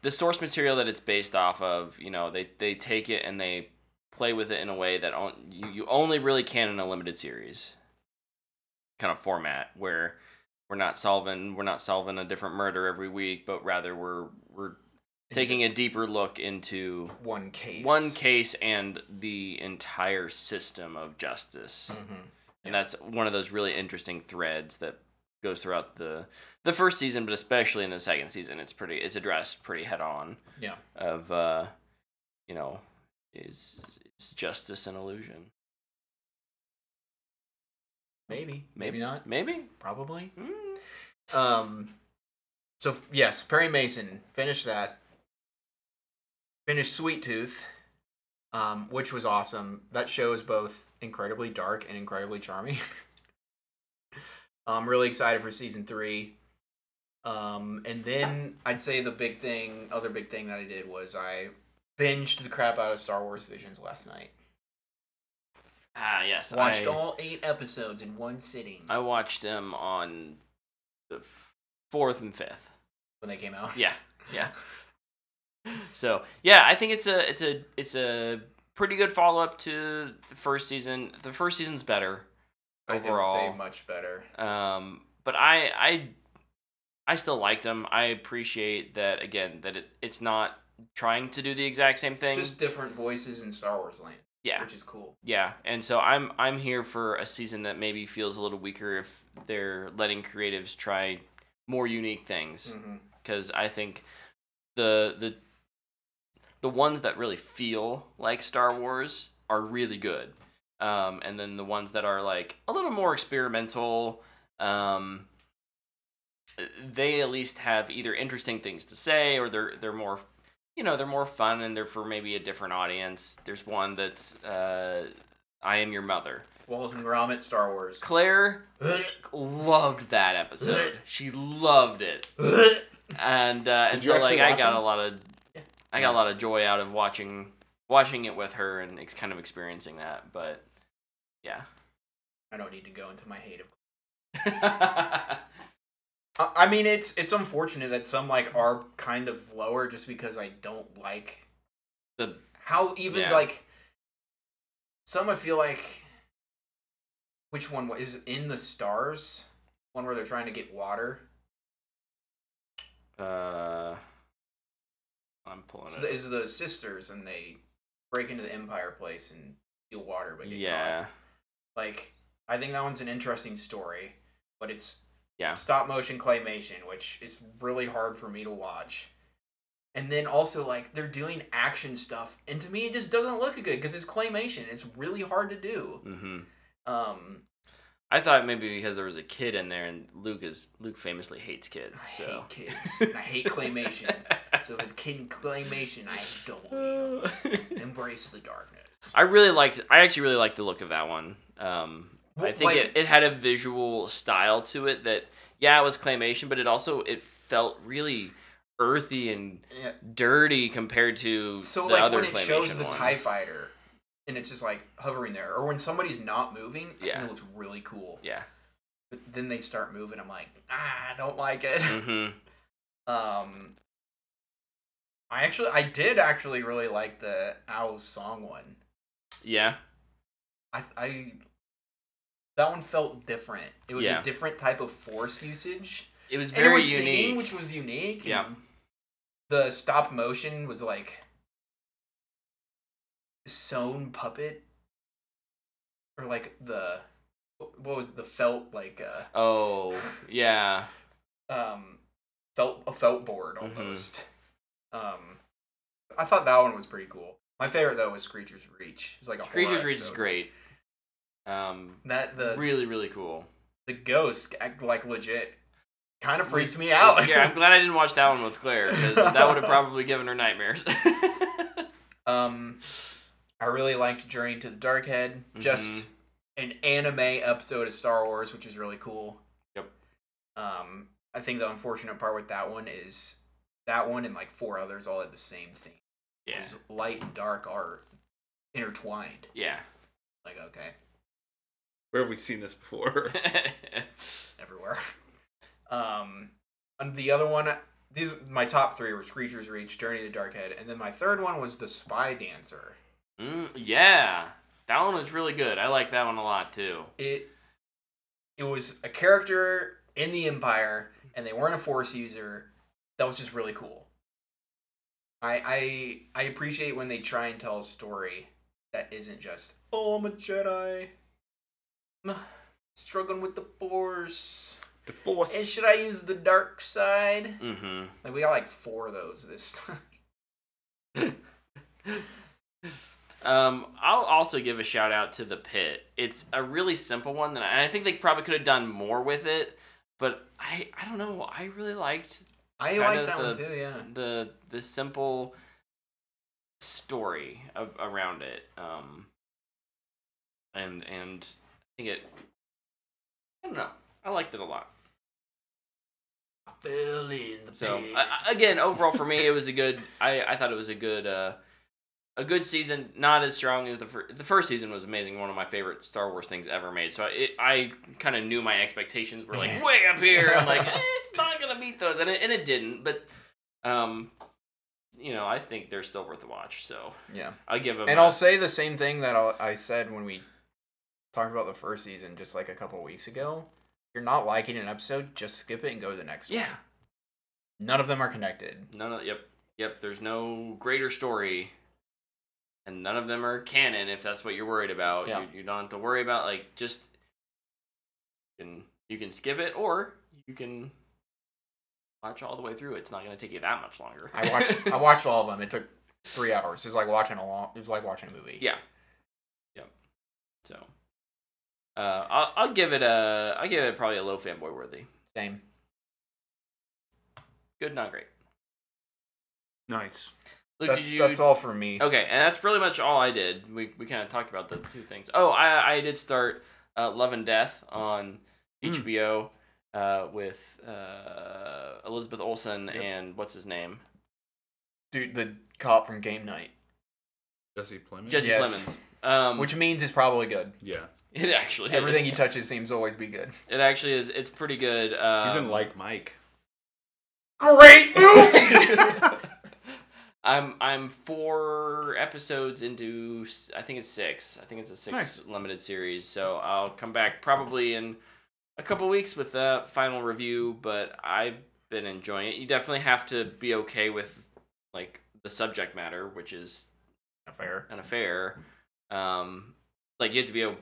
Speaker 1: the source material that it's based off of. You know, they they take it and they play with it in a way that on, you you only really can in a limited series kind of format where we're not solving we're not solving a different murder every week, but rather we're we're taking a deeper look into
Speaker 3: One case.
Speaker 1: one case and the entire system of justice
Speaker 3: hmm
Speaker 1: and that's one of those really interesting threads that goes throughout the the first season but especially in the second season it's pretty it's addressed pretty head on
Speaker 3: Yeah.
Speaker 1: of uh you know is is justice an illusion
Speaker 3: Maybe. Maybe not.
Speaker 1: maybe
Speaker 3: Probably.
Speaker 1: Mm.
Speaker 3: Um. So f- yes, Perry Mason finished that. Finished Sweet Tooth, um, which was awesome. That show is both incredibly dark and incredibly charming. I'm really excited for season three. Um, and then I'd say the big thing, other big thing that I did was I binged the crap out of Star Wars Visions last night.
Speaker 1: ah yes
Speaker 3: Watched
Speaker 1: I,
Speaker 3: all eight episodes in one sitting
Speaker 1: I watched them on the f- fourth and fifth
Speaker 3: when they came out.
Speaker 1: Yeah, yeah. so yeah, I think it's a it's a it's a pretty good follow up to the first season. The first season's better
Speaker 3: I
Speaker 1: overall,
Speaker 3: didn't say much better.
Speaker 1: um, but I I I still liked them. I appreciate that again that it, it's not trying to do the exact same thing.
Speaker 3: It's just different voices in Star Wars land,
Speaker 1: yeah,
Speaker 3: which is cool.
Speaker 1: yeah. And so I'm I'm here for a season that maybe feels a little weaker if they're letting creatives try more unique things.
Speaker 3: Mm-hmm.
Speaker 1: because I think the the the ones that really feel like Star Wars are really good, um, and then the ones that are like a little more experimental, um, they at least have either interesting things to say or they're they're more you know they're more fun and they're for maybe a different audience. There's one that's uh, I am your mother.
Speaker 3: Wallace and Gromit, Star Wars.
Speaker 1: Claire loved that episode. She loved it and uh, and
Speaker 2: you
Speaker 1: so like
Speaker 2: actually
Speaker 1: I
Speaker 2: watch
Speaker 1: got
Speaker 2: them?
Speaker 1: a lot of I got a lot of joy out of watching watching it with her and ex- kind of experiencing that. But yeah,
Speaker 3: I don't need to go into my hate of. I I mean, it's it's unfortunate that some like are kind of lower just because I don't like
Speaker 1: The-
Speaker 3: how even
Speaker 1: yeah.
Speaker 3: like some I feel like which one wa- is in the stars one where they're trying to get water.
Speaker 1: uh, I'm pulling
Speaker 3: So
Speaker 1: it.
Speaker 3: is the sisters and they break into the Empire place and steal water, but get caught.
Speaker 1: Yeah,
Speaker 3: like I think that one's an interesting story, but it's
Speaker 1: Yeah.
Speaker 3: stop motion claymation, which is really hard for me to watch. And then also like they're doing action stuff, and to me it just doesn't look good because it's claymation. It's really hard to do.
Speaker 1: hmm
Speaker 3: Um,
Speaker 1: I thought maybe because there was a kid in there, and Luke is Luke famously hates kids.
Speaker 3: I
Speaker 1: So
Speaker 3: hate kids. and I hate claymation. so if it's kid in claymation, I don't need 'em. embrace the darkness.
Speaker 1: I really liked. I actually really liked the look of that one. Um, I
Speaker 3: Well,
Speaker 1: think
Speaker 3: like-
Speaker 1: it, it had a visual style to it that yeah, it was claymation, but it also it felt really earthy and
Speaker 3: Yeah.
Speaker 1: dirty compared to
Speaker 3: So
Speaker 1: the
Speaker 3: like
Speaker 1: other
Speaker 3: when it
Speaker 1: claymation
Speaker 3: shows the
Speaker 1: one.
Speaker 3: Tie Fighter, and it's just like hovering there, or when somebody's not moving, I
Speaker 1: Yeah.
Speaker 3: think it looks really cool.
Speaker 1: yeah,
Speaker 3: But then they start moving. I'm like, ah, I don't like it.
Speaker 1: Mm-hmm.
Speaker 3: Um, I actually, I did actually really like the Owl's song one.
Speaker 1: Yeah.
Speaker 3: I, I, that one felt different. It was
Speaker 1: Yeah.
Speaker 3: a different type of force usage.
Speaker 1: It was
Speaker 3: and it
Speaker 1: very
Speaker 3: was
Speaker 1: unique.
Speaker 3: singing, which was unique.
Speaker 1: Yeah.
Speaker 3: and The stop motion was like sewn puppet, or like the what was the felt like uh
Speaker 1: oh, yeah.
Speaker 3: um felt a felt board
Speaker 1: Mm-hmm.
Speaker 3: almost. Um, I thought that one was pretty cool. My favorite though was Creatures Reach. It's like a horror
Speaker 1: Creatures Reach is
Speaker 3: episode.
Speaker 1: great. Um,
Speaker 3: That the
Speaker 1: really, really cool.
Speaker 3: the ghost act like legit kind of freaked
Speaker 1: Was-
Speaker 3: me out.
Speaker 1: was scary. I'm glad I didn't watch that one with Claire because that would have probably given her nightmares.
Speaker 3: Um, I really liked Journey to the Dark Head.
Speaker 1: Mm-hmm.
Speaker 3: Just an anime episode of Star Wars, which is really cool.
Speaker 1: Yep.
Speaker 3: Um, I think the unfortunate part with that one is that one and like four others all had the same thing. which
Speaker 1: yeah.
Speaker 3: is light and dark are intertwined.
Speaker 1: Yeah.
Speaker 3: Like okay,
Speaker 2: Where have we seen this before?
Speaker 3: everywhere. Um, and the other one, these my top three were Creatures Reach, Journey to the Dark Head, and then my third one was the Spy Dancer.
Speaker 1: mm, yeah. That one was really good. I like that one a lot too.
Speaker 3: it it was a character in the empire and they weren't a force user that was just really cool i i i appreciate when they try and tell a story that isn't just oh i'm a jedi I'm struggling with the force
Speaker 2: the Force.
Speaker 3: and should i use the dark side
Speaker 1: Mm-hmm.
Speaker 3: like we got like four of those this time
Speaker 1: Um, I'll also give a shout out to the pit. It's a really simple one that I, I think they probably could have done more with it, but I I don't know. I really liked
Speaker 3: i
Speaker 1: Kind
Speaker 3: like
Speaker 1: of
Speaker 3: that one
Speaker 1: the-
Speaker 3: too yeah
Speaker 1: the the simple story of, around it. Um, and and I think it. I don't know. I liked it a lot.
Speaker 3: fill in the
Speaker 1: So
Speaker 3: pig.
Speaker 1: I, I- again, overall for me, it was a good. I, I thought it was a good uh, a good season. Not as strong as the fir- the first season was amazing. One of my favorite Star Wars things ever made. So I- it, I kind of knew my expectations were like way up here. I'm like eh, it's not gonna beat those, and it, and it didn't. But um, you know, I think they're still worth a watch. So
Speaker 3: yeah
Speaker 1: I give them.
Speaker 3: And I'll say the same thing that I'll, I said when we talked about the first season just like a couple weeks ago. If you're not liking an episode, just skip it and go to the next one.
Speaker 1: yeah.
Speaker 3: None of them are connected.
Speaker 1: None of yep yep. There's no greater story, and none of them are canon. If that's what you're worried about,
Speaker 3: Yeah.
Speaker 1: you, you don't have to worry about like just. And you can skip it, or you can watch all the way through. It's not going to take you that much longer.
Speaker 3: I watched I watched all of them. It took three hours. It was like watching a long. It was like watching a movie.
Speaker 1: Yeah. Yep. So. Uh, I'll, I'll give it a I'll give it probably a low fanboy worthy.
Speaker 3: Same.
Speaker 1: Good, not great.
Speaker 2: nice.
Speaker 1: Luke,
Speaker 3: That's,
Speaker 1: did you Oh.
Speaker 3: that's all for me.
Speaker 1: Okay, and that's pretty much all I did. We, we kind of talked about the two things. Oh, I I did start uh, Love and Death on
Speaker 2: Mm.
Speaker 1: HBO uh, with uh, Elizabeth Olsen
Speaker 2: Yep.
Speaker 1: and what's his name
Speaker 3: Dude, the cop from Game Night,
Speaker 2: Jesse Plemons.
Speaker 1: Jesse
Speaker 3: Yes.
Speaker 1: Plemons. Um,
Speaker 3: which means it's probably good.
Speaker 2: Yeah,
Speaker 1: it actually is.
Speaker 3: Everything he touches seems to always be good.
Speaker 1: it actually is. It's pretty good. Um,
Speaker 2: he's in Like Mike.
Speaker 3: Great movie.
Speaker 1: I'm I'm four episodes into s- I think it's six. I think it's a six
Speaker 2: Nice.
Speaker 1: limited series. So I'll come back probably in a couple weeks with the final review. But I've been enjoying it. You definitely have to be okay with like the subject matter, which is
Speaker 3: Fair.
Speaker 1: an affair. Um, like you have to be able,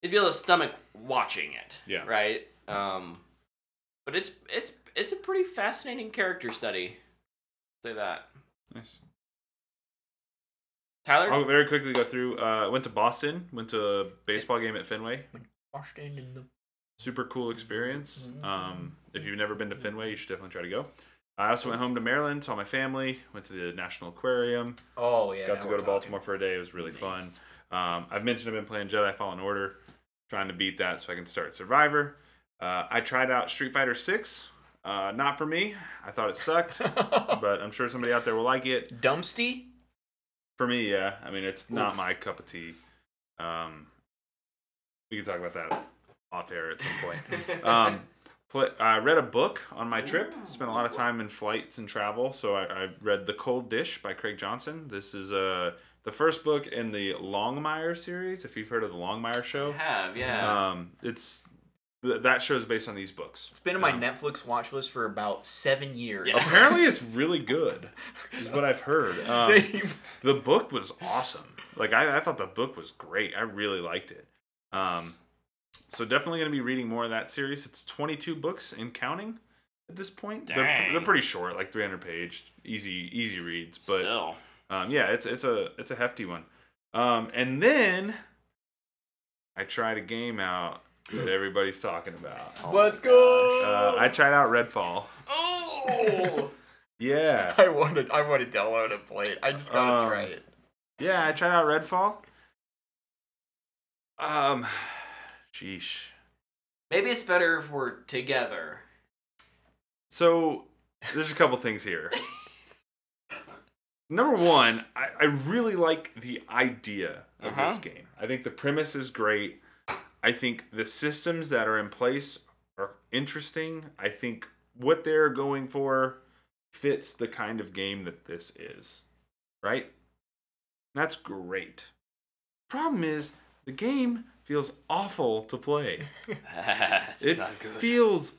Speaker 1: you'd be able to stomach watching it.
Speaker 2: Yeah.
Speaker 1: Right. Um, but it's it's it's a pretty fascinating character study. Say that.
Speaker 2: Nice.
Speaker 1: Tyler,
Speaker 2: I'll very quickly go through. Uh, went to Boston. Went to a baseball game at Fenway.
Speaker 3: Washed in the
Speaker 2: Super cool experience.
Speaker 3: Mm-hmm.
Speaker 2: Um, if you've never been to Fenway, you should definitely try to go. I also went home to Maryland, saw my family, went to the National Aquarium,
Speaker 3: Oh yeah.
Speaker 2: got
Speaker 3: now
Speaker 2: to go to
Speaker 3: we're talking.
Speaker 2: Baltimore for a day. It was really fun. Um, I've mentioned I've been playing Jedi Fallen Order, trying to beat that so I can start Survivor. Uh, I tried out Street Fighter Six. Uh, not for me. I thought it sucked, but I'm sure somebody out there will like it.
Speaker 3: Dumpsty.
Speaker 2: For me, yeah. I mean, it's not
Speaker 3: Oof.
Speaker 2: my cup of tea. Um, we can talk about that off air at some point. um, pl- I read a book on my trip. Spent a lot of time in flights and travel, so I, I read The Cold Dish by Craig Johnson. This is uh, the first book in the Longmire series. If you've heard of the
Speaker 1: I
Speaker 2: Longmire show,
Speaker 1: have, yeah.
Speaker 2: um, it's th- that show is based on these books.
Speaker 3: It's been on my Netflix watch list for about seven years.
Speaker 1: Yeah.
Speaker 2: um, Apparently, it's really good. Is what I've heard. Um, the book was awesome. Like I, I thought the book was great. I really liked it. Um, so definitely going to be reading more of that series. It's 22 books and counting at this point. They're,
Speaker 1: Dang.
Speaker 2: they're pretty short, like 300 page, easy easy reads. But
Speaker 1: Still.
Speaker 2: um, yeah, it's it's a it's a hefty one. Um, and then I tried a game out that everybody's talking about.
Speaker 3: Let's go.
Speaker 2: Uh, I tried out Redfall. Uh,
Speaker 1: Oh!
Speaker 2: Yeah,
Speaker 3: I wanted I want to download and play it. I just gotta
Speaker 2: Um,
Speaker 3: try it.
Speaker 2: yeah, I tried out Redfall. Um, sheesh.
Speaker 1: Maybe it's better if we're together.
Speaker 2: So there's a couple things here. Number one, I, I really like the idea of this
Speaker 1: Uh-huh.
Speaker 2: game. I think the premise is great. I think the systems that are in place are interesting. I think what they're going for fits the kind of game that this is. Right? That's great. Problem is, the game feels awful to play
Speaker 1: it's
Speaker 2: it
Speaker 1: not good.
Speaker 2: feels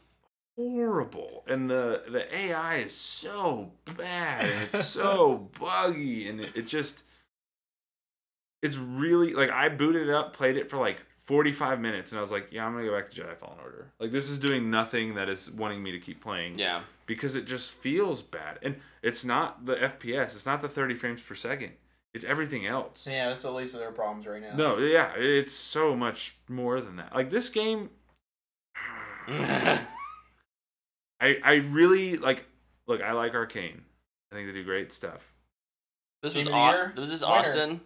Speaker 2: horrible and the the ai is so bad and it's so buggy and it, it just it's really like i booted it up played it for like 45 minutes and i was like yeah i'm gonna go back to jedi fallen order like this is doing nothing that is wanting me to keep playing
Speaker 1: yeah.
Speaker 2: because it just feels bad and it's not the fps it's not the 30 frames per second it's everything else
Speaker 3: Yeah, that's the least of their problems right now.
Speaker 2: no yeah it's so much more than that like this game I I really like look, I like Arcane. I think they do great stuff.
Speaker 1: this
Speaker 3: Game
Speaker 1: was
Speaker 3: of the year?
Speaker 1: Au- this is
Speaker 3: Winner.
Speaker 1: Austin.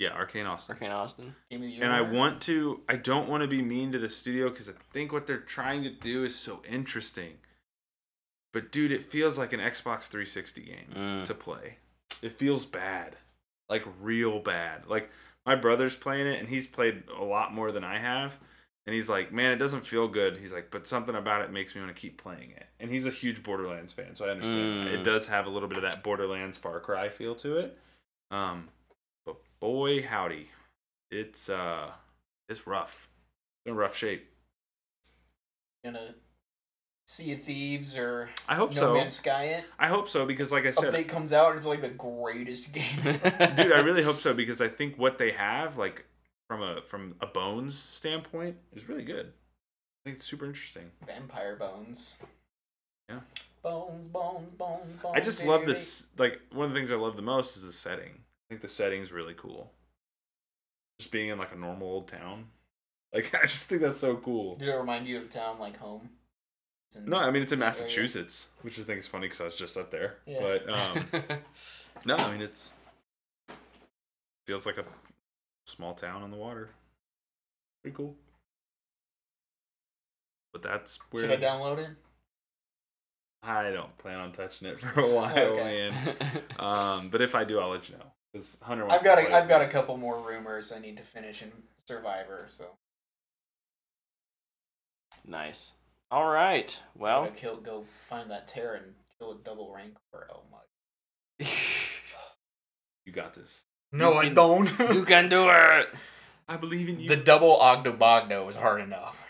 Speaker 2: Yeah, Arcane Austin.
Speaker 1: Hurricane Austin.
Speaker 3: Game of the year.
Speaker 2: And I want to I don't want to be mean to the studio cuz I think what they're trying to do is so interesting. But dude, it feels like an Xbox 360 game
Speaker 1: Mm.
Speaker 2: to play. It feels bad. Like real bad. Like my brother's playing it and he's played a lot more than I have. And he's like, man, it doesn't feel good. He's like, but something about it makes me want to keep playing it. And he's a huge Borderlands fan, so I
Speaker 1: Mm.
Speaker 2: understand. It does have a little bit of that Borderlands Far Cry feel to it. Um, but boy, howdy, it's uh, it's rough. It's in rough shape.
Speaker 3: gonna Sea of Thieves or
Speaker 2: I hope
Speaker 3: No
Speaker 2: so.
Speaker 3: Man's Sky it.
Speaker 2: I hope so because, like I said,
Speaker 3: Update comes out and it's like the greatest game.
Speaker 2: dude i really hope so because i think what they have like from a from a bones standpoint is really good i think it's super interesting
Speaker 3: Vampire Bones.
Speaker 2: Yeah.
Speaker 3: Bones, bones, bones, bones.
Speaker 2: i just love
Speaker 3: baby.
Speaker 2: this like one of the things i love the most is the setting i think the setting's really cool just being in like a normal old town like i just think that's so cool
Speaker 3: Did it remind you of a town like home? And-
Speaker 2: no i mean it's in massachusetts which i think is funny because i was just up there
Speaker 3: Yeah.
Speaker 2: but um no i mean it's feels like a small town on the water pretty cool but that's where
Speaker 3: Should I download it?
Speaker 2: I don't plan on touching it for a while,
Speaker 3: Okay.
Speaker 2: man. Um, but if I do, I'll let you know. 'Cause Hunter wants
Speaker 3: I've got
Speaker 2: to play
Speaker 3: a, I've
Speaker 2: it
Speaker 3: got a
Speaker 2: first.
Speaker 3: couple more rumors I need to finish in Survivor, so
Speaker 1: nice. All right. Well,
Speaker 3: I'm gonna kill, go find that Terra and kill a double rank for oh my.
Speaker 2: You got this.
Speaker 1: You can-
Speaker 3: don't.
Speaker 1: you can do it.
Speaker 2: I believe in you.
Speaker 3: the double Ogdobogdo was hard enough.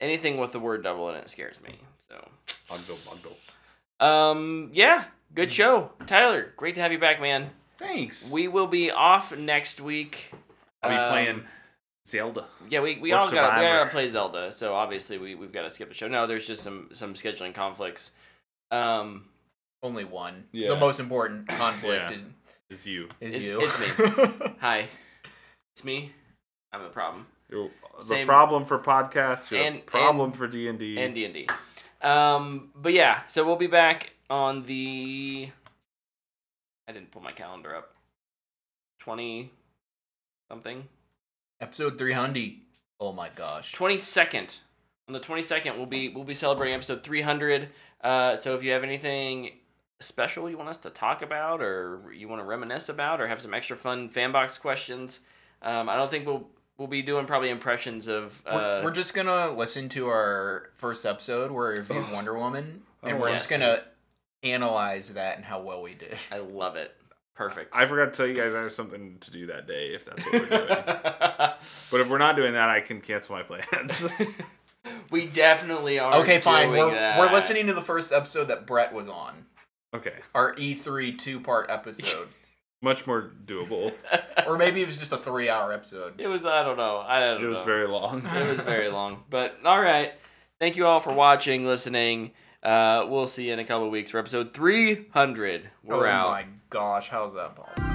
Speaker 1: Anything with the word double in it scares me. So.
Speaker 2: Bogdo, Bogdo.
Speaker 1: Um, yeah,
Speaker 2: Hmm.
Speaker 1: good show, Tyler. Great to have you back, man.
Speaker 2: Thanks.
Speaker 1: We will be off next week.
Speaker 2: I'll be
Speaker 1: Um,
Speaker 2: playing Zelda.
Speaker 1: Yeah, we, we
Speaker 2: or
Speaker 1: all got to we
Speaker 2: Survivor.
Speaker 1: got to play Zelda, so obviously we we've got to skip the show. No, there's just some some scheduling conflicts. Um,
Speaker 3: Only one.
Speaker 2: Yeah.
Speaker 3: The most important conflict
Speaker 2: Yeah. It's you.
Speaker 3: is,
Speaker 1: It's-
Speaker 3: is you.
Speaker 1: it's
Speaker 3: me.
Speaker 1: hi, it's me. I'm the problem.
Speaker 2: You're the
Speaker 1: Same.
Speaker 2: problem for podcasts. You're the
Speaker 1: And-
Speaker 2: problem for D and
Speaker 1: and
Speaker 2: D.
Speaker 1: D and D. Um, but yeah, so we'll be back on the. I didn't pull my calendar up. Twenty, something.
Speaker 3: Episode 300. Oh my gosh.
Speaker 1: 22nd on the 22nd we'll be we'll be celebrating episode 300 uh, so if you have anything special you want us to talk about or you want to reminisce about or have some extra fun fan box questions um, i don't think we'll We'll be doing probably impressions of. Uh,
Speaker 3: we're, we're just gonna listen to our first episode where we reviewed Wonder Woman, and
Speaker 2: Oh,
Speaker 3: we're just
Speaker 1: yes.
Speaker 3: gonna analyze that and how well we did.
Speaker 1: I love it. Perfect.
Speaker 2: I forgot to tell you guys I have something to do that day if that's what we're doing. but if we're not doing that, I can cancel my plans.
Speaker 1: we definitely are.
Speaker 3: okay, fine.
Speaker 1: doing
Speaker 3: We're
Speaker 1: that.
Speaker 3: we're listening to the first episode that Brett was on.
Speaker 2: okay,
Speaker 3: Our E3 two part episode,
Speaker 2: much more doable.
Speaker 3: or maybe it was just a three hour episode.
Speaker 1: It was. I don't know. I don't
Speaker 2: It was
Speaker 1: know.
Speaker 2: very long.
Speaker 1: it was very long. But all right. Thank you all for watching, listening. Uh, we'll see you in a couple of weeks for episode 300. We're
Speaker 3: oh
Speaker 1: out.
Speaker 3: my gosh, how's that possible?